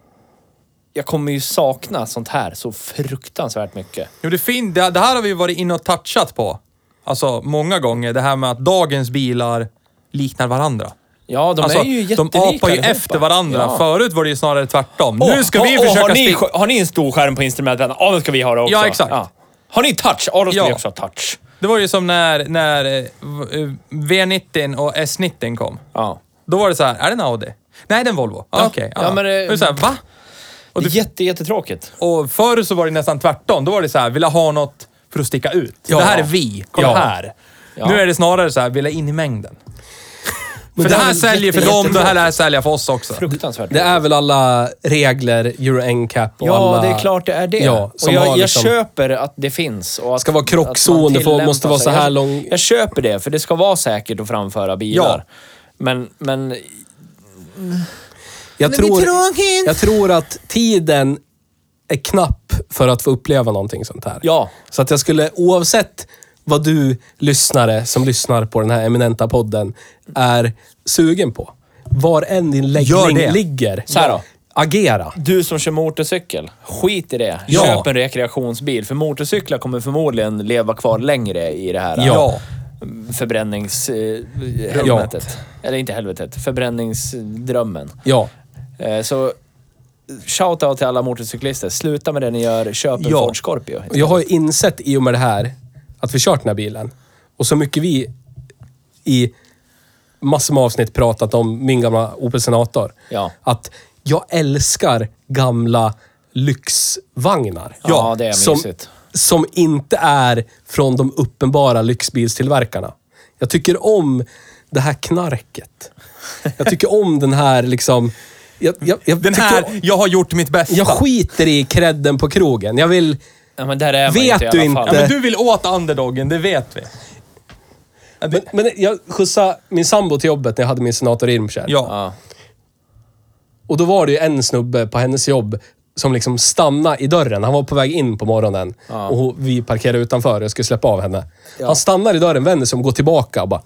Speaker 1: jag kommer ju sakna sånt här så fruktansvärt mycket.
Speaker 3: Jo, det, fin- det, det här har vi varit inne och touchat på. Alltså, många gånger. Det här med att dagens bilar liknar varandra.
Speaker 1: Ja, de
Speaker 3: alltså,
Speaker 1: är ju
Speaker 3: de
Speaker 1: jättelika
Speaker 3: apar ju
Speaker 1: allihopa.
Speaker 3: efter varandra.
Speaker 1: Ja.
Speaker 3: Förut var det ju snarare tvärtom.
Speaker 1: Åh,
Speaker 3: nu ska
Speaker 1: åh,
Speaker 3: vi
Speaker 1: åh,
Speaker 3: försöka...
Speaker 1: har, ni,
Speaker 3: sticka-
Speaker 1: har ni en stor skärm på instrumenten? Ja, då ska vi ha det också.
Speaker 3: Ja, exakt.
Speaker 1: Har ni touch? Ja, då ska
Speaker 3: Ja.
Speaker 1: vi också ha touch.
Speaker 3: Det var ju som när, när eh, v- eh, V90 och S90 kom.
Speaker 1: Ja.
Speaker 3: Då var det så här, är det en Audi? Nej, det är en Volvo. Ja,
Speaker 1: Ja.
Speaker 3: okej.
Speaker 1: Ja, men det-
Speaker 3: Och det är så här, va?
Speaker 1: Och det är jätte, jättetråkigt.
Speaker 3: Och förr så var det nästan tvärtom. Då var det så här, vill jag ha något för att sticka ut?
Speaker 2: Ja.
Speaker 3: Det här är vi. Kolla
Speaker 2: Ja.
Speaker 3: här.
Speaker 1: Ja.
Speaker 3: Nu är det snarare så här, vill jag in i
Speaker 2: (laughs)
Speaker 3: mängden? för det
Speaker 2: det är
Speaker 3: här
Speaker 2: väl
Speaker 3: säljer för
Speaker 2: jätte-
Speaker 3: dem, det här lär sälja för oss också.
Speaker 1: Fruktansvärt.
Speaker 2: Det är väl alla regler, Euro NCAP och
Speaker 1: ja,
Speaker 2: alla...
Speaker 1: det är klart det är det.
Speaker 2: Ja,
Speaker 1: och
Speaker 2: som har
Speaker 1: jag,
Speaker 2: liksom-
Speaker 1: jag köper att det finns. Och att,
Speaker 2: Ska vara krockzon,
Speaker 1: att man
Speaker 2: det får-
Speaker 1: tillämpar
Speaker 2: måste vara
Speaker 1: sig.
Speaker 2: så här
Speaker 1: Jag-
Speaker 2: lång-
Speaker 1: Jag köper det, för det ska vara säkert att framföra bilar.
Speaker 3: Ja.
Speaker 1: Men, men
Speaker 2: Jag tror, jag tror att tiden är knapp för att få uppleva någonting sånt här.
Speaker 1: ja,
Speaker 2: Så att jag skulle, oavsett vad du lyssnare som lyssnar på den här eminenta podden är sugen på. Var än din
Speaker 3: Gör det.
Speaker 2: läggning ligger.
Speaker 1: Så här då.
Speaker 2: Agera.
Speaker 1: du som kör motorcykel, skit i det.
Speaker 2: Ja.
Speaker 1: Köp en rekreationsbil, för motorcyklar kommer förmodligen leva kvar längre i det här äh,
Speaker 2: Ja.
Speaker 1: förbränningshelvetet. Eller inte helvetet, förbränningsdrömmen.
Speaker 2: Ja.
Speaker 1: Eh, Så shout-out till alla motorcyklister. Sluta med det ni gör. Köp en
Speaker 2: Ja.
Speaker 1: Ford Scorpio.
Speaker 2: Och Jag har ju insett i och med det här att vi kört den här bilen. Och så mycket vi i massor med avsnitt pratat om min gamla Opel Senator.
Speaker 1: Ja.
Speaker 2: Att jag älskar gamla lyxvagnar.
Speaker 1: Ja, det är
Speaker 2: som,
Speaker 1: mysigt.
Speaker 2: som inte är från de uppenbara lyxbilstillverkarna. Jag tycker om det här knarket. Jag tycker om den här liksom... Jag, jag, jag,
Speaker 3: Den
Speaker 2: tycker-
Speaker 3: här, jag har gjort mitt bästa.
Speaker 2: jag skiter i credden på krogen. Jag vill...
Speaker 1: Ja, men där är man
Speaker 2: Vet
Speaker 1: inte i alla
Speaker 2: du inte?
Speaker 1: fall.
Speaker 3: ja, men du vill åt underdogen, det vet vi.
Speaker 2: Men, men jag skjutsade min sambo till jobbet när jag hade min senator Irmkär.
Speaker 3: Ja.
Speaker 1: Ja.
Speaker 2: Och då var det ju en snubbe på hennes jobb som liksom stannade i dörren. Han var på väg in på morgonen och vi parkerade utanför och skulle släppa av henne. Han stannar i dörren, vänder sig om, går tillbaka och bara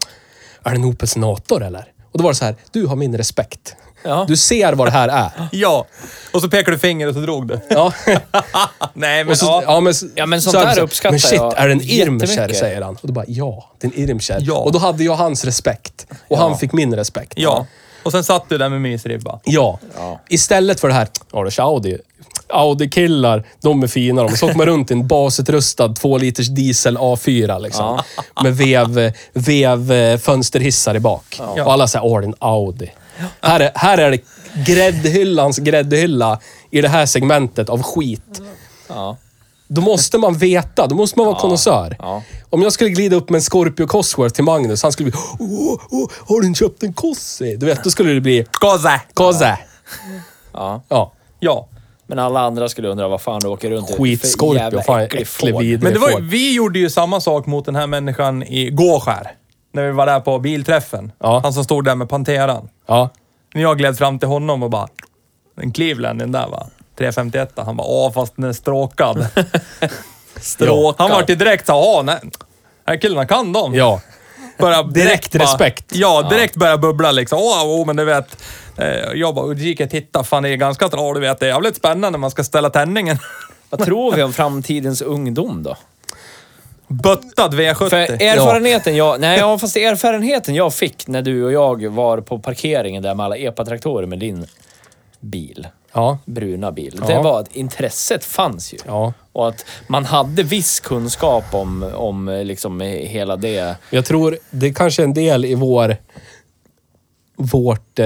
Speaker 2: Är det en Opel Senator eller? Och då var det så här, du har min respekt.
Speaker 1: Ja.
Speaker 2: Du ser vad det här
Speaker 1: (laughs)
Speaker 2: är.
Speaker 3: Ja. Och så pekar du finger och så drog du.
Speaker 2: Ja.
Speaker 3: (laughs) Nej, men
Speaker 2: Och så,
Speaker 3: ja.
Speaker 2: ja, men, s-
Speaker 1: Ja, men sånt
Speaker 2: så är det
Speaker 1: där
Speaker 2: så här,
Speaker 1: uppskattar
Speaker 2: Men shit,
Speaker 1: jag
Speaker 2: är det en Irmkär?
Speaker 1: jättemycket."
Speaker 2: Säger han. Och då bara, ja, det är en Irmkär.
Speaker 3: Ja.
Speaker 2: Och då hade jag hans respekt. Och han fick min respekt.
Speaker 3: Ja. Och sen satt du där med mysribba.
Speaker 2: Ja. Istället för det här, ja det är Audi. Audi-killar, de är fina de. Så åker man runt i en basutrustad 2 liters diesel A4 liksom. Med vev, vev eh, fönsterhissar i bak. Och alla säger, åh det är en Audi. Här är, här är det gräddhyllans gräddhylla i det här segmentet av skit.
Speaker 1: Ja.
Speaker 2: Då måste man veta, då måste man vara konnässör.
Speaker 1: ja.
Speaker 2: Om jag skulle glida upp med en Scorpio Cosworth till Magnus, han skulle bli åh, åh, har du köpt en Cossi? Du vet, då skulle det bli
Speaker 3: Gaza!
Speaker 2: Cosä.
Speaker 1: Ja.
Speaker 2: Ja.
Speaker 3: Ja.
Speaker 1: Men alla andra skulle undra vad fan du åker runt i.
Speaker 2: Skitskorpio. Fan, äcklig, vidrig
Speaker 3: Men det var, ju-
Speaker 2: fågel.
Speaker 3: vi gjorde ju samma sak mot den här människan i Gåskär. När vi var där på bilträffen.
Speaker 2: Ja.
Speaker 3: Han som stod där med Panteran.
Speaker 2: Ja.
Speaker 3: När jag gled fram till honom och bara... Den Cleveland, den där va? 351 Han bara, åh fast den är
Speaker 2: (laughs)
Speaker 3: stråkad.
Speaker 1: Stråkad.
Speaker 3: Han vart ju direkt så här, "Ah, nej. Den här killarna kan dem.
Speaker 2: Ja.
Speaker 1: (laughs)
Speaker 3: Börja
Speaker 2: Direkt respekt.
Speaker 3: Ja, direkt börja bubbla liksom. Åh, åh, men du vet. Eh, Jag bara, och gick jag titta, fan det är ganska... Ja, du vet, det är jävligt spännande när man ska ställa tändningen. (laughs)
Speaker 1: Vad tror vi om framtidens ungdom då?
Speaker 3: Böttad V70.
Speaker 1: För erfarenheten jag, nej, ja, fast erfarenheten jag fick när du och jag var på parkeringen där med alla epatraktorer med din bil,
Speaker 2: Ja.
Speaker 1: bruna bil, det
Speaker 2: Ja.
Speaker 1: var att intresset fanns ju.
Speaker 2: Ja.
Speaker 1: Och att man hade viss kunskap om, om eh, liksom hela det.
Speaker 2: Jag tror det är kanske en del i vår... Vårt... Eh,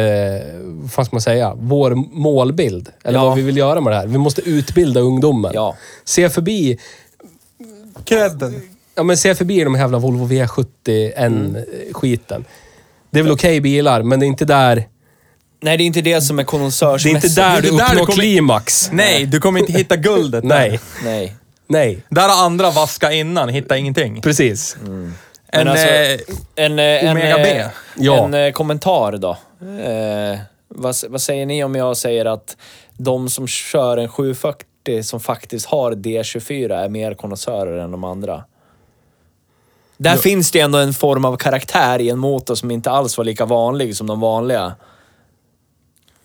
Speaker 2: vad ska man säga? Vår målbild. Eller
Speaker 1: Ja.
Speaker 2: vad vi vill göra med det här. Vi måste utbilda ungdomen.
Speaker 1: Ja.
Speaker 2: Se förbi...
Speaker 3: Credden.
Speaker 2: Ja, men se förbi de här jävla Volvo V70N-skiten. Det är väl okej bilar, men det är inte där...
Speaker 1: Nej, det är inte det som är konnässörsmässigt.
Speaker 2: Det är inte där du
Speaker 3: det är där du
Speaker 2: uppnår
Speaker 3: kommer-
Speaker 2: klimax.
Speaker 3: Nej, du kommer inte hitta guldet.
Speaker 2: Nej.
Speaker 1: Nej.
Speaker 2: Nej.
Speaker 3: Där har andra vaskat innan, hitta ingenting.
Speaker 2: Precis.
Speaker 3: En,
Speaker 1: Men alltså,
Speaker 3: eh,
Speaker 1: en, eh, en,
Speaker 3: Omega B.
Speaker 1: eh,
Speaker 2: Ja.
Speaker 1: en eh, kommentar då. Eh, vad, s- vad säger ni om jag säger att de som kör en 740 som faktiskt har D24 är mer konnässörer än de andra? Där finns det ändå en form av karaktär i en motor som inte alls var lika vanlig som de vanliga.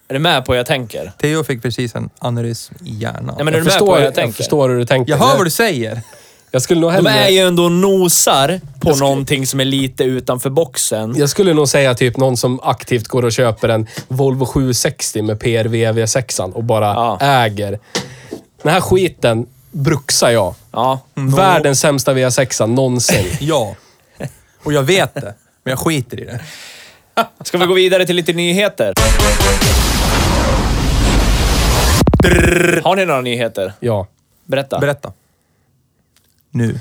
Speaker 1: Är du med på hur jag tänker?
Speaker 3: Theo fick precis en aneurysm i hjärnan.
Speaker 1: Nej, men är
Speaker 2: Jag
Speaker 1: du med på
Speaker 2: förstår,
Speaker 1: hur jag
Speaker 2: jag,
Speaker 1: tänker?
Speaker 2: förstår hur du tänker.
Speaker 3: jag hör vad du säger.
Speaker 2: Jag skulle nog
Speaker 1: De
Speaker 2: hellre...
Speaker 1: är ju ändå nosar på någonting som är lite utanför boxen.
Speaker 2: Jag skulle nog säga typ någon som aktivt går och köper en Volvo 760 med PRV V6 och bara
Speaker 1: Ja.
Speaker 2: äger. Den här skiten bruxar jag.
Speaker 1: Ja. Mm.
Speaker 2: Världens sämsta V6 någonsin.
Speaker 3: Ja. Och jag vet det, men jag skiter i det.
Speaker 1: Ska vi gå vidare till lite nyheter? Har ni några nyheter?
Speaker 2: Ja.
Speaker 1: Berätta.
Speaker 3: Berätta. Nu.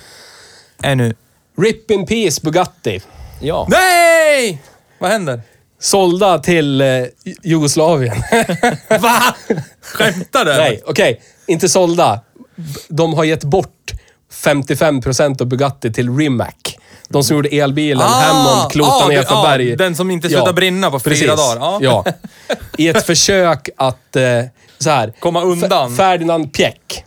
Speaker 3: Ännu.
Speaker 2: Rip in peace Bugatti.
Speaker 1: Ja.
Speaker 3: Nej! Vad händer?
Speaker 2: Sålda till eh, Jugoslavien.
Speaker 3: Va? Skämtar du?
Speaker 2: Nej, okej. Inte sålda. De har gett bort 55% av Bugatti till Rimac. De som gjorde elbilen,
Speaker 3: Ah,
Speaker 2: Hammond, klotade
Speaker 3: ah,
Speaker 2: ner
Speaker 3: det-
Speaker 2: för
Speaker 3: ah,
Speaker 2: berg.
Speaker 3: den som inte slutar brinna på fyra dagar. Ah. (laughs)
Speaker 2: Ja. I ett försök att... Eh, så här,
Speaker 3: Komma undan.
Speaker 2: Fe- Ferdinand Pieck.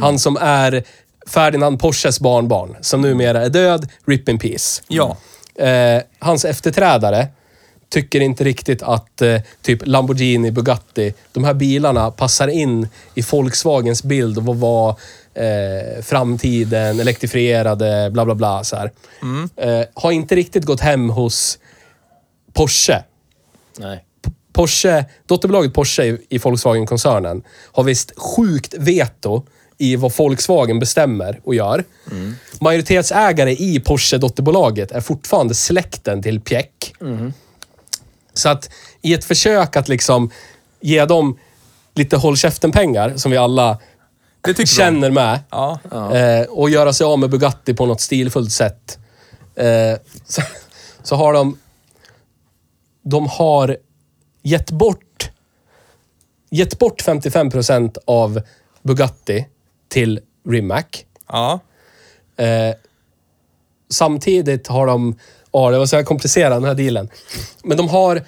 Speaker 2: Han som är Ferdinand Porsches barnbarn, som numera är död. Rip in peace.
Speaker 3: Ja.
Speaker 2: Eh, hans efterträdare tycker inte riktigt att eh, typ Lamborghini, Bugatti, de här bilarna passar in i Volkswagens bild av vad var eh, framtiden, elektrifierade, bla bla bla. Så här. Eh, har inte riktigt gått hem hos Porsche.
Speaker 1: Nej.
Speaker 2: Porsche, dotterbolaget Porsche i, i Volkswagen-koncernen har visst sjukt veto i vad Volkswagen bestämmer och gör.
Speaker 3: Mm.
Speaker 2: Majoritetsägare i Porsche-dotterbolaget är fortfarande släkten till Pieck.
Speaker 3: Mm.
Speaker 2: Så att i ett försök att liksom ge dem lite håll käften-pengar, som vi alla
Speaker 3: Det tycker de.
Speaker 2: känner med,
Speaker 3: Ja.
Speaker 2: eh, och göra sig av med Bugatti på något stilfullt sätt, eh, så, så har de... De har gett bort, gett bort 55% av Bugatti till Rimac.
Speaker 3: Ja.
Speaker 2: Eh, samtidigt har de... Ja, det var så här komplicerat den här dealen. Men de har,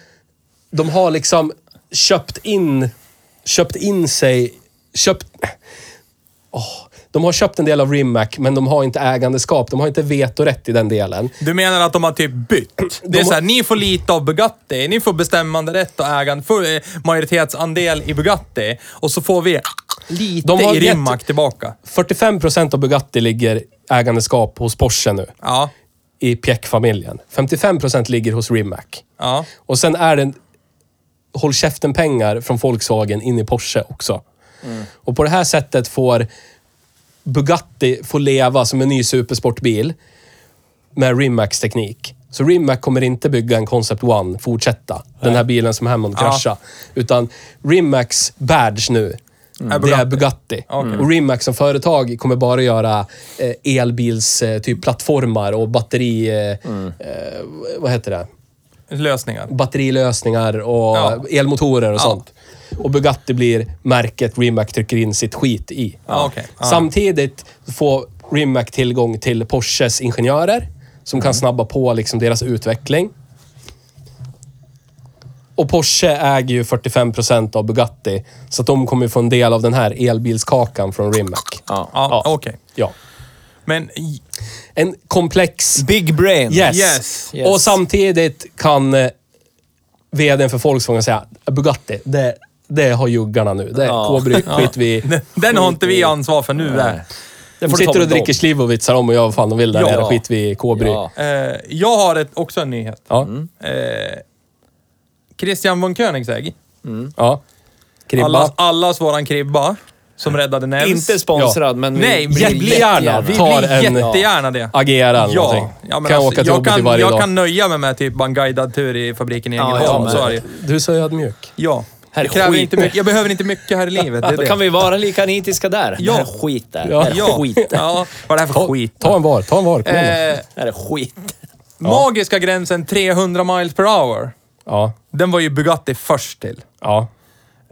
Speaker 2: de har liksom köpt in, köpt in sig... Köpt... Åh, de har köpt en del av Rimac, men de har inte ägandeskap. De har inte vetorätt i den delen.
Speaker 3: Du menar att (clears throat) de har typ bytt? Det är
Speaker 2: har-
Speaker 3: såhär, ni får lite av Bugatti, ni får bestämmande rätt och ägande, full eh, majoritetsandel i Bugatti. Och så får vi lite
Speaker 2: De har
Speaker 3: i
Speaker 2: gett-
Speaker 3: Rimac tillbaka.
Speaker 2: 45 procent av Bugatti ligger ägandeskap hos Porsche nu.
Speaker 3: Ja.
Speaker 2: i Pieck-familjen. 55 procent ligger hos Rimac.
Speaker 3: Ja.
Speaker 2: Och sen är det håll käften-pengar från Volkswagen in i Porsche också. Och på det här sättet får Bugatti får leva som en ny supersportbil med Rimacs teknik. Så Rimac kommer inte bygga en Concept One, fortsätta. Den här bilen som Hammond kraschade. Utan Rimacs badge nu, det är Bugatti. Och Rimac som företag kommer bara göra eh, elbils eh, typ plattformar och batteri... Eh, eh, vad heter det?
Speaker 3: Lösningar.
Speaker 2: batterilösningar och
Speaker 3: Ja.
Speaker 2: elmotorer och sånt. Och Bugatti blir märket Rimac trycker in sitt skit i.
Speaker 3: Ja, okej. Ja.
Speaker 2: Samtidigt får Rimac tillgång till Porsches ingenjörer som
Speaker 3: Mm.
Speaker 2: kan snabba på liksom deras utveckling. Och Porsche äger ju 45 procent av Bugatti, så att de kommer ju få en del av den här elbilskakan från Rimac.
Speaker 1: Ja.
Speaker 3: Ja,
Speaker 2: Ja.
Speaker 3: okej.
Speaker 2: Ja.
Speaker 3: Men i-
Speaker 2: En komplex
Speaker 3: Mm.
Speaker 1: Big brain.
Speaker 2: Yes.
Speaker 3: Yes.
Speaker 1: Yes.
Speaker 2: Och samtidigt kan eh, vdn för Volkswagen säga Bugatti, det, det har juggarna nu. Det är
Speaker 1: Ja.
Speaker 2: K-brygg,
Speaker 1: (laughs)
Speaker 2: skit vi
Speaker 3: den, (laughs) den har inte vi ansvar för nu. Där.
Speaker 1: Det
Speaker 2: De
Speaker 1: får du ta
Speaker 2: sitter och
Speaker 1: med dem.
Speaker 2: dricker slivovitsar om och gör vad fan de vill där
Speaker 1: Ja.
Speaker 2: nere. Skit vi K-brygg.
Speaker 1: Ja. Mm.
Speaker 3: Eh, jag har ett, också en nyhet.
Speaker 2: Ja.
Speaker 3: Eh, Christian von Koenigsegg,
Speaker 2: ja. Kribba.
Speaker 3: allas, allas våran kribba, som räddade Nels.
Speaker 1: Inte sponsrad,
Speaker 2: Ja.
Speaker 1: men... vi-
Speaker 3: Nej, vi
Speaker 1: jättegärna.
Speaker 3: blir
Speaker 1: (laughs)
Speaker 2: jättegärna.
Speaker 3: Vi
Speaker 2: Tar
Speaker 3: blir
Speaker 2: en-
Speaker 3: jättegärna det.
Speaker 2: Agera eller
Speaker 3: Ja,
Speaker 2: någonting.
Speaker 3: ja men
Speaker 2: kan
Speaker 3: alltså,
Speaker 2: åka till
Speaker 3: jag,
Speaker 2: jobbet
Speaker 3: kan,
Speaker 2: varje
Speaker 3: jag
Speaker 2: dag.
Speaker 3: kan nöja mig med typ bara en guidad tur i fabriken i
Speaker 1: Ja,
Speaker 3: Ängelholm.
Speaker 1: ja,
Speaker 3: så
Speaker 1: men-
Speaker 3: är det.
Speaker 2: eh, Du är så ödmjuk.
Speaker 3: Ja.
Speaker 1: Här är
Speaker 3: Jag, kräver
Speaker 1: skit.
Speaker 3: inte mycket, jag behöver inte mycket här i livet. Det är
Speaker 1: Då
Speaker 3: det.
Speaker 1: kan vi vara lika nitiska där.
Speaker 3: Ja.
Speaker 1: Det här är skit där.
Speaker 2: Ja.
Speaker 1: Det här är
Speaker 3: ja.
Speaker 1: skit där.
Speaker 3: ja. Vad är det här för skit?
Speaker 2: Ta en var. Ta en var. Kom igen.
Speaker 3: Eh,
Speaker 1: Det här är skit.
Speaker 3: Magiska gränsen 300 miles per hour.
Speaker 2: ja.
Speaker 3: Den var ju Bugatti först till.
Speaker 2: Ja.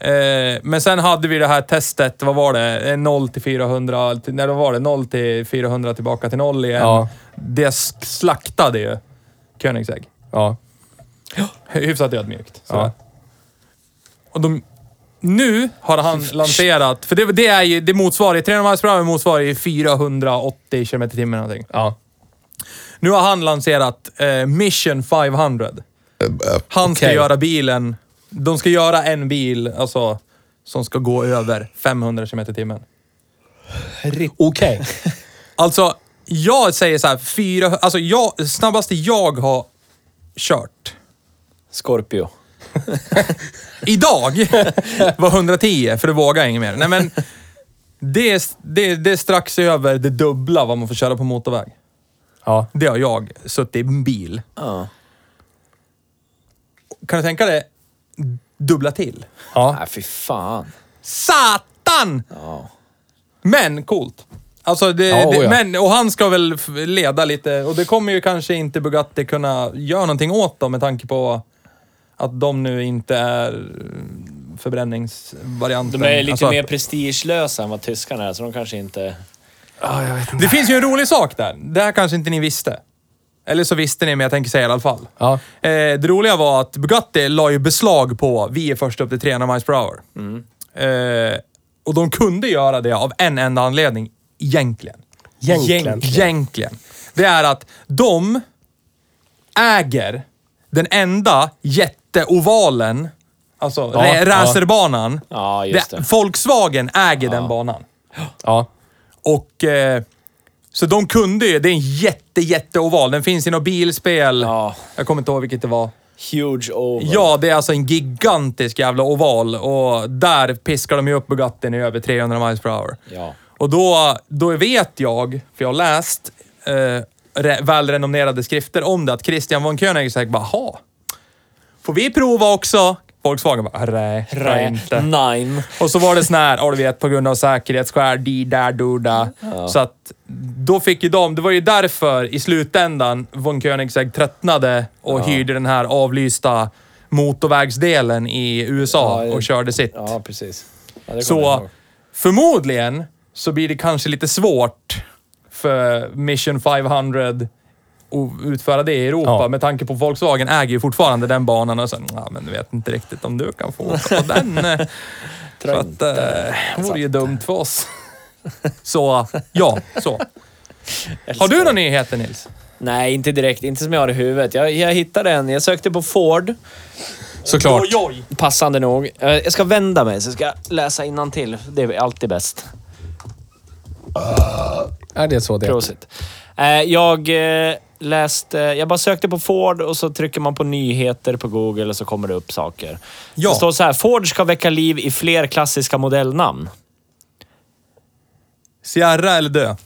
Speaker 3: Eh, men sen hade vi det här testet, vad var det? Eh, 0 till 400, allt- nej vad var det? 0 till 400 tillbaka till 0 igen.
Speaker 2: Ja.
Speaker 3: Det sk- slaktade ju Koenigsegg.
Speaker 2: Ja.
Speaker 3: (gasps) Hyfsat ödmjukt. sådär.
Speaker 2: Ja.
Speaker 3: Och de, nu har han lanserat, för det, det är ju, det motsvarar ju- 300 miles per hour motsvarar ju 480 km i timmen någonting.
Speaker 2: Ja.
Speaker 3: Nu har han lanserat eh, Mission 500. Han ska
Speaker 2: okej.
Speaker 3: göra bilen... De ska göra en bil alltså, som ska gå över 500 km i timmen.
Speaker 2: Okej.
Speaker 3: Alltså, jag säger så här, fyra, alltså jag, snabbaste jag har kört
Speaker 1: Scorpio.
Speaker 3: idag (laughs) var 110, för det vågar jag inget mer. Nej, men det, är, det, är- det är strax över det dubbla vad man får köra på motorväg.
Speaker 2: Ja.
Speaker 3: Det har jag suttit i en bil.
Speaker 1: Ja.
Speaker 3: Kan du tänka dig dubbla till?
Speaker 2: Ja.
Speaker 1: Nej, fy fan.
Speaker 3: Satan!
Speaker 1: Ja.
Speaker 3: Men coolt. Alltså det,
Speaker 2: Ja,
Speaker 3: det,
Speaker 2: oja.
Speaker 3: men, och han ska väl f- leda lite och det kommer ju kanske inte Bugatti kunna göra någonting åt då med tanke på att de nu inte är eh, förbränningsvarianten.
Speaker 4: De är lite
Speaker 3: Alltså,
Speaker 4: mer prestigelösa än vad tyskarna är, så de kanske inte...
Speaker 3: Det finns ju en rolig sak där. Det här kanske inte ni visste. Eller så visste ni, men jag tänker säga i alla fall.
Speaker 2: Ja.
Speaker 3: Eh, det roliga var att Bugatti la ju beslag på vi är först upp till 300 miles per hour.
Speaker 2: Mm.
Speaker 3: Eh, och de kunde göra det av en enda anledning, egentligen.
Speaker 2: Egentligen.
Speaker 3: Egent- egentligen. Det är att de äger den enda jätteovalen, alltså
Speaker 2: Ja,
Speaker 3: ra-
Speaker 2: ja.
Speaker 3: racerbanan.
Speaker 4: Ja, just det.
Speaker 3: Volkswagen äger den banan.
Speaker 2: Ja.
Speaker 3: Och... Eh, så de kunde ju, det är en jätte, jätte oval. Den finns i något bilspel.
Speaker 4: Ja.
Speaker 3: Jag kommer inte ihåg vilket det var.
Speaker 4: Huge over.
Speaker 3: Ja, det är alltså en gigantisk jävla oval och där piskar de ju upp Bugattin i över 300 miles per hour.
Speaker 4: Ja.
Speaker 3: Och då, då vet jag, för jag har läst eh, re, välrenommerade skrifter om det, att Christian von Koenigsegg bara, ha. Får vi prova också? Volkswagen bara, nej, nej inte.
Speaker 1: Nine.
Speaker 3: Och så var det sån här, ja du vet, på grund av säkerhetsskäl, di där do da. Så att då fick ju de, det var ju därför i slutändan von Koenigsegg tröttnade och hyrde den här avlysta motorvägsdelen i USA
Speaker 1: Ja, det-
Speaker 3: och körde sitt.
Speaker 1: Ja, precis. Ja, det kommer jag
Speaker 3: så
Speaker 1: ihåg.
Speaker 3: förmodligen så blir det kanske lite svårt för Mission 500 att utföra det i Europa
Speaker 2: Ja.
Speaker 3: med tanke på Volkswagen äger ju fortfarande den banan och sen, ja men vet inte riktigt om du kan få åka på den. eh." Så att, eh, det vore ju dumt för oss. Så, ja, så. Har du några nyheter Nils?
Speaker 1: Nej, inte direkt. Inte som jag har i huvudet. Jag, jag hittade en. Jag sökte på Ford.
Speaker 2: Såklart.
Speaker 3: oj!
Speaker 1: Passande nog. Eh, Jag ska vända mig, så jag ska läsa innan till. Det är alltid bäst.
Speaker 2: Är det så det?
Speaker 1: Prosit. Eh, Jag eh, läste... Jag bara sökte på Ford och så trycker man på nyheter på Google och så kommer det upp saker.
Speaker 3: Ja.
Speaker 1: Det står så här, Ford ska väcka liv i fler klassiska modellnamn.
Speaker 3: Sierra eller dö?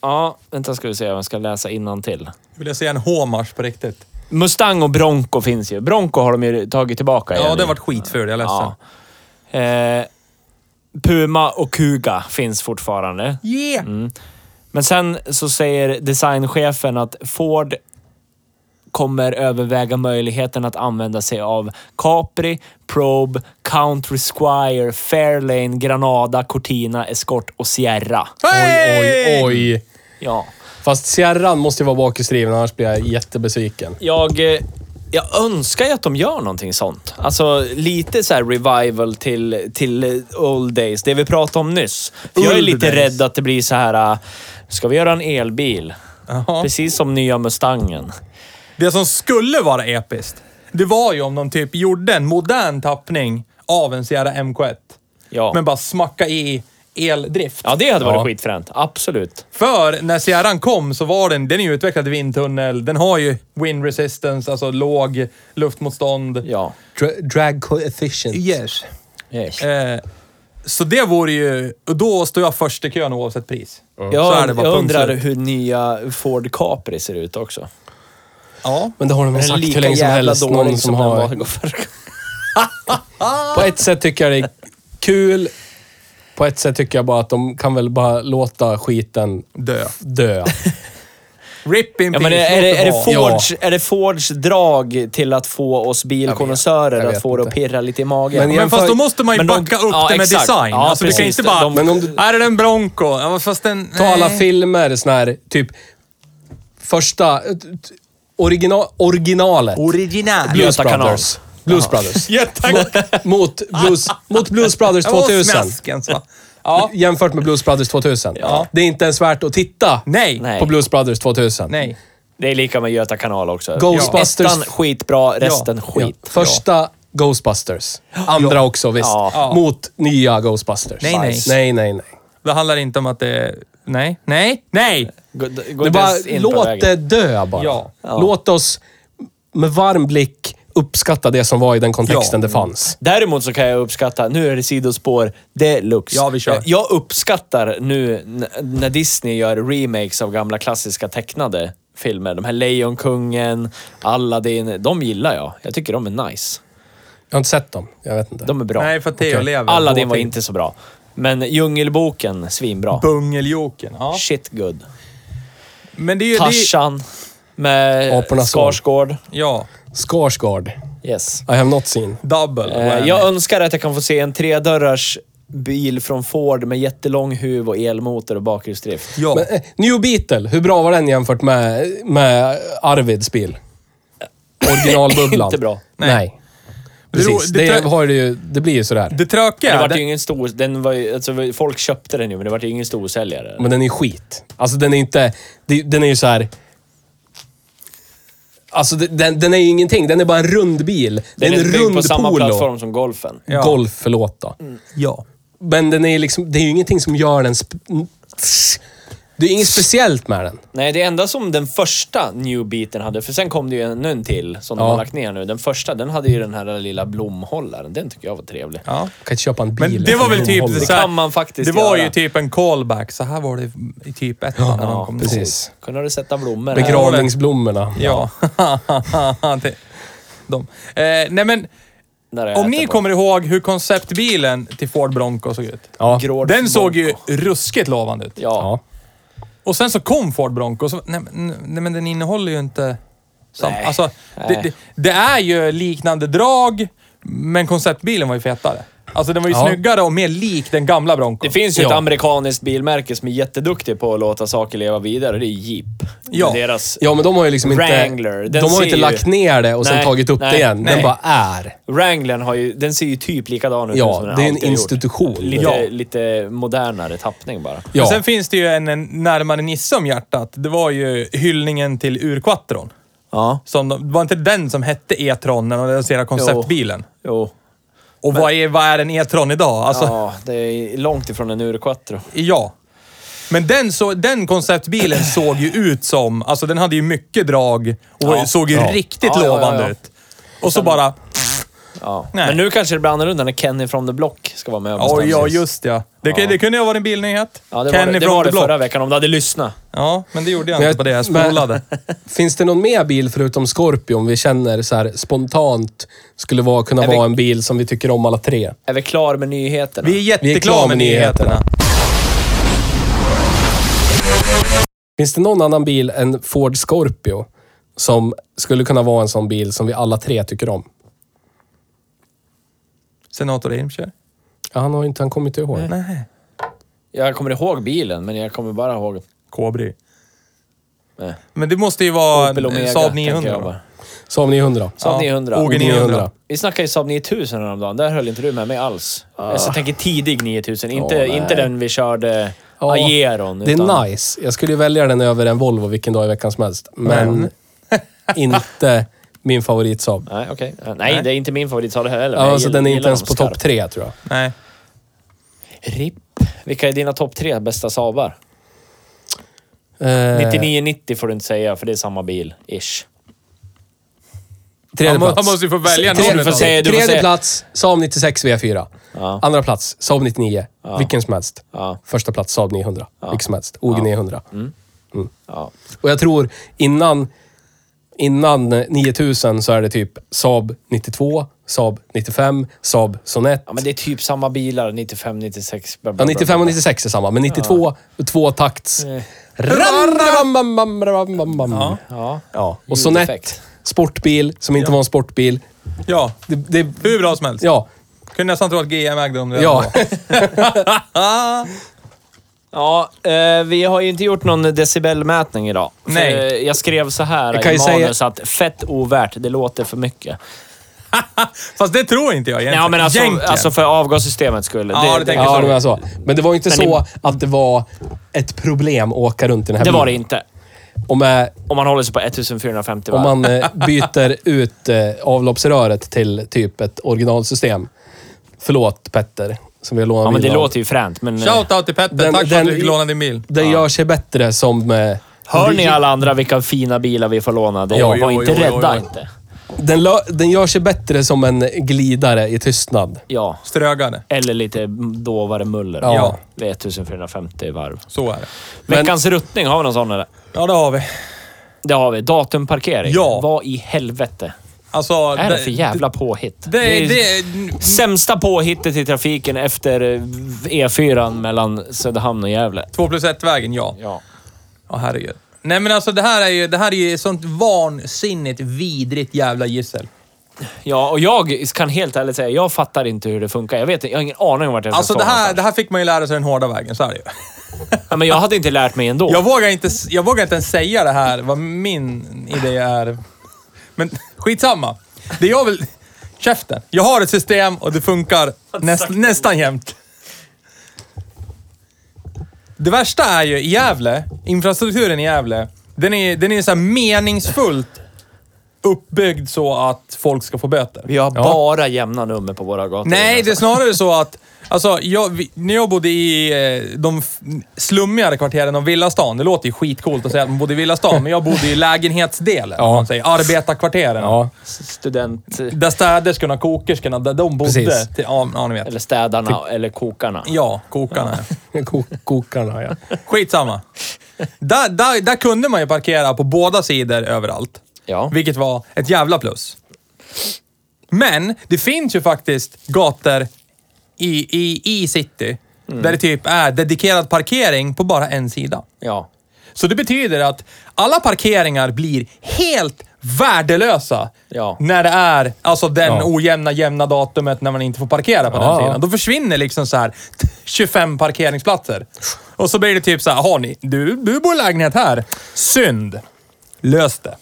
Speaker 1: Ja, vänta ska vi se om jag ska läsa innan till.
Speaker 3: Vill jag se en Homars på riktigt?
Speaker 1: Mustang och Bronco finns ju. Bronco har de ju tagit tillbaka
Speaker 3: Ja,
Speaker 1: igen
Speaker 3: den
Speaker 1: ju.
Speaker 3: vart skitful. Jag är ledsen.
Speaker 1: Ja. Eh, Puma och Kuga finns fortfarande.
Speaker 3: Yeah!
Speaker 1: Men sen så säger designchefen att Ford kommer överväga möjligheten att använda sig av Capri, Probe, Country Squire, Fairlane, Granada, Cortina, Escort och Sierra.
Speaker 2: Oj, oj, oj.
Speaker 1: Ja.
Speaker 2: Fast Sierran måste ju vara bakhjulsdriven, annars blir jag jättebesviken.
Speaker 1: Jag, eh, jag önskar ju att de gör någonting sånt. Alltså lite så här revival till, till eh, old days, det vi pratade om nyss. För jag är
Speaker 3: Old
Speaker 1: lite
Speaker 3: days.
Speaker 1: rädd att det blir så här, eh, ska vi göra en elbil? Precis som nya Mustangen.
Speaker 3: Det som skulle vara episkt, det var ju om de typ gjorde en modern tappning av en Sierra MK1.
Speaker 1: Ja.
Speaker 3: Men bara smacka i eldrift.
Speaker 1: Ja, det hade varit
Speaker 3: Ja.
Speaker 1: skitfränt. Absolut.
Speaker 3: För när Sierran kom så var den, den är ju utvecklad i vindtunnel. Den har ju wind resistance, alltså låg luftmotstånd.
Speaker 1: Ja.
Speaker 2: Dra- drag coefficient.
Speaker 3: Yes.
Speaker 1: Yes.
Speaker 3: Eh, så det vore ju... och Då står jag först i kön oavsett pris. Så är
Speaker 1: Jag,
Speaker 3: det bara,
Speaker 1: jag
Speaker 3: punkt
Speaker 1: undrar
Speaker 3: slut.
Speaker 1: hur nya Ford Capri ser ut också.
Speaker 3: Ja.
Speaker 2: Men det har de väl sagt hur länge som helst. Någon som har... På ett sätt tycker jag det är kul. På ett sätt tycker jag bara att de kan väl bara låta skiten
Speaker 3: Dö.
Speaker 2: dö.
Speaker 3: Rip in
Speaker 1: Ja,
Speaker 3: peace.
Speaker 1: men är, är, det, är, det
Speaker 3: låt vara.
Speaker 1: Fords, är det Fords drag till att få oss
Speaker 2: jag
Speaker 1: bilkonnässörer
Speaker 2: vet
Speaker 1: att få det att
Speaker 2: inte.
Speaker 1: pirra lite i magen?
Speaker 2: Men
Speaker 3: Men
Speaker 2: jämför-
Speaker 3: fast då måste man ju
Speaker 1: Men de-
Speaker 3: backa upp
Speaker 1: ja,
Speaker 3: det med
Speaker 1: exakt.
Speaker 3: design.
Speaker 1: Ja,
Speaker 3: alltså, du kan
Speaker 1: precis.
Speaker 3: inte bara...
Speaker 1: De-
Speaker 2: Men om du-
Speaker 3: Är det en Bronco? Ja, fast den...
Speaker 2: Ta alla
Speaker 3: nej.
Speaker 2: filmer, sån här typ första... t- t- Original, originalet.
Speaker 3: Original.
Speaker 2: Blues
Speaker 1: Göta kanal.
Speaker 2: Brothers. Blues Brothers.
Speaker 3: Jättekul.
Speaker 2: Mot Blues, mot
Speaker 3: (laughs)
Speaker 2: Blues Brothers 2000.
Speaker 3: Ja.
Speaker 2: Jämfört med Blues Brothers 2000. Det är inte ens värt att titta
Speaker 3: Nej.
Speaker 1: Nej.
Speaker 2: på Blues Brothers 2000.
Speaker 3: Nej.
Speaker 1: Det är lika med Göta kanal också.
Speaker 2: Ghostbusters-
Speaker 1: Ettan skitbra, resten
Speaker 2: Ja.
Speaker 1: skit.
Speaker 2: Första Ghostbusters. Andra också visst.
Speaker 1: Ja.
Speaker 3: Ja.
Speaker 2: Mot nya Ghostbusters.
Speaker 3: Nej, nej.
Speaker 2: Nej, nej, nej.
Speaker 3: Det handlar inte om att det är... Nej. Nej. Nej!
Speaker 1: Gå, gå
Speaker 2: Det
Speaker 1: inte
Speaker 2: bara,
Speaker 1: ens in på
Speaker 2: låt
Speaker 1: vägen.
Speaker 2: det dö bara.
Speaker 3: Ja.
Speaker 1: Ja.
Speaker 2: Låt oss med varm blick uppskatta det som var i den kontexten
Speaker 3: Ja.
Speaker 2: det fanns.
Speaker 1: Däremot så kan jag uppskatta, nu är det sidospår deluxe.
Speaker 3: Ja, vi kör.
Speaker 1: Eh, Jag- Jag uppskattar nu n- när Disney gör remakes av gamla klassiska tecknade filmer. De här Lejonkungen, Aladdin. De gillar jag. Jag tycker de är nice.
Speaker 2: Jag har inte sett dem. Jag vet inte.
Speaker 1: De är bra.
Speaker 3: Nej, för Theo
Speaker 2: Okej.
Speaker 3: lever.
Speaker 1: Aladdin var
Speaker 3: Någonting.
Speaker 1: inte så bra. Men Djungelboken, svinbra.
Speaker 3: Bungeljoken. Ja.
Speaker 1: Shit good.
Speaker 3: Men det är ju... Det är,
Speaker 1: Tarzan med
Speaker 2: Apornas son.
Speaker 1: Skarsgård.
Speaker 3: ja.
Speaker 2: Skarsgård.
Speaker 1: Yes.
Speaker 2: I have not seen.
Speaker 3: Double.
Speaker 1: Eh, Jag önskar att jag kan få se en tredörrars bil från Ford med jättelång huv och elmotor och bakhjulsdrift.
Speaker 3: ja.
Speaker 2: Men, eh, New Beetle, hur bra var den jämfört med, med
Speaker 3: (laughs)
Speaker 2: Arvids bil? Originalbubblan.
Speaker 1: Inte bra.
Speaker 2: Nej. Precis.
Speaker 3: Det-
Speaker 2: Det,
Speaker 3: det-
Speaker 2: har det, ju, det blir ju sådär.
Speaker 3: det tråkiga
Speaker 1: Det
Speaker 3: är...
Speaker 1: var ju
Speaker 3: Det,
Speaker 1: ingen stor... Den var ju, alltså, folk köpte den ju, men det var ju ingen storsäljare.
Speaker 2: Men den är ju skit. Alltså den är inte... det- Den är ju så här. Alltså det- den, den är ju ingenting. Den är bara en rund bil. Det är
Speaker 1: den
Speaker 2: en
Speaker 1: byggd
Speaker 2: rund
Speaker 1: på samma
Speaker 2: polo.
Speaker 1: plattform Mm. som golfen.
Speaker 3: Ja.
Speaker 2: Golf, förlåt då.
Speaker 3: ja.
Speaker 2: Men den är liksom, det är ju ingenting som gör den... Sp- det är inget speciellt med den.
Speaker 1: Nej, det enda som den första new beaten hade, för sen kom det ju ännu en till som de
Speaker 2: Ja.
Speaker 1: har lagt ner nu. Den första, den hade ju den här lilla blomhållaren. Den tycker jag var trevlig.
Speaker 3: ja.
Speaker 2: Jag kan inte köpa en bil.
Speaker 3: Men det var väl typ...
Speaker 2: Håller.
Speaker 1: Det
Speaker 3: så här-
Speaker 1: kan man faktiskt
Speaker 3: Det var
Speaker 1: göra.
Speaker 3: ju typ en callback. Så här var det i typ ettan när de
Speaker 1: Ja,
Speaker 3: kom
Speaker 2: Precis.
Speaker 1: Kunde du sätta blommor här?
Speaker 2: Begravningsblommorna.
Speaker 3: Ja. (laughs) Det- de. Eh, nej men,
Speaker 1: När jag
Speaker 3: om
Speaker 1: äter
Speaker 3: ni
Speaker 1: på.
Speaker 3: kommer ihåg hur konceptbilen till Ford Bronco såg ut.
Speaker 2: Ja.
Speaker 1: Grå
Speaker 3: Den såg ju
Speaker 1: Bronco.
Speaker 3: ruskigt lovande ut.
Speaker 1: Ja.
Speaker 2: Ja.
Speaker 3: Och sen så kom Ford Bronco. Så, nej, men- nej, men den innehåller ju inte... Sam,
Speaker 1: Nej.
Speaker 3: Alltså, det,
Speaker 1: Nej.
Speaker 3: det, det är ju liknande drag, men konceptbilen var ju fetare. Alltså den var ju
Speaker 2: Ja.
Speaker 3: snyggare och mer lik den gamla Bronco.
Speaker 1: Det finns ju ett
Speaker 2: Ja.
Speaker 1: amerikanskt bilmärke som är jätteduktig på att låta saker leva vidare och det är Jeep.
Speaker 3: Ja.
Speaker 1: Med deras
Speaker 2: Ja, men de har ju liksom inte...
Speaker 1: Wrangler, den
Speaker 2: de har ju
Speaker 1: ser
Speaker 2: inte
Speaker 1: ju-
Speaker 2: lagt ner det och sen
Speaker 1: Nej,
Speaker 2: tagit upp
Speaker 1: nej,
Speaker 2: det igen.
Speaker 3: nej.
Speaker 2: Den bara är.
Speaker 1: Wranglern har ju, den ser ju typ likadan ut
Speaker 2: Ja,
Speaker 1: som den
Speaker 2: det är en
Speaker 1: alltid har gjort.
Speaker 2: institution.
Speaker 1: Lite,
Speaker 2: Ja.
Speaker 1: lite modernare tappning bara.
Speaker 3: Men
Speaker 2: Ja.
Speaker 3: Sen finns det ju en, en närmare Nisse om hjärtat. Det var ju hyllningen till Urquattron.
Speaker 1: Ja.
Speaker 3: Som de, var inte den som hette E-tron när de lanserade konceptbilen?
Speaker 1: Jo.
Speaker 3: Och vad, är, vad är en E-tron idag? Alltså, ja.
Speaker 1: Ja, det är långt ifrån en Ur Quattro.
Speaker 3: Men den, så, den
Speaker 1: (clears throat)
Speaker 3: konceptbilen såg ju ut som... Alltså den hade ju mycket drag och
Speaker 4: Ja.
Speaker 3: såg ju
Speaker 4: Ja.
Speaker 3: riktigt
Speaker 1: Ja, ja, ja,
Speaker 3: lovande
Speaker 1: ja.
Speaker 3: ut. Och så bara...
Speaker 1: Ja.
Speaker 3: Nej.
Speaker 1: Men nu kanske det blir annorlunda när Kenny från The Block ska vara med och
Speaker 3: Oj,
Speaker 1: bestämma.
Speaker 3: ja, just ja. Det, det kunde ju ha varit en bilnyhet.
Speaker 1: Ja, det var
Speaker 3: Kenny
Speaker 1: det, det,
Speaker 3: från
Speaker 1: var
Speaker 3: The
Speaker 1: det
Speaker 3: Block.
Speaker 1: förra veckan om du hade lyssnat.
Speaker 3: Ja, men det gjorde jag inte
Speaker 2: Men jag-
Speaker 3: på det. Jag
Speaker 2: men-
Speaker 3: spolade.
Speaker 2: (laughs) Finns det någon mer bil förutom Scorpion vi känner så här spontant skulle vara, kunna
Speaker 1: Är vi-
Speaker 2: vara en bil som vi tycker om alla tre?
Speaker 1: Är vi klara med nyheterna?
Speaker 3: Vi är
Speaker 2: Vi är klara
Speaker 3: jätteklara
Speaker 2: med
Speaker 3: med
Speaker 2: nyheterna.
Speaker 3: nyheterna.
Speaker 2: Finns det någon annan bil än Ford Scorpio som skulle kunna vara en sån bil som vi alla tre tycker om?
Speaker 3: Senator Irmskär.
Speaker 2: Ja, han har ju inte, han kommer inte ihåg.
Speaker 3: Nej.
Speaker 1: Jag kommer ihåg bilen, men jag kommer bara ihåg...
Speaker 3: Kobri.
Speaker 1: Nej.
Speaker 3: Men det måste ju vara
Speaker 1: Opel
Speaker 3: en
Speaker 1: Omega,
Speaker 3: Saab
Speaker 1: tänker jag
Speaker 3: 900.
Speaker 1: bara.
Speaker 3: va?
Speaker 2: Saab 900.
Speaker 1: Saab
Speaker 3: Ja,
Speaker 1: 900.
Speaker 3: Åge 900.
Speaker 1: Vi snackade ju Saab 9000 häromdagen. Där höll inte du med mig alls. Alltså, jag tänker tidig 9000. Inte,
Speaker 2: Ah. nej.
Speaker 1: inte den vi körde
Speaker 2: Ja,
Speaker 1: Aeron.
Speaker 2: Det
Speaker 1: utan-
Speaker 2: är nice. Jag skulle ju välja den över en Volvo vilken dag i veckan som helst. Men inte min favorit Saab.
Speaker 1: Nej, okej. Nej, det är inte min favorit Saab heller.
Speaker 2: Ja,
Speaker 1: Jag
Speaker 2: så
Speaker 1: gill-
Speaker 2: den är inte
Speaker 1: gillar
Speaker 2: ens
Speaker 1: dem
Speaker 2: på
Speaker 1: skarpt.
Speaker 2: topp tre tror jag.
Speaker 3: Nej.
Speaker 1: RIP. Vilka är dina topp tre bästa Saabar?
Speaker 2: Eh,
Speaker 1: 99-90 får du inte säga, för det är samma bil. Ish.
Speaker 2: Tredje
Speaker 3: Han, må-
Speaker 2: plats.
Speaker 3: han måste ju få välja
Speaker 2: Tredje-
Speaker 3: någon
Speaker 1: får
Speaker 3: utav
Speaker 1: säga-
Speaker 3: dem.
Speaker 1: du får
Speaker 2: Tredje
Speaker 1: säga-
Speaker 2: plats, Saab 96 V4.
Speaker 1: Ja.
Speaker 2: Andra plats, Saab 99. Vilken som helst.
Speaker 1: Ja. Mm.
Speaker 2: Första plats, Saab 900. Vilken som helst. OG 900.
Speaker 1: Ja.
Speaker 2: Och jag tror innan, innan 9000 så är det typ Saab 92, Saab 95, Saab Sonett.
Speaker 1: ja, men det är typ samma bilar. 95, 96... bla, bla,
Speaker 2: Ja,
Speaker 1: bla,
Speaker 2: 95 och 96 är samma, men 92, tvåtakts.
Speaker 1: Eh.
Speaker 2: Ram, ram, bam, bam, ram, bam, bam. Ja.
Speaker 1: Ja.
Speaker 2: Och Sonett,
Speaker 1: Ljudeffekt.
Speaker 2: sportbil, som inte var en sportbil.
Speaker 3: Ja,
Speaker 2: Det, det,
Speaker 3: hur bra som helst.
Speaker 2: ja,
Speaker 3: Kunde nästan tro att GM ägde dem redan
Speaker 2: ja.
Speaker 3: då.
Speaker 1: Ja, eh, vi har ju inte gjort någon decibelmätning idag. För,
Speaker 3: Nej.
Speaker 1: eh, jag skrev så här
Speaker 2: Jag kan
Speaker 1: i
Speaker 2: ju
Speaker 1: manus att fett ovärt, det låter för mycket.
Speaker 3: (laughs) Fast det tror inte jag egentligen.
Speaker 1: Ja, men alltså,
Speaker 3: Egentligen.
Speaker 1: alltså för avgassystemets skull.
Speaker 3: Ja, det tänker
Speaker 2: ja
Speaker 3: så.
Speaker 2: det var så. Men det var ju inte
Speaker 1: Men
Speaker 2: så
Speaker 1: i-
Speaker 2: att det var ett problem att åka runt i den här
Speaker 1: det var det
Speaker 2: bilen.
Speaker 1: inte.
Speaker 2: Och med,
Speaker 1: Om man håller sig på 1450
Speaker 2: om
Speaker 1: varv.
Speaker 2: man eh,
Speaker 1: (laughs)
Speaker 2: byter ut eh, avloppsröret till typ ett originalsystem. Förlåt Petter, som vi har lånat
Speaker 1: Ja, men det
Speaker 2: bilen av.
Speaker 1: låter ju fränt, men... eh,
Speaker 3: Shoutout till Petter.
Speaker 2: Den-
Speaker 3: Tack för att
Speaker 2: den-
Speaker 3: du fick låna din bil.
Speaker 2: Det gör sig bättre som... eh,
Speaker 1: Hör ni alla andra vilka fina bilar vi får låna? Det,
Speaker 2: Ja,
Speaker 1: var
Speaker 3: oj,
Speaker 1: inte
Speaker 3: oj, oj, oj.
Speaker 1: rädda inte.
Speaker 2: Den, lö- den gör sig bättre som en glidare i tystnad. (laughs)
Speaker 1: Ja,
Speaker 3: Strögade.
Speaker 1: eller lite dovare muller.
Speaker 2: Ja.
Speaker 1: Vid 1450 varv.
Speaker 3: Så är det.
Speaker 1: Veckans ruttning, har vi någon sån eller?
Speaker 3: Ja, det har vi.
Speaker 1: Det har vi. Datumparkering.
Speaker 3: Ja.
Speaker 1: Vad i helvete
Speaker 3: Alltså,
Speaker 1: är det för jävla påhitt?
Speaker 3: Det, det,
Speaker 1: är sämsta påhittet i trafiken efter eh, E4 mellan Söderhamn och Gävle.
Speaker 3: två plus ett-vägen, ja.
Speaker 1: Ja.
Speaker 3: Ja, herregud. Nej, men alltså det här är ju, det här är ju ett sånt vansinnigt vidrigt jävla gissel.
Speaker 1: Ja, och jag kan helt ärligt säga, jag fattar inte hur det funkar. Jag vet inte, jag har ingen aning om vart jag ska
Speaker 3: Alltså
Speaker 1: stå
Speaker 3: det här,
Speaker 1: någonstans.
Speaker 3: det här fick man ju lära sig den hårda vägen, så är det ju.
Speaker 1: Ja, men jag hade inte lärt mig ändå.
Speaker 3: Jag vågar inte, s- jag vågar inte ens säga det här, vad min idé är. Men skitsamma. Det jag vill... Käften. Jag har ett system och det funkar näst, nästan jämt. Det värsta är ju i Gävle, infrastrukturen i Gävle, den är, den är så här meningsfullt uppbyggd så att folk ska få böter.
Speaker 1: Vi har bara jämna nummer på våra gator.
Speaker 3: Nej, det är snarare så att... Alltså, jag, vi, när jag bodde i eh, de f- slummigare kvarteren av villastan. Det låter ju skitcoolt att säga att man bodde i villastan, men jag bodde
Speaker 2: (laughs)
Speaker 3: i lägenhetsdelen.
Speaker 2: Ja.
Speaker 3: om Man säger arbetarkvarteren.
Speaker 2: Ja.
Speaker 1: Student...
Speaker 3: Där städerskorna, kokerskorna, där de bodde.
Speaker 2: Precis.
Speaker 3: Till, ja, ja, ni vet.
Speaker 1: Eller städarna
Speaker 3: Typ.
Speaker 1: eller kokarna.
Speaker 3: Ja, kokarna.
Speaker 2: Ko- kokarna, ja.
Speaker 3: Skitsamma. Där, där, där kunde man ju parkera på båda sidor överallt.
Speaker 1: Ja.
Speaker 3: Vilket var ett jävla plus. Men det finns ju faktiskt gator i, i, i city där det typ är dedikerad parkering på bara en sida.
Speaker 1: Ja.
Speaker 3: Så det betyder att alla parkeringar blir helt värdelösa
Speaker 1: Ja.
Speaker 3: när det är alltså den
Speaker 2: Ja.
Speaker 3: ojämna, jämna datumet när man inte får parkera på
Speaker 2: Ja.
Speaker 3: den sidan. Då försvinner liksom så här (laughs) 25 parkeringsplatser. Och så blir det typ så här, har ni, du, du bor i lägenhet här. Synd. Lös det.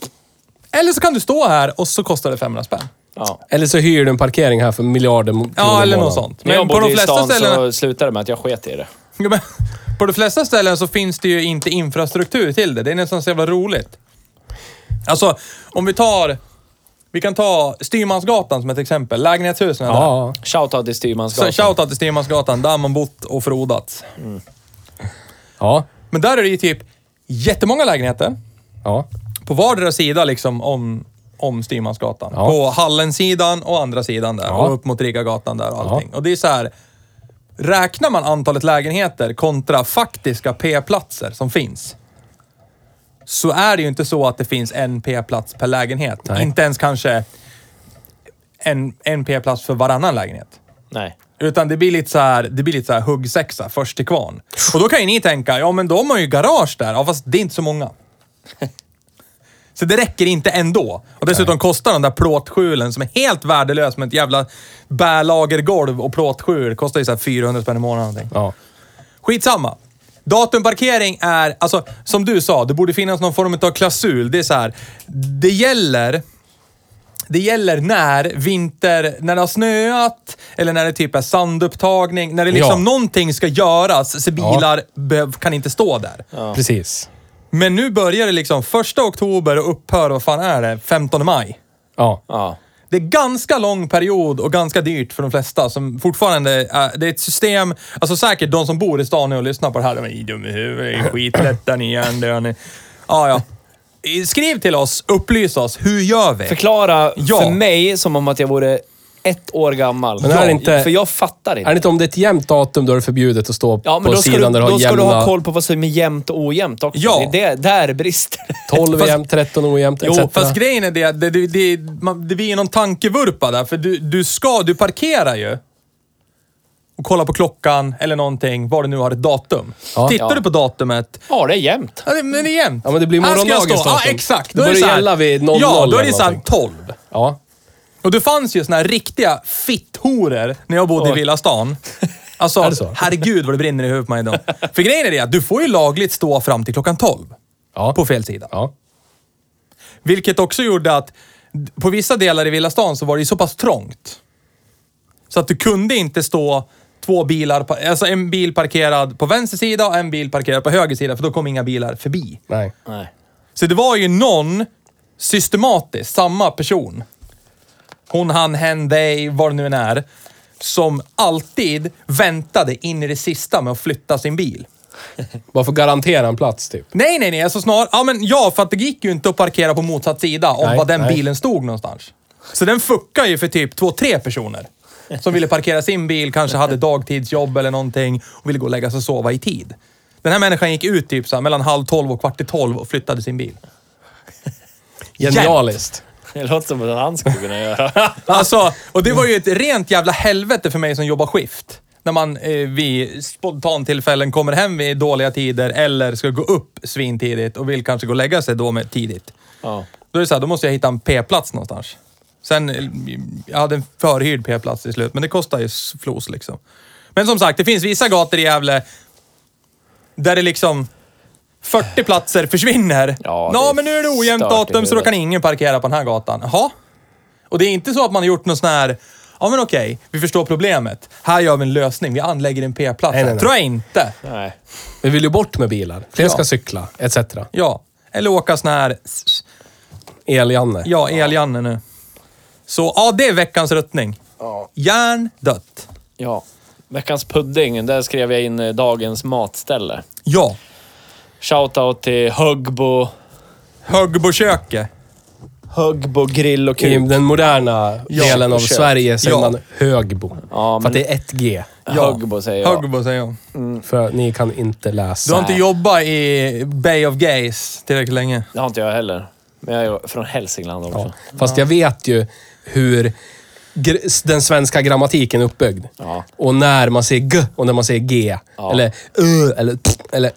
Speaker 3: Eller så kan du stå här och så kostar det 500 spänn.
Speaker 1: ja.
Speaker 2: Eller så hyr du en parkering här för miljarder mo- kronor
Speaker 3: Ja,
Speaker 2: i
Speaker 3: eller något
Speaker 2: månaden.
Speaker 3: sånt.
Speaker 1: När jag
Speaker 3: Men på
Speaker 1: bodde
Speaker 3: de
Speaker 1: i
Speaker 3: flesta
Speaker 1: stan
Speaker 3: ställen...
Speaker 1: så slutade det med att jag sket i det.
Speaker 3: Ja, men, på de flesta ställen så finns det ju inte infrastruktur till det. Det är nästan så jävla roligt. Alltså, om vi tar... Vi kan ta Styrmansgatan som ett exempel. Lägenhetshusen är där.
Speaker 2: Ja.
Speaker 1: Shoutout till
Speaker 3: Så
Speaker 1: styrmansgatan.
Speaker 3: shoutout till Styrmansgatan. Där har man bott och frodats.
Speaker 2: ja.
Speaker 3: Men där är det ju typ jättemånga lägenheter
Speaker 2: Ja.
Speaker 3: på vardera sida liksom om, om Styrmansgatan.
Speaker 2: Ja.
Speaker 3: På Hallensidan och andra sidan där
Speaker 2: Ja.
Speaker 3: och upp mot Rigagatan där och allting. Och det är så här, räknar man antalet lägenheter kontra faktiska P-platser som finns så är det ju inte så att det finns en P-plats per lägenhet.
Speaker 2: Nej.
Speaker 3: Inte ens kanske en, en P-plats för varannan lägenhet.
Speaker 1: Nej.
Speaker 3: Utan det blir lite så här, det blir lite så här huggsexa, först till kvarn. Och då kan ju ni tänka, ja men de har ju garage där. Ja fast det är inte så många. Så det räcker inte ändå. Och dessutom kostar den där plåtskjulen som är helt värdelös med ett jävla bärlagergolv och plåtskjul. Kostar ju så här 400 spänn i månaden någonting.
Speaker 2: Ja.
Speaker 3: Skitsamma. Datumparkering är, alltså som du sa, det borde finnas någon form av klausul. Det är så här, det gäller, det gäller när vinter, när det har snöat eller när det typ är sandupptagning, när det liksom
Speaker 2: Ja.
Speaker 3: någonting ska göras så bilar behöv, kan inte stå där.
Speaker 2: Precis.
Speaker 3: Men nu börjar det liksom första oktober och upphör, vad fan är det, 15 maj.
Speaker 2: Ja.
Speaker 1: Ja.
Speaker 3: Det är ganska lång period och ganska dyrt för de flesta som fortfarande... Är, det är ett system... Alltså säkert de som bor i stan nu och lyssnar på det här, de är "I dum i huvudet, i skitlätt där ni är, där ni... Ja, ja. I- Skriv till oss, upplys oss. Hur gör vi?
Speaker 1: Förklara
Speaker 3: Ja.
Speaker 1: för mig som om att jag vore ett år gammal.
Speaker 2: Men är det inte-
Speaker 1: För jag fattar inte.
Speaker 2: Är det inte om det är ett jämnt datum då är det förbjudet att stå
Speaker 1: Ja, men
Speaker 2: på
Speaker 1: då ska, du,
Speaker 2: sidan där du
Speaker 1: då
Speaker 2: har
Speaker 1: ska du ha
Speaker 2: jämna...
Speaker 1: koll på vad som är jämnt och ojämnt också.
Speaker 3: Ja.
Speaker 1: Det är det, där brister det.
Speaker 2: 12 är
Speaker 3: Fast-
Speaker 2: jämnt, 13 ojämnt,
Speaker 3: Jo,
Speaker 2: etc.
Speaker 3: fast grejen är det, att det, det, det, man, det blir någon tankevurpa där, för du, du ska, du parkerar ju och kollar på klockan eller någonting, var du nu har ett datum.
Speaker 2: Ja.
Speaker 3: Tittar
Speaker 1: Ja.
Speaker 3: du på datumet,
Speaker 1: Ja, det är jämnt.
Speaker 3: Ja, det- men det är jämnt.
Speaker 2: Ja, men det blir
Speaker 3: Här ska jag
Speaker 2: morgondagens
Speaker 3: stå. Ja,
Speaker 2: datum.
Speaker 3: exakt.
Speaker 2: Det
Speaker 3: Då är det
Speaker 2: börjar
Speaker 3: så här-
Speaker 2: gälla vid 00
Speaker 3: Ja, då är det
Speaker 2: eller
Speaker 3: så här
Speaker 2: någonting.
Speaker 3: 12.
Speaker 2: Ja.
Speaker 3: Och det fanns ju såna här riktiga fitthorer när jag bodde i
Speaker 2: (laughs)
Speaker 3: Villastan.
Speaker 2: det
Speaker 3: Alltså,
Speaker 2: så?
Speaker 3: herregud vad det brinner i huvudet på mig idag. För grejen är det att du får ju lagligt stå fram till klockan 12.
Speaker 2: Ja.
Speaker 3: På fel sida.
Speaker 2: Ja.
Speaker 3: Vilket också gjorde att d- på vissa delar i Villastan så var det ju så pass trångt. Så att du kunde inte stå två bilar, på, alltså en bil parkerad på vänster sida och en bil parkerad på höger sida, för då kom inga bilar förbi.
Speaker 2: Nej.
Speaker 1: Nej.
Speaker 3: Så det var ju någon systematiskt, samma person. Hon, han, hen, they, vad det nu än är. Som alltid väntade in i det sista med att flytta sin bil.
Speaker 2: Bara för att garantera en plats typ.
Speaker 3: Nej, nej, nej. Alltså snar, ja, men ja, för att det gick ju inte att parkera på motsatt sida om
Speaker 2: Nej,
Speaker 3: var den
Speaker 2: nej.
Speaker 3: bilen stod någonstans. Så den fuckar ju för typ två, tre personer. Som ville parkera sin bil, kanske hade dagtidsjobb eller någonting och ville gå och lägga sig och sova i tid. Den här människan gick ut typ så här, mellan halv tolv och kvart i tolv och flyttade sin bil.
Speaker 2: Genialiskt.
Speaker 1: Det låter som att han skulle kunna göra. (laughs)
Speaker 3: (laughs) Alltså, och det var ju ett rent jävla helvete för mig som jobbar skift. När man eh, vid spontantillfällen kommer hem vid dåliga tider eller ska gå upp svintidigt och vill kanske gå och lägga sig då med tidigt.
Speaker 1: Ja.
Speaker 3: Då är det så här, då måste jag hitta en P-plats någonstans. Sen, eh, jag hade en förhyrd P-plats till slut, men det kostar ju s- flos liksom. Men som sagt, det finns vissa gator i Gävle där det liksom 40 platser försvinner.
Speaker 1: Ja, det
Speaker 3: Nå,
Speaker 1: är
Speaker 3: men nu är det ojämnt
Speaker 1: stört i
Speaker 3: datum så då
Speaker 1: huvudet.
Speaker 3: kan ingen parkera på den här gatan. Jaha? Och det är inte så att man har gjort någon sån här, ja men okej, vi förstår problemet. Här gör vi en lösning, vi anlägger en P-plats.
Speaker 2: Nej, nej, nej.
Speaker 3: Tror jag inte.
Speaker 1: Nej.
Speaker 2: Vi vill ju bort med bilar. Fler
Speaker 3: Ja.
Speaker 2: ska cykla, etc.
Speaker 3: Ja. Eller åka sån här,
Speaker 2: El-Janne.
Speaker 3: ja, el-Janne nu. Så ja, det är veckans ruttning. Hjärndött.
Speaker 1: Ja. Veckans pudding, där skrev jag in eh, dagens matställe.
Speaker 3: Ja.
Speaker 1: Shoutout till Högbo,
Speaker 3: Högboköke.
Speaker 1: Högbo grill och
Speaker 2: I
Speaker 1: kul.
Speaker 2: den moderna
Speaker 1: Ja,
Speaker 2: delen av
Speaker 1: försök.
Speaker 2: Sverige säger
Speaker 3: Ja.
Speaker 2: man Högbo.
Speaker 1: Ja,
Speaker 2: För att
Speaker 1: men- Mm.
Speaker 2: det är 1G.
Speaker 1: Högbo säger jag.
Speaker 3: Högbo säger jag.
Speaker 2: För ni kan inte
Speaker 3: Du
Speaker 2: läsa.
Speaker 3: har inte jobbat i Bay of Gays tillräckligt länge.
Speaker 1: Det har inte jag heller. Men jag är ju från Hälsingland också.
Speaker 2: Ja. Fast jag vet ju hur gr- den svenska grammatiken är uppbyggd.
Speaker 1: Ja.
Speaker 2: Och när man säger G och när man säger G. Eller Ö eller T eller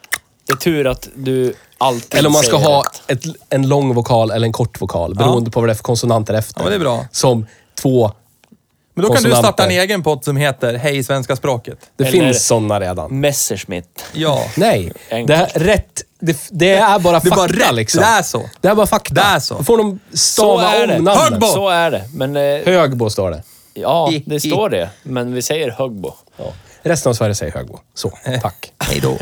Speaker 1: Det är tur att du alltid
Speaker 2: Eller om man ska
Speaker 1: säger
Speaker 2: ha
Speaker 1: rätt.
Speaker 2: ett, en lång vokal eller en kort vokal. Beroende på vad det är för konsonanter efter.
Speaker 3: Ja, men det är bra.
Speaker 2: Som två.
Speaker 3: Men då kan du
Speaker 2: Konsonanter.
Speaker 3: starta en egen podd som heter Hej svenska språket.
Speaker 2: Det
Speaker 1: Eller-
Speaker 2: finns sådana redan.
Speaker 1: Messerschmitt.
Speaker 3: Ja.
Speaker 2: Nej,
Speaker 1: Enkelt.
Speaker 2: det här, rätt. Det, det är bara
Speaker 3: Det är
Speaker 2: fakta
Speaker 3: bara rätt.
Speaker 2: liksom.
Speaker 3: Det är så.
Speaker 2: Det är bara fakta.
Speaker 3: Det är så.
Speaker 2: Då får de
Speaker 1: Så
Speaker 2: stava
Speaker 1: är det.
Speaker 2: om namnen.
Speaker 3: Högbo.
Speaker 1: Så är det. Men eh,
Speaker 2: Högbo står det.
Speaker 1: ja,
Speaker 3: I- i-
Speaker 1: det står det. Men vi säger Högbo.
Speaker 2: Resten av Sverige säger Högbo.
Speaker 3: (laughs)
Speaker 2: Så, tack.
Speaker 3: Hej (laughs) då.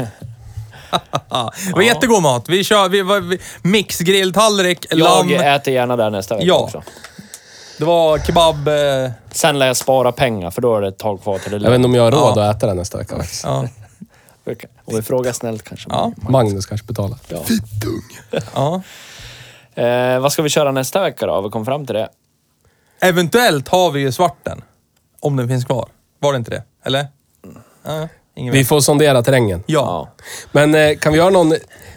Speaker 3: det var jättegod mat. Vi kör vi, var- vi, mix grilltallrik,
Speaker 1: Jag
Speaker 3: lamm.
Speaker 1: äter gärna där nästa vecka
Speaker 3: Ja.
Speaker 1: också.
Speaker 3: Det var kebab. Eh,
Speaker 1: Sen lär jag spara pengar för då är det ett tag kvar till det
Speaker 2: Jag vet inte om jag har råd
Speaker 3: Ja.
Speaker 2: att äta den nästa vecka faktiskt.
Speaker 3: ja.
Speaker 1: Och vi frågar snällt kanske.
Speaker 3: Ja.
Speaker 2: Magnus kanske betalar.
Speaker 1: Ja.
Speaker 3: Ja.
Speaker 1: Eh, vad ska vi köra nästa vecka då? Har vi kom fram
Speaker 2: (laughs)
Speaker 1: till det?
Speaker 3: Eventuellt har vi ju svarten. Om den finns kvar. Var det inte det? Eller? Ja, ingen
Speaker 2: Vi får sondera terrängen.
Speaker 3: Ja.
Speaker 2: Men eh, kan vi göra någon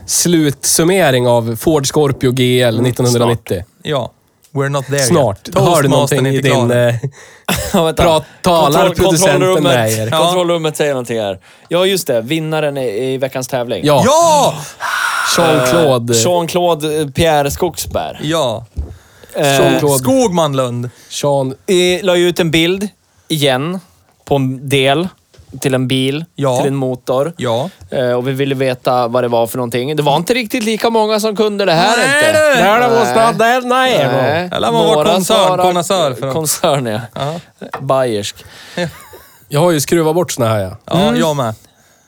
Speaker 2: slutsummering av Ford Scorpio GL 1990?
Speaker 3: Ja. We're not there
Speaker 2: Snart.
Speaker 3: yet.
Speaker 2: Har du någonting
Speaker 3: Toastmastern är
Speaker 2: i
Speaker 3: inte
Speaker 2: din...
Speaker 3: klar.
Speaker 2: Eh,
Speaker 1: Ja, vänta.
Speaker 2: Prat- talar producenten
Speaker 1: kontrollrummet,
Speaker 2: med er.
Speaker 1: Ja. Kontrollrummet säger någonting här. Ja, just det. Vinnaren i, i veckans tävling. Eh,
Speaker 2: ja,
Speaker 3: Ja!
Speaker 2: Jean-Claude.
Speaker 1: Jean-Claude eh, Pierre Skogsberg.
Speaker 3: Ja.
Speaker 1: Eh,
Speaker 2: Jean-Claude.
Speaker 3: Skogmanlund.
Speaker 2: Jean...
Speaker 1: eh, la ju ut en bild, igen, på en del till en bil,
Speaker 3: Ja.
Speaker 1: till en motor.
Speaker 3: Ja.
Speaker 1: Eh, och vi ville veta vad det var för någonting. Det var inte riktigt lika många som kunde det här
Speaker 3: Nej,
Speaker 1: inte.
Speaker 3: du!
Speaker 2: Där det var stad, där nej.
Speaker 1: Nej.
Speaker 3: Eller man var
Speaker 1: Några
Speaker 3: koncern-
Speaker 1: svarar-
Speaker 3: konnässör för dem.
Speaker 1: Koncern, ja.
Speaker 3: Ja,
Speaker 1: Bayersk.
Speaker 2: Jag har ju skruvat bort såna här ja.
Speaker 3: ja
Speaker 1: Mm.
Speaker 3: jag med.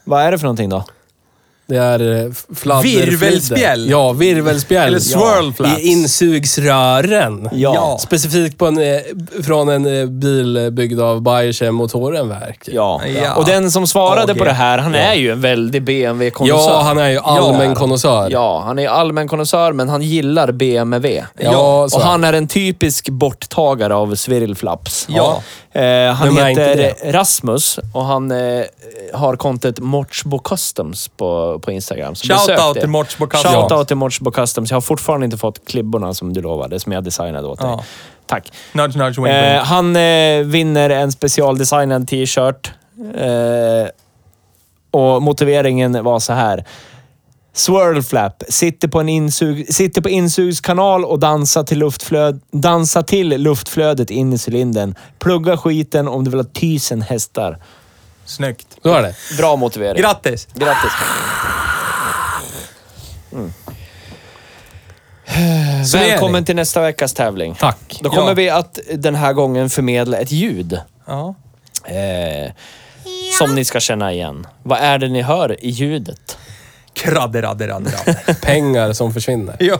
Speaker 1: Vad är det för någonting då?
Speaker 2: Det är eh, fladder...
Speaker 3: Virvelspjäll.
Speaker 2: Ja, virvelspjäll.
Speaker 3: Eller swirl flaps.
Speaker 2: I insugsrören.
Speaker 1: Ja.
Speaker 3: Ja.
Speaker 2: Specifikt på en, eh, från en eh, bil byggd av Bayershem Motorenwerk.
Speaker 1: Ja.
Speaker 3: Ja.
Speaker 1: Och den som svarade
Speaker 3: Okej.
Speaker 1: på det här, han är ju en väldig BMW-konnässör.
Speaker 2: Ja, han är ju allmän konnässör.
Speaker 1: Ja, han är allmän konnässör, men han gillar BMW.
Speaker 2: Ja, så
Speaker 1: och
Speaker 2: är
Speaker 1: han är en typisk borttagare av svirlflaps.
Speaker 3: Ja.
Speaker 1: Eh, han
Speaker 2: Vem är inte
Speaker 1: heter Rasmus och han eh, har kontot Mortsbo Customs på, på Instagram. Så
Speaker 3: Shout
Speaker 1: besök
Speaker 3: out
Speaker 1: det.
Speaker 3: till Mortsbo Customs.
Speaker 1: Shout
Speaker 3: Ja.
Speaker 1: out till Mortsbo Customs. Jag har fortfarande inte fått klibborna som du lovade, som jag designade åt dig.
Speaker 3: Ja.
Speaker 1: Tack.
Speaker 3: Nudge, nudge, wink,
Speaker 1: Eh,
Speaker 3: wink.
Speaker 1: han eh, vinner en specialdesignad t-shirt. Eh, och motiveringen var så här. Swirl flap. Sitter på, en insug, sitter på insugskanal och dansar till, luftflöd, dansar till luftflödet in i cylindern. Plugga skiten om du vill ha tusen hästar.
Speaker 3: Snyggt.
Speaker 2: Så är det.
Speaker 1: Bra motivering.
Speaker 3: Grattis!
Speaker 1: Grattis.
Speaker 3: är det.
Speaker 1: eh, Välkommen till nästa veckas tävling.
Speaker 2: Tack.
Speaker 1: Då kommer
Speaker 3: Ja.
Speaker 1: vi att den här gången förmedla ett ljud
Speaker 3: Ja.
Speaker 1: eh, som ni ska känna igen. Vad är det ni hör i ljudet?
Speaker 3: Kradde, radde, radde,
Speaker 1: (laughs)
Speaker 3: radde.
Speaker 2: Pengar som försvinner.
Speaker 3: ja.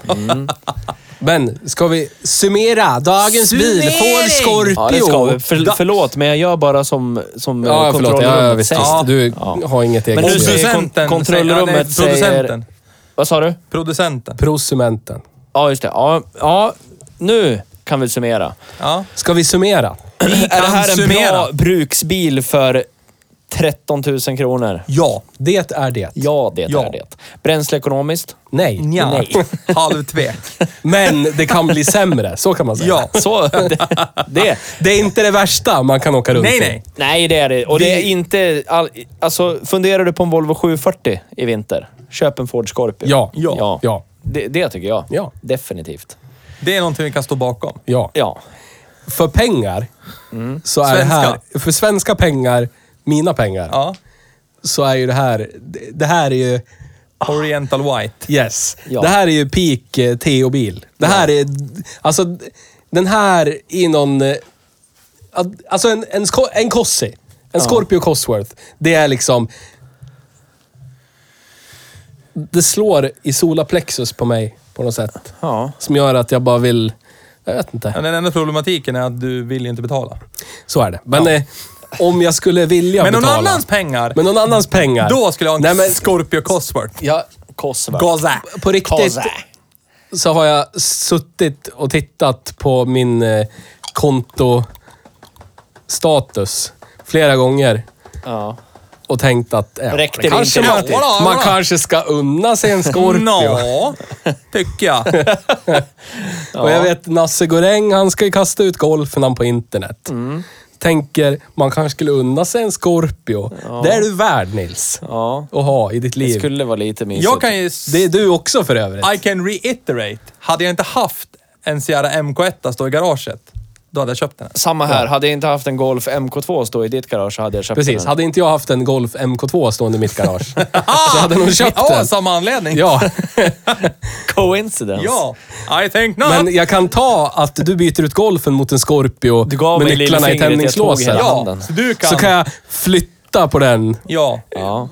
Speaker 2: Men ska vi summera dagens bil?
Speaker 3: Summering!
Speaker 2: Ford Scorpio.
Speaker 1: Ja, det ska vi. För, förlåt, men jag gör bara som, som eh,
Speaker 2: Ja, förlåt.
Speaker 1: kontrollrummet
Speaker 2: Ja, visst,
Speaker 1: säger.
Speaker 2: visst. Du
Speaker 1: Ja.
Speaker 2: har inget
Speaker 1: Men
Speaker 2: eget.
Speaker 1: nu säger kon-
Speaker 3: Producenten
Speaker 1: kontrollrummet
Speaker 3: säger- ja, nej, producenten.
Speaker 1: säger... Vad sa du?
Speaker 3: Producenten.
Speaker 2: Prosumenten.
Speaker 1: Ja, just det. Ja, ja, nu kan vi summera.
Speaker 3: Ja.
Speaker 2: Ska vi summera?
Speaker 1: Är det här en bra
Speaker 3: summera.
Speaker 1: bruksbil för 13 000 kronor?
Speaker 3: Ja.
Speaker 2: Det är det.
Speaker 1: Ja, det
Speaker 3: Ja.
Speaker 1: är det. Bränsleekonomiskt?
Speaker 2: Nej.
Speaker 3: Nja.
Speaker 1: Nej.
Speaker 3: (laughs)
Speaker 2: (laughs)
Speaker 3: Halvtvek.
Speaker 2: Men det kan bli sämre. Så kan man säga.
Speaker 3: Ja.
Speaker 1: Så, (laughs) det, det.
Speaker 2: Det är inte det värsta man kan åka runt
Speaker 3: Nej,
Speaker 2: i.
Speaker 3: nej.
Speaker 1: Nej, det är det. Och det är inte... All, alltså, funderar du på en Volvo 740 i vinter? Köp en Ford Scorpio.
Speaker 2: Ja.
Speaker 1: Ja.
Speaker 2: Ja. Ja.
Speaker 1: Det, det tycker jag.
Speaker 2: Ja.
Speaker 1: Definitivt.
Speaker 3: Det är någonting vi kan stå bakom.
Speaker 2: ja.
Speaker 1: Ja.
Speaker 2: För pengar så är det här... För svenska pengar, mina pengar,
Speaker 3: Ja.
Speaker 2: så är ju det här... det- Det här är ju...
Speaker 3: Oriental White.
Speaker 2: Yes.
Speaker 1: Ja.
Speaker 2: Det här är ju peak eh, Teo-bil. Det här är... Alltså, d- den här i någon... eh, ad- Alltså en, en, sko- en Cossi. En Scorpio Cosworth. Det är liksom... Det slår i solaplexus på mig på något sätt.
Speaker 1: Ja.
Speaker 2: Som gör att jag bara vill... Jag vet
Speaker 3: Ja,
Speaker 2: inte.
Speaker 3: Den enda problematiken är att du vill inte betala.
Speaker 2: Så är det. Men eh, om jag skulle vilja
Speaker 3: Men någon
Speaker 2: betala...
Speaker 3: annans pengar,
Speaker 2: Men någon annans pengar.
Speaker 3: då skulle jag ha en
Speaker 2: Nej, men,
Speaker 3: Scorpio Cosworth.
Speaker 2: jag,
Speaker 1: Kosova.
Speaker 3: Gaza.
Speaker 2: På riktigt så har jag suttit och tittat på min eh, kontostatus flera gånger
Speaker 1: Ja.
Speaker 2: och tänkt att eh,
Speaker 1: Räckte
Speaker 2: det
Speaker 1: det
Speaker 2: kanske
Speaker 1: inte
Speaker 2: man,
Speaker 3: riktigt? Ja,
Speaker 2: man
Speaker 3: ja.
Speaker 2: kanske ska unna sig
Speaker 1: (laughs)
Speaker 2: en Scorpio. Alltså,
Speaker 3: Nå, tycker
Speaker 2: (laughs)
Speaker 3: jag.
Speaker 2: Och jag vet Nasse Goreng, han ska ju kasta ut golfen på internet.
Speaker 1: Mm.
Speaker 2: Tänker, man kanske skulle unna sig en Scorpio. Det är du värd Nils.
Speaker 1: Ja.
Speaker 2: Att ha i ditt
Speaker 1: Det
Speaker 2: liv.
Speaker 1: skulle vara lite mysigt.
Speaker 3: Jag kan ju... s-
Speaker 2: Det är du också för övrigt.
Speaker 3: I can reiterate. Hade jag inte haft en Sierra MK1 stå i garaget, då hade jag köpt
Speaker 2: (laughs)
Speaker 3: den.
Speaker 1: Samma här. Hade jag inte haft en Golf MK2 stå i ditt garage så hade jag köpt
Speaker 2: Precis.
Speaker 1: den.
Speaker 2: Hade inte jag haft en Golf MK2 stående i mitt
Speaker 1: (laughs)
Speaker 2: garage
Speaker 1: Ah!
Speaker 2: så Alltså, hade någon köpt
Speaker 3: Ah! Ja,
Speaker 2: den.
Speaker 3: samma anledning.
Speaker 2: Ja.
Speaker 1: Coincidence.
Speaker 3: Ja, I think not.
Speaker 2: Men jag kan ta att du byter ut golfen mot en Scorpio
Speaker 1: Du gav
Speaker 2: med
Speaker 1: mig
Speaker 2: nycklarna i
Speaker 1: lillfingret, jag tog
Speaker 2: tändningslåset.
Speaker 1: hela
Speaker 3: ja,
Speaker 1: handen.
Speaker 3: så du kan...
Speaker 2: Så kan jag flytta på den
Speaker 3: Ja.
Speaker 1: Ja.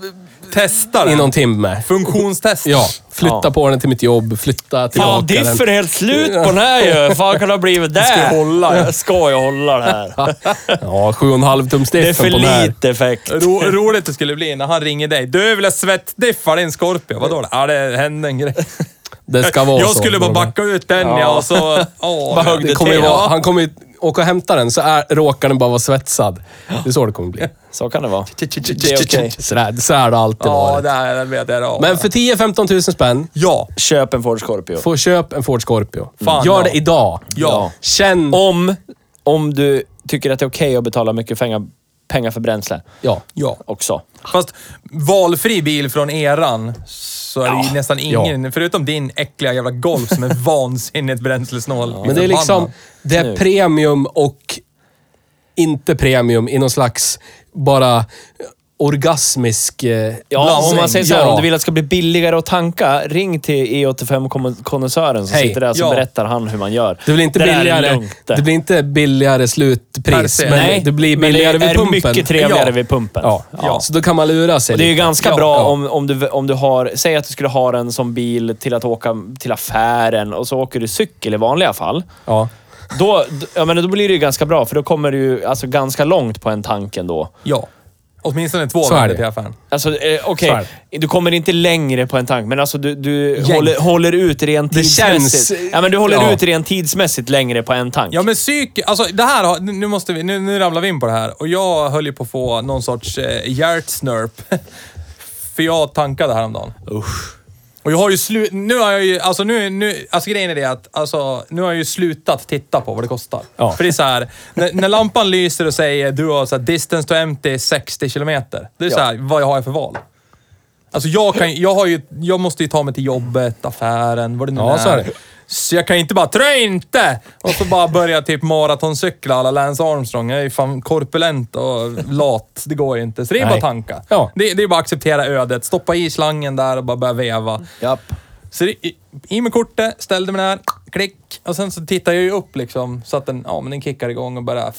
Speaker 6: Testa
Speaker 2: i
Speaker 6: den.
Speaker 2: någon timme.
Speaker 6: Funktionstest.
Speaker 2: Ja, flytta på den till mitt jobb, flytta
Speaker 1: Fan,
Speaker 2: tillbaka
Speaker 1: diffen
Speaker 2: den.
Speaker 1: är helt slut på den här ju. Fan, kan det ha blivit det? Ska hålla Jag ska ju hålla det här.
Speaker 2: (laughs) Ja, sju och en halv tums
Speaker 1: Det är
Speaker 2: diffen
Speaker 1: för
Speaker 2: på den här.
Speaker 1: lite effekt.
Speaker 3: Ro, roligt det skulle bli när han ringer dig. Du, vill jag svettdiffa din Scorpio? Vadå? då? Ja, det hände en grej.
Speaker 2: Det ska vara
Speaker 3: jag
Speaker 2: så.
Speaker 3: skulle bara backa ut den ja, och så...
Speaker 2: (laughs)
Speaker 3: åh,
Speaker 1: Bara högg
Speaker 3: det
Speaker 2: Det kommer ju
Speaker 3: till.
Speaker 2: vara, han kommer ju åka och hämta den så är, råkar den bara vara svetsad. Det är så det kommer bli.
Speaker 1: Så kan det vara.
Speaker 3: Ja.
Speaker 1: Det är okej.
Speaker 2: Sådär, så är det alltid
Speaker 3: Ja,
Speaker 2: varit.
Speaker 3: det här det vet jag. Ja.
Speaker 2: Men för 10-15 000 spänn,
Speaker 3: ja,
Speaker 1: Köp en Ford Scorpio.
Speaker 2: få köp en Ford Scorpio.
Speaker 3: Fan,
Speaker 2: Gör
Speaker 3: ja.
Speaker 2: det idag.
Speaker 3: Ja.
Speaker 2: Känn...
Speaker 1: Om, om du tycker att det är okej att betala mycket pengar, pengar för bränsle
Speaker 2: Ja.
Speaker 3: ja.
Speaker 1: också.
Speaker 3: Fast valfri bil från eran så är det ju nästan ingen, förutom din äckliga jävla Golf som är (laughs) vansinnigt bränslesnål.
Speaker 2: Men det är liksom, det är premium och inte premium i någon slags bara orgasmisk... eh,
Speaker 1: Ja, om man säger så här,
Speaker 2: Ja.
Speaker 1: om du vill att det ska bli billigare att tanka, ring till E85-konnässören som
Speaker 2: Hej.
Speaker 1: sitter där så
Speaker 3: Ja.
Speaker 1: berättar han hur man gör.
Speaker 2: Det blir inte
Speaker 1: där är
Speaker 2: billigare,
Speaker 1: lugnt det.
Speaker 2: det blir inte billigare
Speaker 3: Per
Speaker 2: slutpris,
Speaker 3: se.
Speaker 2: men
Speaker 1: Nej,
Speaker 2: det blir
Speaker 1: men
Speaker 2: billigare
Speaker 1: det är
Speaker 2: vid pumpen.
Speaker 1: mycket trevligare
Speaker 3: Ja.
Speaker 1: vid pumpen.
Speaker 2: Ja.
Speaker 3: Ja.
Speaker 2: så då kan man lura sig
Speaker 1: Och det är ju
Speaker 2: lite.
Speaker 1: ganska
Speaker 3: Ja,
Speaker 1: bra
Speaker 3: ja.
Speaker 1: Om, om, du, om du har... Säg att du skulle ha den som bil till att åka till affären och så åker du cykel i vanliga fall.
Speaker 2: Ja.
Speaker 1: Då, d- jag menar, då blir det ju ganska bra, för då kommer du ju alltså, ganska långt på en tank ändå.
Speaker 3: Ja. Åtminstone två
Speaker 2: Så är
Speaker 3: vändor
Speaker 2: det.
Speaker 3: till affären.
Speaker 1: Alltså, eh, okej.
Speaker 2: Så är
Speaker 1: Du kommer inte längre på en tank, men alltså du, du håller, håller ut rent
Speaker 2: Det
Speaker 1: tidsmässigt.
Speaker 2: känns-
Speaker 1: ja, men du håller
Speaker 2: Ja.
Speaker 1: ut rent tidsmässigt längre på en tank.
Speaker 3: Ja, men psyk... Alltså, det här har... Nu, måste vi, nu, nu ramlar vi in på det här. Och jag höll ju på att få någon sorts eh, hjärtsnörp. (laughs) För jag tankade häromdagen. Usch. Och jag har ju slut... Nu har jag ju... Alltså, nu, nu, alltså grejen är det att... Alltså, nu har jag ju slutat titta på vad det kostar.
Speaker 2: Ja.
Speaker 3: För det är så här. När, när lampan lyser och säger du har så här, distance to empty 60 kilometer. Det är så här, vad har jag för val? Alltså jag kan jag har ju, jag måste ju ta mig till jobbet, affären, vad det nu
Speaker 2: Ja,
Speaker 3: är.
Speaker 2: så är det.
Speaker 3: Så jag kan inte bara trö inte! Och så bara börja typ maratoncykla alla Lance Armstrong. Jag är ju fan korpulent och lat. Det går ju inte. Så det är bara
Speaker 2: Nej.
Speaker 3: att tanka.
Speaker 2: Ja.
Speaker 3: Det, det är bara att acceptera ödet. Stoppa i slangen där och bara börja veva.
Speaker 1: Japp.
Speaker 3: Så det, i, i med kortet, ställde mig där, klick. Och sen så tittar jag ju upp liksom så att den, ja, men den kickar igång och bara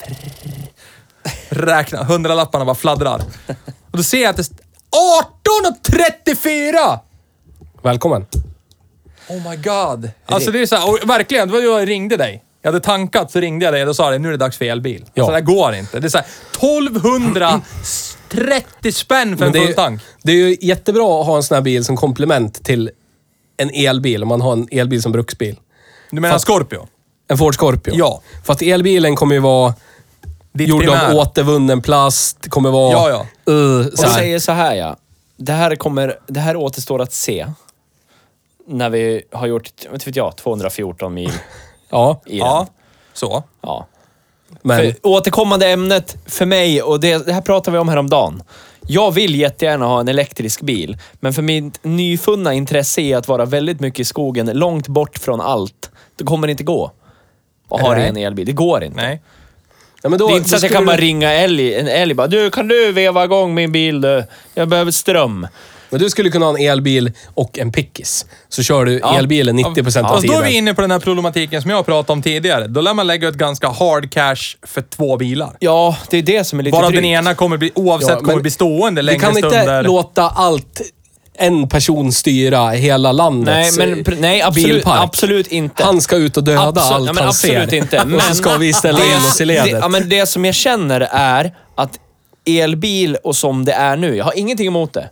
Speaker 3: räkna. Hundralapparna bara fladdrar. Och då ser jag att det st- 18.34!
Speaker 2: Välkommen.
Speaker 3: Oh my god. Alltså det är så här, och verkligen, det var ju jag ringde dig. Jag hade tankat så ringde jag dig och då sa det, nu är det dags för elbil.
Speaker 2: Ja.
Speaker 3: Alltså det här går inte. Det är så här, 1230 spänn för en
Speaker 2: Men det,
Speaker 3: full
Speaker 2: är,
Speaker 3: tank.
Speaker 2: det är ju jättebra att ha en sån här bil som komplement till en elbil, om man har en elbil som bruksbil.
Speaker 3: Du menar Scorpio?
Speaker 2: En Ford Scorpio.
Speaker 3: Ja.
Speaker 2: För att elbilen kommer ju vara
Speaker 3: Ditt
Speaker 2: gjord
Speaker 3: primära.
Speaker 2: av återvunnen plast, det kommer vara...
Speaker 3: Ja, ja.
Speaker 2: Uh, så
Speaker 1: Jag
Speaker 2: här.
Speaker 1: säger så här ja. Det här, kommer, det här återstår att se. När vi har gjort, inte vet jag, 214
Speaker 2: (laughs)
Speaker 1: mil
Speaker 2: Ja,
Speaker 1: i
Speaker 3: Ja.
Speaker 1: den.
Speaker 3: Så.
Speaker 1: Ja.
Speaker 2: men...
Speaker 1: För, återkommande ämnet för mig, och det, det här pratade vi om häromdagen. Jag vill jättegärna ha en elektrisk bil, men för mitt nyfunna intresse är att vara väldigt mycket i skogen, långt bort från allt. Det kommer inte gå. Och ha
Speaker 2: Nej.
Speaker 1: en elbil. Det går inte.
Speaker 3: Nej.
Speaker 2: Ja, men då,
Speaker 1: Det är inte så
Speaker 2: då
Speaker 1: att jag
Speaker 2: skulle
Speaker 1: kan bara
Speaker 2: du-
Speaker 1: ringa älg, en älg bara du, kan du veva igång min bil du? Jag behöver ström.
Speaker 2: Men du skulle kunna ha en elbil och en pickis. Så kör du elbilen 90 procent av
Speaker 3: Fast Alltså, då
Speaker 2: tiden.
Speaker 3: är vi inne på den här problematiken som jag pratade om tidigare. Då lär man lägga ut ganska hard cash för två bilar.
Speaker 1: Ja, det är det som är lite
Speaker 3: Varav den
Speaker 1: drygt.
Speaker 3: ena kommer bli, oavsett,
Speaker 2: Ja, men
Speaker 3: kommer bli stående
Speaker 2: Du
Speaker 3: längre
Speaker 2: kan inte
Speaker 3: stunder.
Speaker 2: låta allt en person styra hela
Speaker 1: Nej,
Speaker 2: landets eh,
Speaker 1: men, pr- nej absolut,
Speaker 2: bilpark.
Speaker 1: absolut inte.
Speaker 2: Han ska ut och döda
Speaker 1: Absolut-
Speaker 2: allt
Speaker 1: ja, men
Speaker 2: han
Speaker 1: absolut
Speaker 2: ser.
Speaker 1: inte. Men
Speaker 2: (laughs) och så ska vi ställa in oss i ledet.
Speaker 1: Det, ja, men det som jag känner är att elbil och som det är nu, jag har ingenting emot det.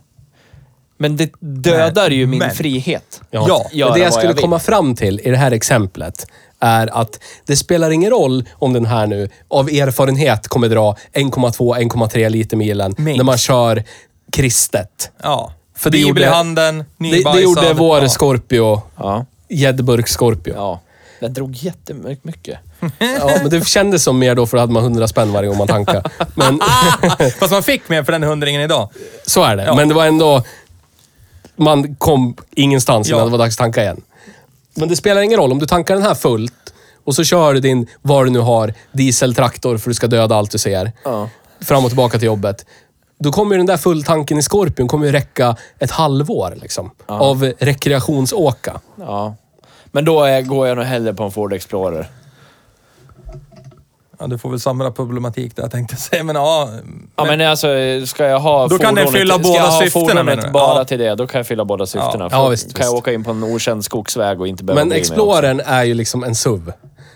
Speaker 1: Men det dödar ju min
Speaker 3: men-
Speaker 1: frihet.
Speaker 3: Ja,
Speaker 1: göra
Speaker 2: men det
Speaker 1: vad
Speaker 2: jag skulle
Speaker 1: vill.
Speaker 2: komma fram till i det här exemplet är att det spelar ingen roll om den här nu av erfarenhet kommer dra 1,2-1,3 liter milen
Speaker 3: Minst.
Speaker 2: när man kör kristet.
Speaker 3: Ja.
Speaker 2: För
Speaker 3: För
Speaker 2: det
Speaker 3: Bibel
Speaker 2: gjorde-
Speaker 3: i handen,
Speaker 2: Det,
Speaker 3: nybajsad.
Speaker 2: det gjorde vår
Speaker 3: Ja.
Speaker 2: Scorpio,
Speaker 1: Ja.
Speaker 2: Jedburg Scorpio.
Speaker 1: ja. Den drog jättemycket.
Speaker 2: Ja, men det kändes som mer då för då hade man 100 spänn varje gång man tankade.
Speaker 1: (laughs)
Speaker 2: Men
Speaker 3: (laughs) Fast man fick mer för den hundringen idag.
Speaker 2: så är det. Men det var ändå... Man kom ingenstans innan
Speaker 3: Ja.
Speaker 2: det var dags att tanka igen. Men det spelar ingen roll. Om du tankar den här fullt och så kör du din, vad du nu har, dieseltraktor för du ska döda allt du ser.
Speaker 1: Ja.
Speaker 2: Fram och tillbaka till jobbet. Då kommer ju den där fulltanken i Scorpion kommer ju räcka ett halvår liksom. Av rekreationsåka.
Speaker 1: Ja. Men då är, går jag nog hellre på en Ford Explorer.
Speaker 3: Ja, du får väl samma problematik där tänkte jag säga. Men ja,
Speaker 1: Ja, men alltså, ska jag ha
Speaker 3: Då kan den
Speaker 1: fordonet-
Speaker 3: fylla
Speaker 1: ska
Speaker 3: båda
Speaker 1: jag ha
Speaker 3: syftena, menar du?
Speaker 1: fordonet bara
Speaker 3: Ja.
Speaker 1: till det, då kan jag fylla båda syftena.
Speaker 3: Ja,
Speaker 1: För
Speaker 2: ja, visst,
Speaker 1: kan jag
Speaker 2: visst.
Speaker 1: åka in på en okänd skogsväg och inte behöva
Speaker 2: Men
Speaker 1: bry mig om-
Speaker 2: Explorern är ju liksom en SUV.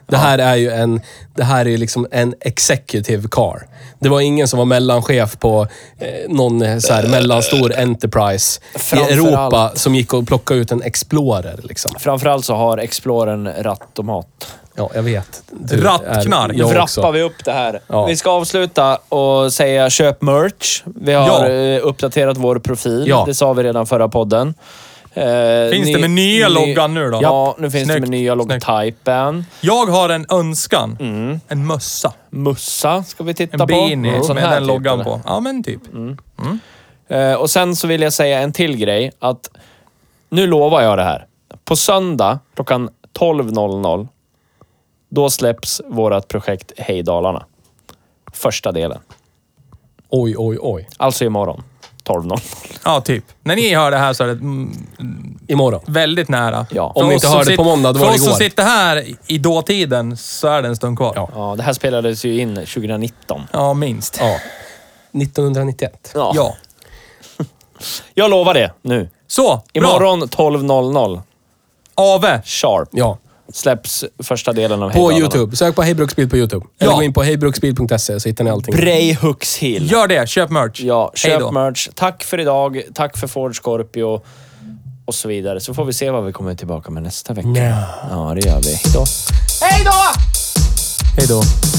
Speaker 2: Det här är ju en, det här är ju liksom en executive car. Det var ingen som var mellanchef på eh, någon eh, så här, mellanstor Enterprise
Speaker 1: Framför
Speaker 2: i Europa
Speaker 1: allt.
Speaker 2: som gick och plockade ut en Explorer. Liksom.
Speaker 1: Framförallt så har Explorern rattomat.
Speaker 2: Ja, jag vet. Du
Speaker 3: Rattknark.
Speaker 2: är- jag
Speaker 1: Nu
Speaker 2: också.
Speaker 1: wrappar vi upp det här.
Speaker 2: Ja.
Speaker 1: Vi ska avsluta och säga köp merch. Vi
Speaker 3: Ja.
Speaker 1: har eh, uppdaterat vår profil.
Speaker 2: Ja.
Speaker 1: Det sa vi redan förra podden. Eh,
Speaker 3: Finns det med nya loggan nu då?
Speaker 1: Ja, nu finns det
Speaker 3: Snyggt,
Speaker 1: med nya
Speaker 3: snyggt.
Speaker 1: logotypen.
Speaker 3: jag har en önskan.
Speaker 2: Mm.
Speaker 3: En mössa.
Speaker 1: Mussa ska vi titta
Speaker 3: En
Speaker 1: på.
Speaker 3: beanie
Speaker 1: En sån
Speaker 3: med
Speaker 1: här
Speaker 3: den
Speaker 1: typ,
Speaker 3: loggan
Speaker 1: eller?
Speaker 3: på. Ja, men typ.
Speaker 2: Mm.
Speaker 1: Eh, och sen så vill jag säga en till grej. Att nu lovar jag det här. På söndag klockan 12.00, då släpps vårt projekt Hej Dalarna. Första delen.
Speaker 2: Oj, oj, oj.
Speaker 1: Alltså imorgon. 12.00.
Speaker 3: Ja, typ. När ni hör det här så är det mm,
Speaker 2: Imorgon.
Speaker 3: väldigt nära.
Speaker 1: Ja.
Speaker 3: För
Speaker 2: Om ni
Speaker 3: oss
Speaker 2: inte
Speaker 3: som
Speaker 2: hörde
Speaker 3: sit-
Speaker 2: på måndag, då var
Speaker 3: För
Speaker 2: det
Speaker 3: oss som
Speaker 2: igår.
Speaker 3: sitter här i dåtiden så är det en stund kvar. Ja,
Speaker 1: Ja, det här spelades ju in 2019.
Speaker 3: minst. Ja.
Speaker 2: Ja. 1991.
Speaker 1: Ja. Jag lovar det nu.
Speaker 3: Så, bra.
Speaker 1: Imorgon 12.00
Speaker 3: Ave.
Speaker 1: sharp
Speaker 2: Ja.
Speaker 1: släpps första delen av Hej
Speaker 2: På
Speaker 1: Dalarna.
Speaker 2: YouTube. Sök på Hej Bruksbil på YouTube. Eller
Speaker 3: Ja.
Speaker 2: gå in på hejbruksbil.se så hittar ni allting.
Speaker 1: Breihuggshill.
Speaker 3: Gör det. Köp merch.
Speaker 1: Ja,
Speaker 3: Hej
Speaker 1: köp
Speaker 3: då.
Speaker 1: merch. Tack för idag. Tack för Ford Scorpio. Och så vidare. Så får vi se vad vi kommer tillbaka med nästa vecka. Ja, det gör vi. Hejdå.
Speaker 2: Hej då!